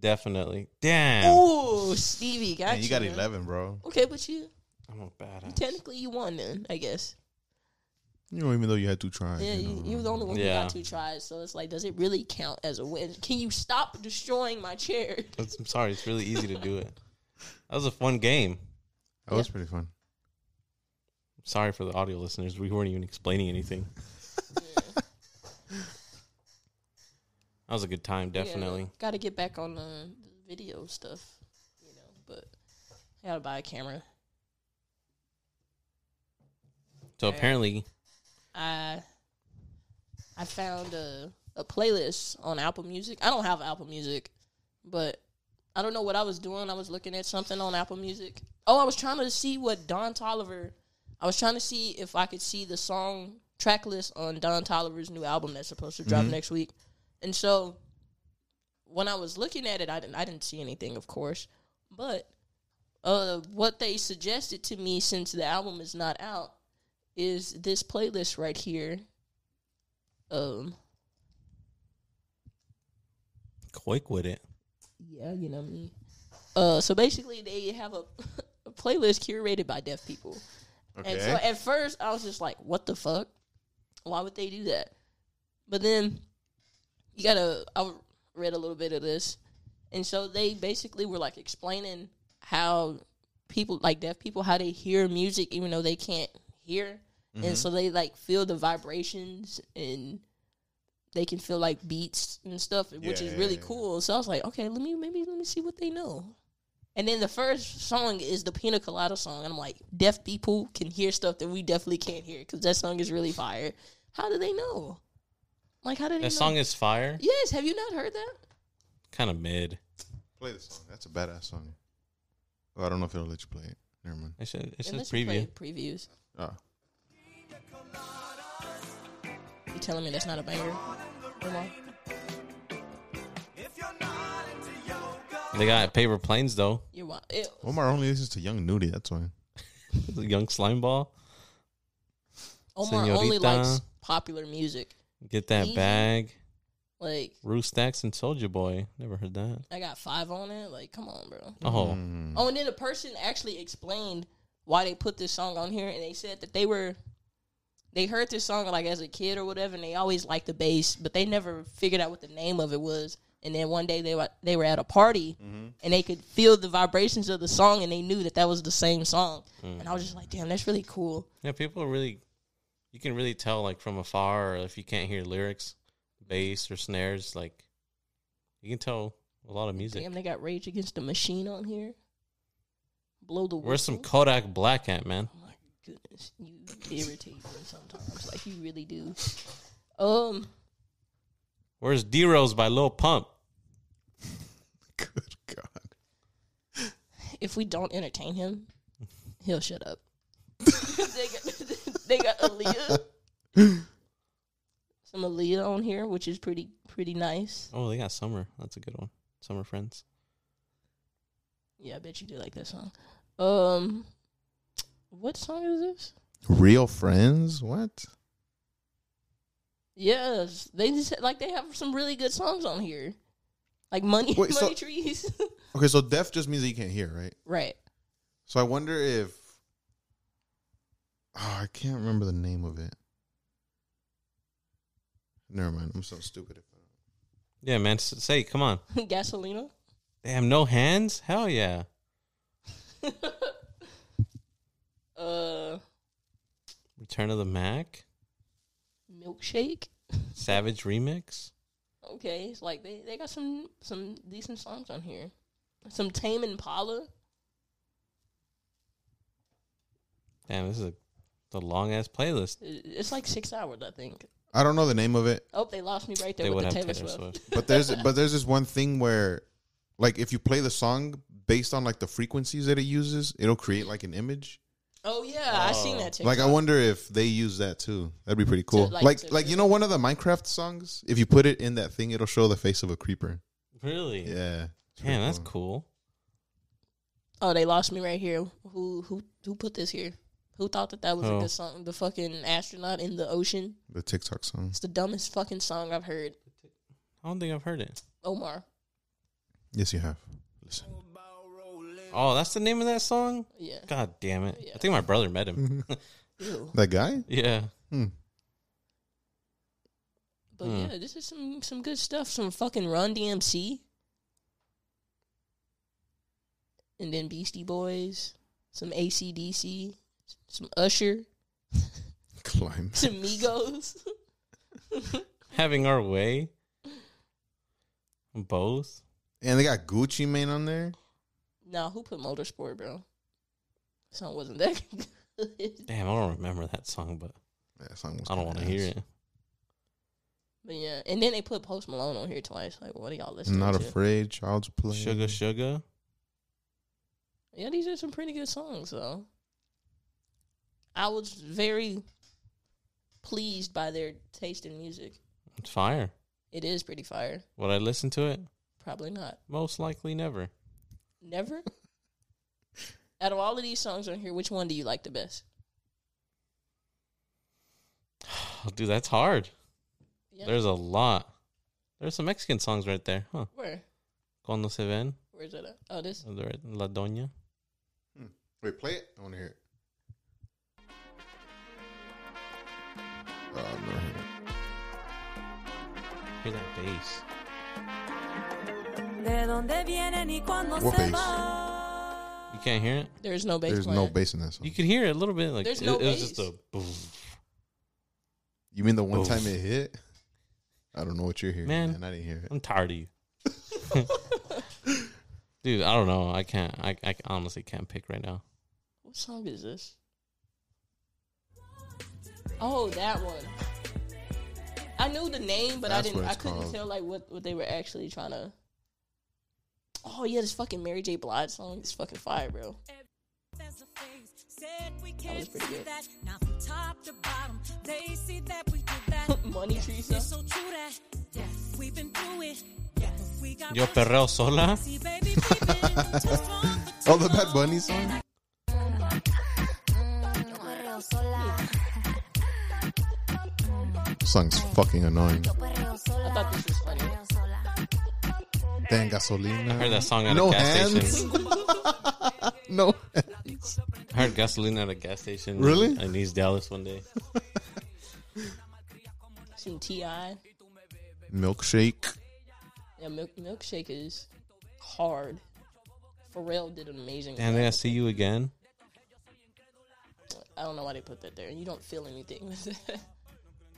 Definitely. Damn.
Oh, Stevie, got
Man, you got
man.
eleven, bro.
Okay, but you
I'm a badass.
technically you won then, I guess.
You know, even though you had two tries.
Yeah, you, you were the only one who
Yeah.
got two tries, so it's like, does it really count as a win? Can you stop destroying my chair? *laughs*
That's- I'm sorry. It's really easy to do it. That was a fun game.
That was pretty fun.
Sorry for the audio listeners. We weren't even explaining
*laughs*
anything. that was a good time, definitely.
got to get back on the video stuff, you know. But got to buy a camera.
So
Yeah.
apparently,
I I found a a playlist on Apple Music. I don't have Apple Music, but I don't know what I was doing. I was looking at something on Apple Music. Oh, I was trying to see what Don Tolliver. I was trying to see if I could see the song track list on Don Tolliver's new album that's supposed to drop next week. And so when I was looking at it, I didn't I didn't see anything, of course, but uh, what they suggested to me since the album is not out is this playlist right here. Um,
quick with it.
yeah, you know me. Uh, so basically, they have a, *laughs* a playlist curated by deaf people. And so at first, I was just like, "What the fuck? Why would they do that?" But then you gotta. I read a little bit of this, and so they basically were like explaining how people, like deaf people, how they hear music even though they can't hear, and so they like feel the vibrations and they can feel like beats and stuff, which is
Yeah,
really
yeah, yeah.
cool. So I was like, okay, let me maybe let me see what they know. And then the first song is the Pina Colada song. And I'm like, deaf people can hear stuff that we definitely can't hear because that song is really fire. How do they know? Like, how did they
That
know?
song is fire.
yes, have you not heard that?
Kind of mid.
Play the song. That's a badass song. Oh, I don't know if it'll let you play it. Never mind.
It says, it
And
says
let's play
preview.
previews.
Oh.
You telling me that's not a banger? Come on.
They got paper planes though.
You're wild. Ew.
Omar only listens to Young Nudie. That's why.
The young slime ball.
Omar only
Señorita.
likes popular music.
Get that
Easy.
bag.
Like,
Rue Stacks and Soldier Boy. Never heard that.
I got five on it. Like, come on, bro.
Oh,
Mm.
Oh, and then the person actually explained why they put this song on here, and they said that they were they heard this song like as a kid or whatever, and they always liked the bass, but they never figured out what the name of it was. And then one day they were they were at a party, and they could feel the vibrations of the song, and they knew that that was the same song.
Mm.
And I was just like, damn, that's really cool.
yeah. People are really. You can really tell like from afar or if you can't hear lyrics, bass or snares. Like, you can tell a lot of music.
Damn, they got Rage Against the Machine on here. Blow the
Where's some
Whistle.
Kodak Black at, man?
my goodness, you irritate me sometimes, like you really do. Um.
Where's D Rose by Lil Pump?
*laughs* Good God.
if we don't
*laughs*
entertain him, he'll shut up. they, got, *laughs* they got Aaliyah, some Aaliyah on here, which is pretty pretty nice.
Oh, they got Summer. That's a good one. Summer Friends.
Yeah, I bet you do like that song. Um, what song is this?
Real friends? What?
Yes, they just like they have some really good songs on here, like Money
Wait, so-
Money Trees, *laughs*
Okay, so deaf just means that you can't hear, right?
right? *laughs*
So I wonder if oh, I can't remember the name of it. Never mind. I'm so stupid. If I
Yeah, man. s- Say, come on.
Gasolina.
Damn, no hands? Hell yeah.
Uh,
Return of the Mac.
milkshake.
Savage Remix.
Okay, it's like they, they got some some decent songs on here. Some Tame Impala.
Damn, this is a the long ass playlist.
It- It's like six hours, I think.
I don't know the name of it,
Oh, they lost me right there
They
with
would
the
have
Taylor,
Taylor
Swift.
Swift.
but there's but there's this one thing where, like, if you play the song based on like the frequencies that it uses, it'll create like an image.
Oh yeah, I seen that TikTok.
Like, I wonder if they use that too. That'd be pretty cool.
like,
like,
to-
like, you know, one of the Minecraft songs. If you put it in that thing, it'll show the face of a creeper.
Really?
Yeah. It's pretty
Damn, that's cool.
oh, they lost me right here. Who who who put this here? Who thought that that was a
Oh.
good song? The fucking astronaut in the ocean.
The TikTok song.
It's the dumbest fucking song I've heard.
I don't think I've heard it.
Omar.
Yes, you have. Listen.
Oh, that's the name of that song.
Yeah.
God damn it!
Yeah.
I think my brother met
Mm-hmm.
him.
Ew.
That guy?
*laughs*
Hmm.
yeah.
But
Hmm.
yeah, this is some some good stuff. Some fucking Run DMC, and then Beastie Boys, some ACDC, some Usher,
*laughs*
*laughs*
Climb.
some
*laughs*
Migos. *laughs*
Having our way. Both.
And they got Gucci Mane on there.
nah, who put Motorsport, bro? Song wasn't that *laughs* good.
Damn, I don't remember that song, but
That song was
I don't want
kinda
to hear
ass.
it.
But yeah, and then they put Post Malone on here twice. Like, what are y'all
I'm
listening
not
to?
afraid. Child's play.
Sugar,
Mm.
sugar.
Yeah, these are some pretty good songs, though. I was very pleased by their taste in music.
It's fire.
It is pretty fire.
Would I listen to it?
Probably not.
Most likely never.
*laughs*
Never. Out of all of these songs on here, which one do you like the best?
Oh, dude, that's hard.
Yeah.
There's a lot. There's some Mexican songs right there, huh?
Where?
Cuando se ven,
Where's that at? Oh, this.
they're at La Doña.
Wait, play it. I want to hear it. Oh, I've never heard
Hear
it.
that bass.
¿De dónde vienen y cuándo
What
se
bass?
van?
You can't hear it.
There's no bass
There's
playing.
no bass in that song.
You
You,
could hear it a little bit. Like
There's
it,
no
it was just
bass.
a. boom.
mean the one
Oof.
time it hit? I don't know what you're hearing,
Man.
man. I didn't hear it.
I'm tired of
*laughs*
you, dude. I don't know. I can't. I, I honestly can't pick right now.
What song is this? Oh, that one. I knew the name, but
That's
I didn't.
what
I
it's
couldn't
called.
tell like what, what they were actually trying to. Oh yeah, this fucking Mary J. Blige song is fucking fire, bro.
There's a face, said we
That was
can't
pretty
see
good.
that. Now from top to bottom, they see that we do that.
Mm-hmm.
Money Tree song.
It's so true that yeah, we've been through it. Yeah, we got
Yo
pushed.
perreo sola.
See, baby, we've been too
*laughs*
strong for
Oh,
too
the Bad
long.
Bunny song?
Perreo sola.
song's fucking annoying.
Perreo sola.
I thought this was funny.
Perreo sola.
Dan Gasolina.
I heard that song at
No
a gas
hands.
station.
No.
I heard Gasolina at a gas station. in-
Really?
In East Dallas one day.
Some Ti. Yeah,
*laughs* Milkshake.
milk, milkshake is hard. Pharrell did an amazing.
Damn,
job.
did I see you again?
I don't know why they put that there. You don't feel anything with that.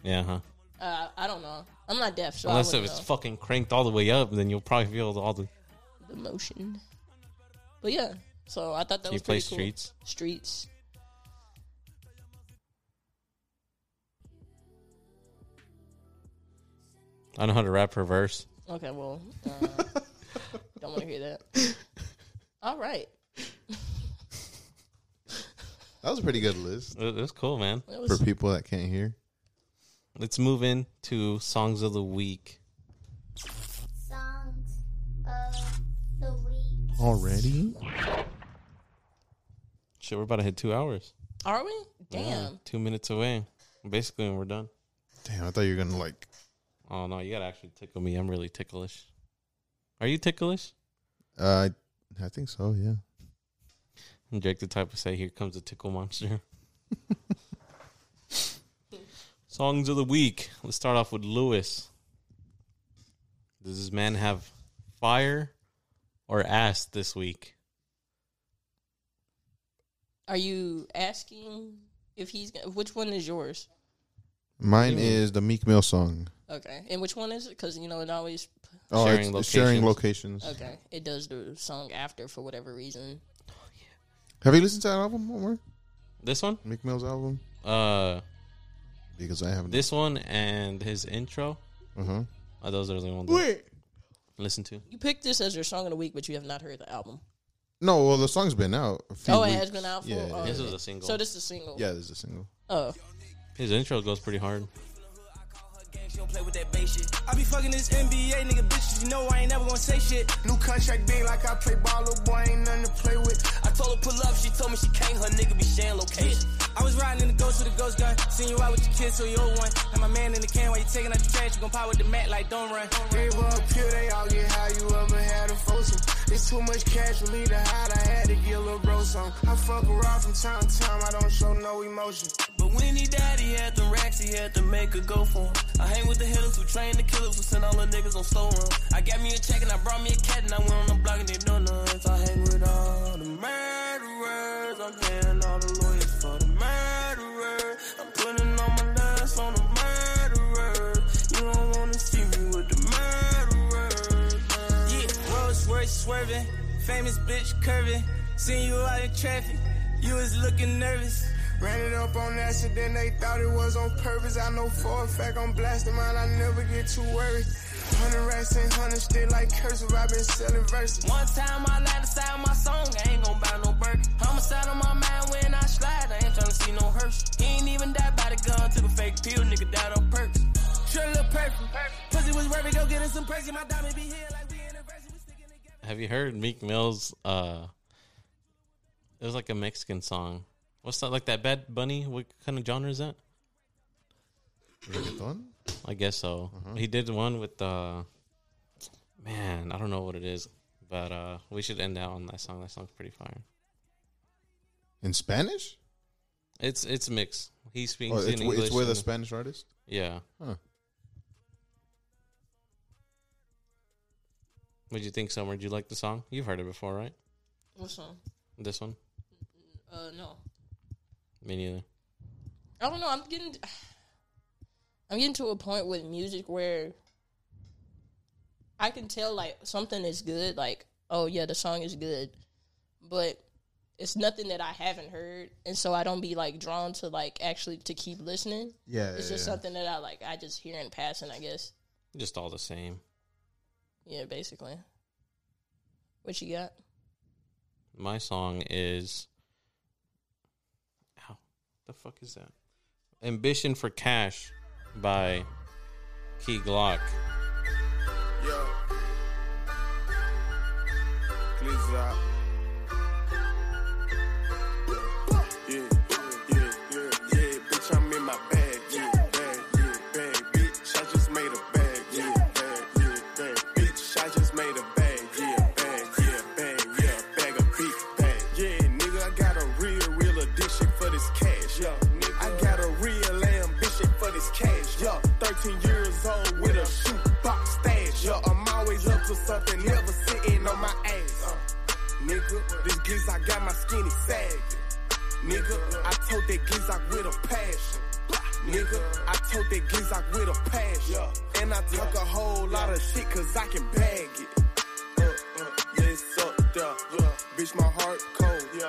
Yeah, huh?
*laughs* Uh, I don't know. I'm not deaf, so
Unless if
I wouldn't
it's
know.
fucking cranked all the way up, then you'll probably feel all the.
the motion. But yeah, so I thought that
Can you
was
play
pretty cool.
Streets?
Streets.
I know how to rap her verse.
Okay, well, uh,
*laughs*
don't want to hear that. All right,
That was a pretty good list
It, it's Uh, cool, man.
that
for
was
people that can't hear.
Let's move into songs of the week.
Songs of the week.
Already?
Shit, we're about to hit two hours.
are we?
Yeah,
Damn,
two minutes away. Basically, when we're done.
Damn, I thought you were going to like.
Oh no, you gotta actually tickle me. I'm really ticklish. Are you ticklish?
Uh, I think so, yeah.
And Drake the type to say, "Here comes the tickle monster." *laughs* songs of the week. Let's start off with Lewis. Does this man have fire or ass this week?
are you asking if he's gonna, which one is yours?
Mine
Mm.
is the Meek Mill song.
Okay, and which one is it? Because you know it always
Oh,
Sharing
it's, it's sharing locations.
okay. It does the song after for whatever reason.
Have you listened to that album, Omar?
This one,
Meek Mill's album?
uh,
Because I haven't.
this one, and his intro.
Uh huh.
Oh, those are the only ones. Wait. Listen to.
You picked this as your song of the week, but you have not heard the album.
No, well, the song's been out. A few
oh, it
weeks.
has been out for.
Yeah,
oh,
yeah.
This
okay.
is a single.
So this is a single.
Yeah, this is a single.
Oh,
His intro goes pretty hard.
She don't play with that bass shit. I be fucking this NBA nigga bitches. You know I ain't never gonna say shit.
New contract being like I play ball, little boy ain't nothing to play with.
I told her pull up, she told me she can't. Her nigga be sharing location. I was riding in the ghost with a ghost gun. Seen you out with your kids, so you old one. And my man in the can while you taking out the trash, you gon' pop with the mat like don't run.
They up pure, they all get high. You ever had a foursome? It's too much cash for me to hide. I had to get a little bro some. I fuck around from time to time. I don't show no emotion.
But when he died, he had the racks, he had to make a go for him. I hang with the hitters who train the killers who send all the niggas on slow run. I got me a check and I brought me a cat and I went on the block and they do nuts. I hang with all the murderers, I'm paying all the lawyers for the murderers. I'm putting all my last on the murderers. You don't wanna see me with the murderers. Yeah, Rolls Royce swerving, famous bitch curving. Seen you out in traffic, you was looking nervous.
Ran it up on accident, they thought it was on purpose. I know for a fact I'm blasting mine, I never get too worried. Hundred racks and hundred still like cursive, I've been selling verses.
One time I lied inside my song, I ain't gon' buy no burger. Homicide on my mind when I slide, I ain't tryna see no hearse. He ain't even died by the gun, took a fake pill, nigga died on purpose. Sure look perfect, pussy was worth it, go get us some perky. My diamond be here like we in a version, we sticking together.
Have you heard Meek Mill's? uh It was like a Mexican song. What's that? Like that Bad Bunny? What kind of genre is that?
Reggaeton?
I guess so.
Mm-hmm.
He did one with uh man, I don't know what it is, but uh we should end out on that song. That song's pretty fire.
In Spanish?
It's it's mixed. He speaks
Oh, it's,
in
wi-
English.
it's with a
and-
Spanish artist?
yeah.
Huh.
What'd you think, Summer? Did you like the song? You've heard it before, right?
What song?
This one?
Uh, no.
Me neither.
I don't know. I'm getting, *sighs* I'm getting to a point with music where I can tell like something is good. Like, oh yeah, the song is good, but it's nothing that I haven't heard, and so I don't be like drawn to like actually to keep listening.
Yeah.
It's
yeah,
just
yeah.
something that I like. I just hear in passing, I guess.
Just all the same.
Yeah, basically. What you got?
My song is Ow. The fuck is that? Ambition for Cash by Key Glock.
Yo. Please, uh. Yeah, yeah, yeah, yeah, bitch, I'm in my bag, yeah, bag, yeah, bag, bitch, I just made a bag, yeah, bag, yeah, bag, bitch, I just made a bag, yeah, bag, yeah, bag, yeah, bag, a big bag, yeah, nigga, I got a real, real addiction for this cash, yeah, nigga, I got a real ambition for this cash, yeah, 13 years old with a shoebox stash, yeah, I'm always up to something, never sitting on my ass, uh, nigga, this giz, I got my skinny sagging. Nigga, I told that Gizak with a passion. Nigga, I told that Gizak with a passion. And I talk a whole lot of shit cause I can bag it. Uh, uh, yeah, it's up there. Bitch, my heart cold.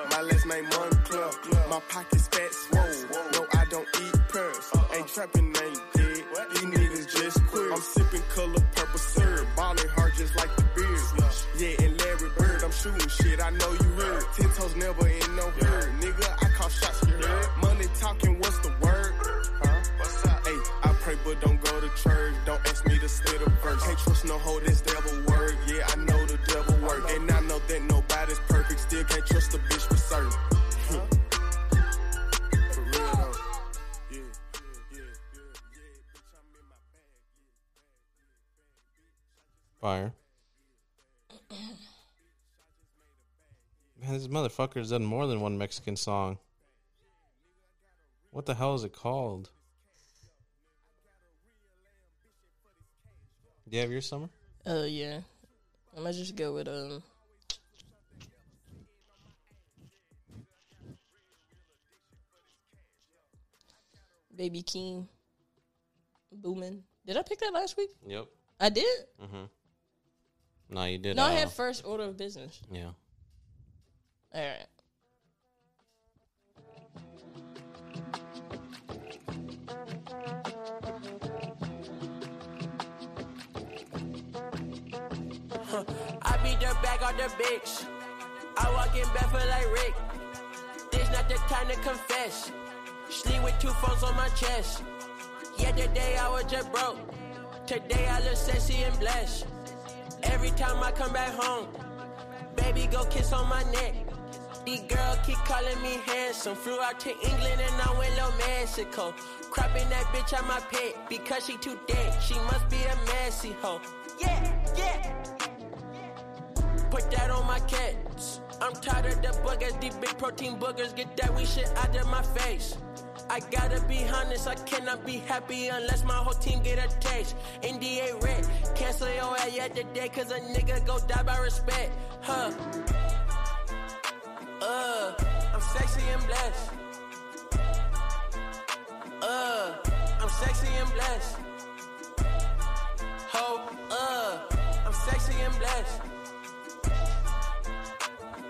My last name Moncler. My pockets fat swole. Uh-uh. No, I don't eat pears. Ain't trapping, ain't dead. These niggas just queer. I'm sipping color purple syrup. Ballin' hard just like the beers. Yeah, and Larry Bird, I'm shooting shit. I know you heard. Ten toes never in no hurry. Nigga, I call shots. You heard? Money talking, what's the word? Huh? What's up? Hey, I pray but don't go to church. Don't ask me to spit a verse. Can't trust no hoe, this devil work. Yeah, I know the devil work. And I know that nobody's perfect. Still can't trust a bitch for certain. For real though. Yeah, yeah, yeah, yeah, yeah. Bitch, I'm in my bag.
Fire. *clears throat* Man, this motherfucker's done more than one Mexican song. What the hell is it called? Do you have your summer?
Uh, yeah. I'm gonna just go with um. Baby King, Boomin. Did I pick that last week?
Yep.
I did.
No, you did.
No, I
uh,
had first order of business.
yeah.
All right.
I beat the back on the bitch. I walk in barefoot like Rick. This not the time to confess. Sleep with two phones on my chest. Yesterday I was just broke. Today I look sexy and blessed. Every time I come back home, baby go kiss on my neck. The girl keep calling me handsome. Flew out to England and I went to Mexico. Cropping that bitch out my pet because she too dead. She must be a messy hoe. Yeah, yeah. Put that on my cats. I'm tired of the buggers, these big protein boogers. Get that weak shit out of my face. I gotta be honest, I cannot be happy unless my whole team get a taste. NDA red, cancel your ass yet today, cause a nigga go die by respect. Huh? Uh, I'm sexy and blessed. Uh, I'm sexy and blessed. Ho, uh, I'm sexy and blessed.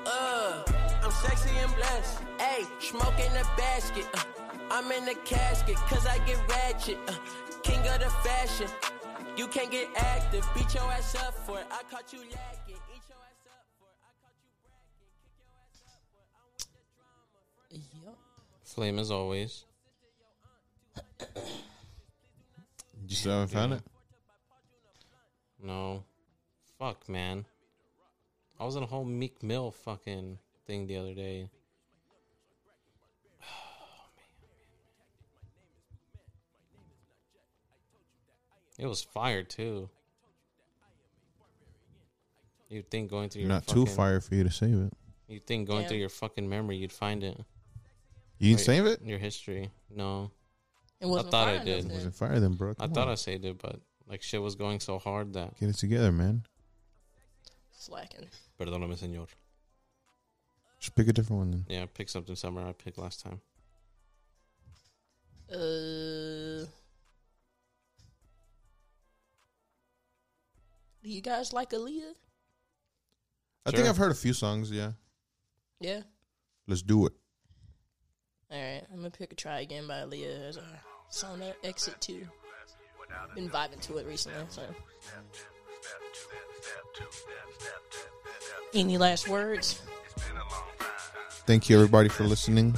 Uh, I'm sexy and blessed. Ayy, smoke in the basket. Uh, I'm in the casket, cause I get ratchet. Uh, king of the fashion. You can't get active. Beat your ass up for it. I caught you lacking. Eat your ass up for it. I caught you bragging. Kick your ass up for it. I want the drama.
Yup.
Flame as always.
You still haven't found it?
No. Fuck, man. I was in a whole Meek Mill fucking thing the other day. *sighs* Oh, It was fire too. You'd think going through your
Not
fucking,
too fire for you to save it.
You'd think going
Yeah.
through your fucking memory, you'd find it.
You didn't save it?
in Your history. No,
It wasn't
thought I
fire
did.
Was
enough
it fire then, bro?
I thought I saved it, but like shit was going so hard that.
get it together, man.
Slacking.
Perdóname, señor.
Just pick a different one then.
Yeah, pick something somewhere I picked last time.
Uh, do you guys like Aaliyah?
I think
Sure.
I've heard a few songs. Yeah,
Yeah.
let's do it.
All right, I'm gonna pick a try again by Aaliyah as our song that exit two. Been vibing to it recently. So, any last words?
Thank you everybody for listening.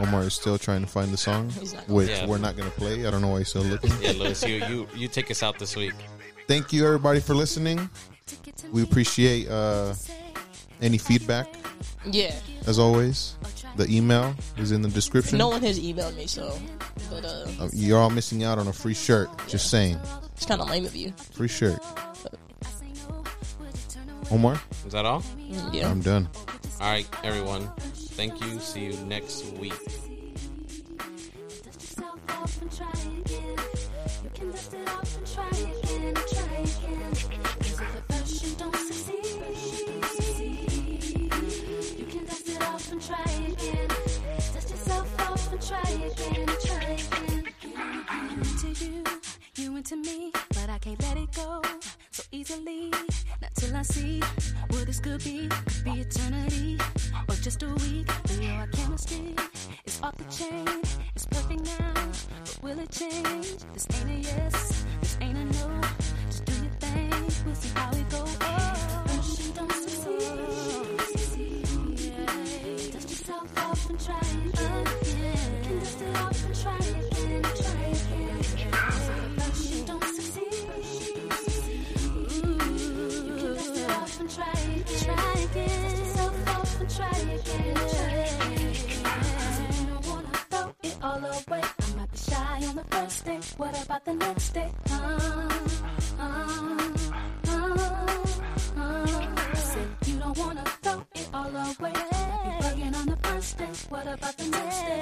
Omar is still trying to find the song,
He's not gonna
which
Yeah.
we're not going to play. I don't know why he's still looking.
Yeah, Lewis, you you you take us out this week.
Thank you everybody for listening. We appreciate uh, any feedback
Yeah,
as always. The email is in the description.
no one has emailed me, so but uh,
Uh, you're all missing out on a free shirt. Just saying,
it's kind of lame of you.
free shirt. Omar,
Is that all?
Mm, Yeah.
I'm done.
All right, everyone. Thank you. See you next week.
Try again. Dust yourself off and try again. Try again. again.
You into you, you into me, but I can't let it go so easily. Not till I see what this could be. Could be eternity or just a week. We know our chemistry is off the chain. It's perfect now, but will it change? This ain't a yes, this ain't a no. Just do your thing, we'll see how it Oh, goes.
She don't succeed. Dust yourself off and try again. You can dust it off and try again. Try again. She don't succeed. You can dust it off and try again. Try again. Dust yourself off and try again. Try again.
I don't wanna throw it all away. I might be shy on the first day. What about the next day? Um, um, um, um. I said you don't wanna throw it all away. You bugging on the first day. Uh, What about the next day? uh.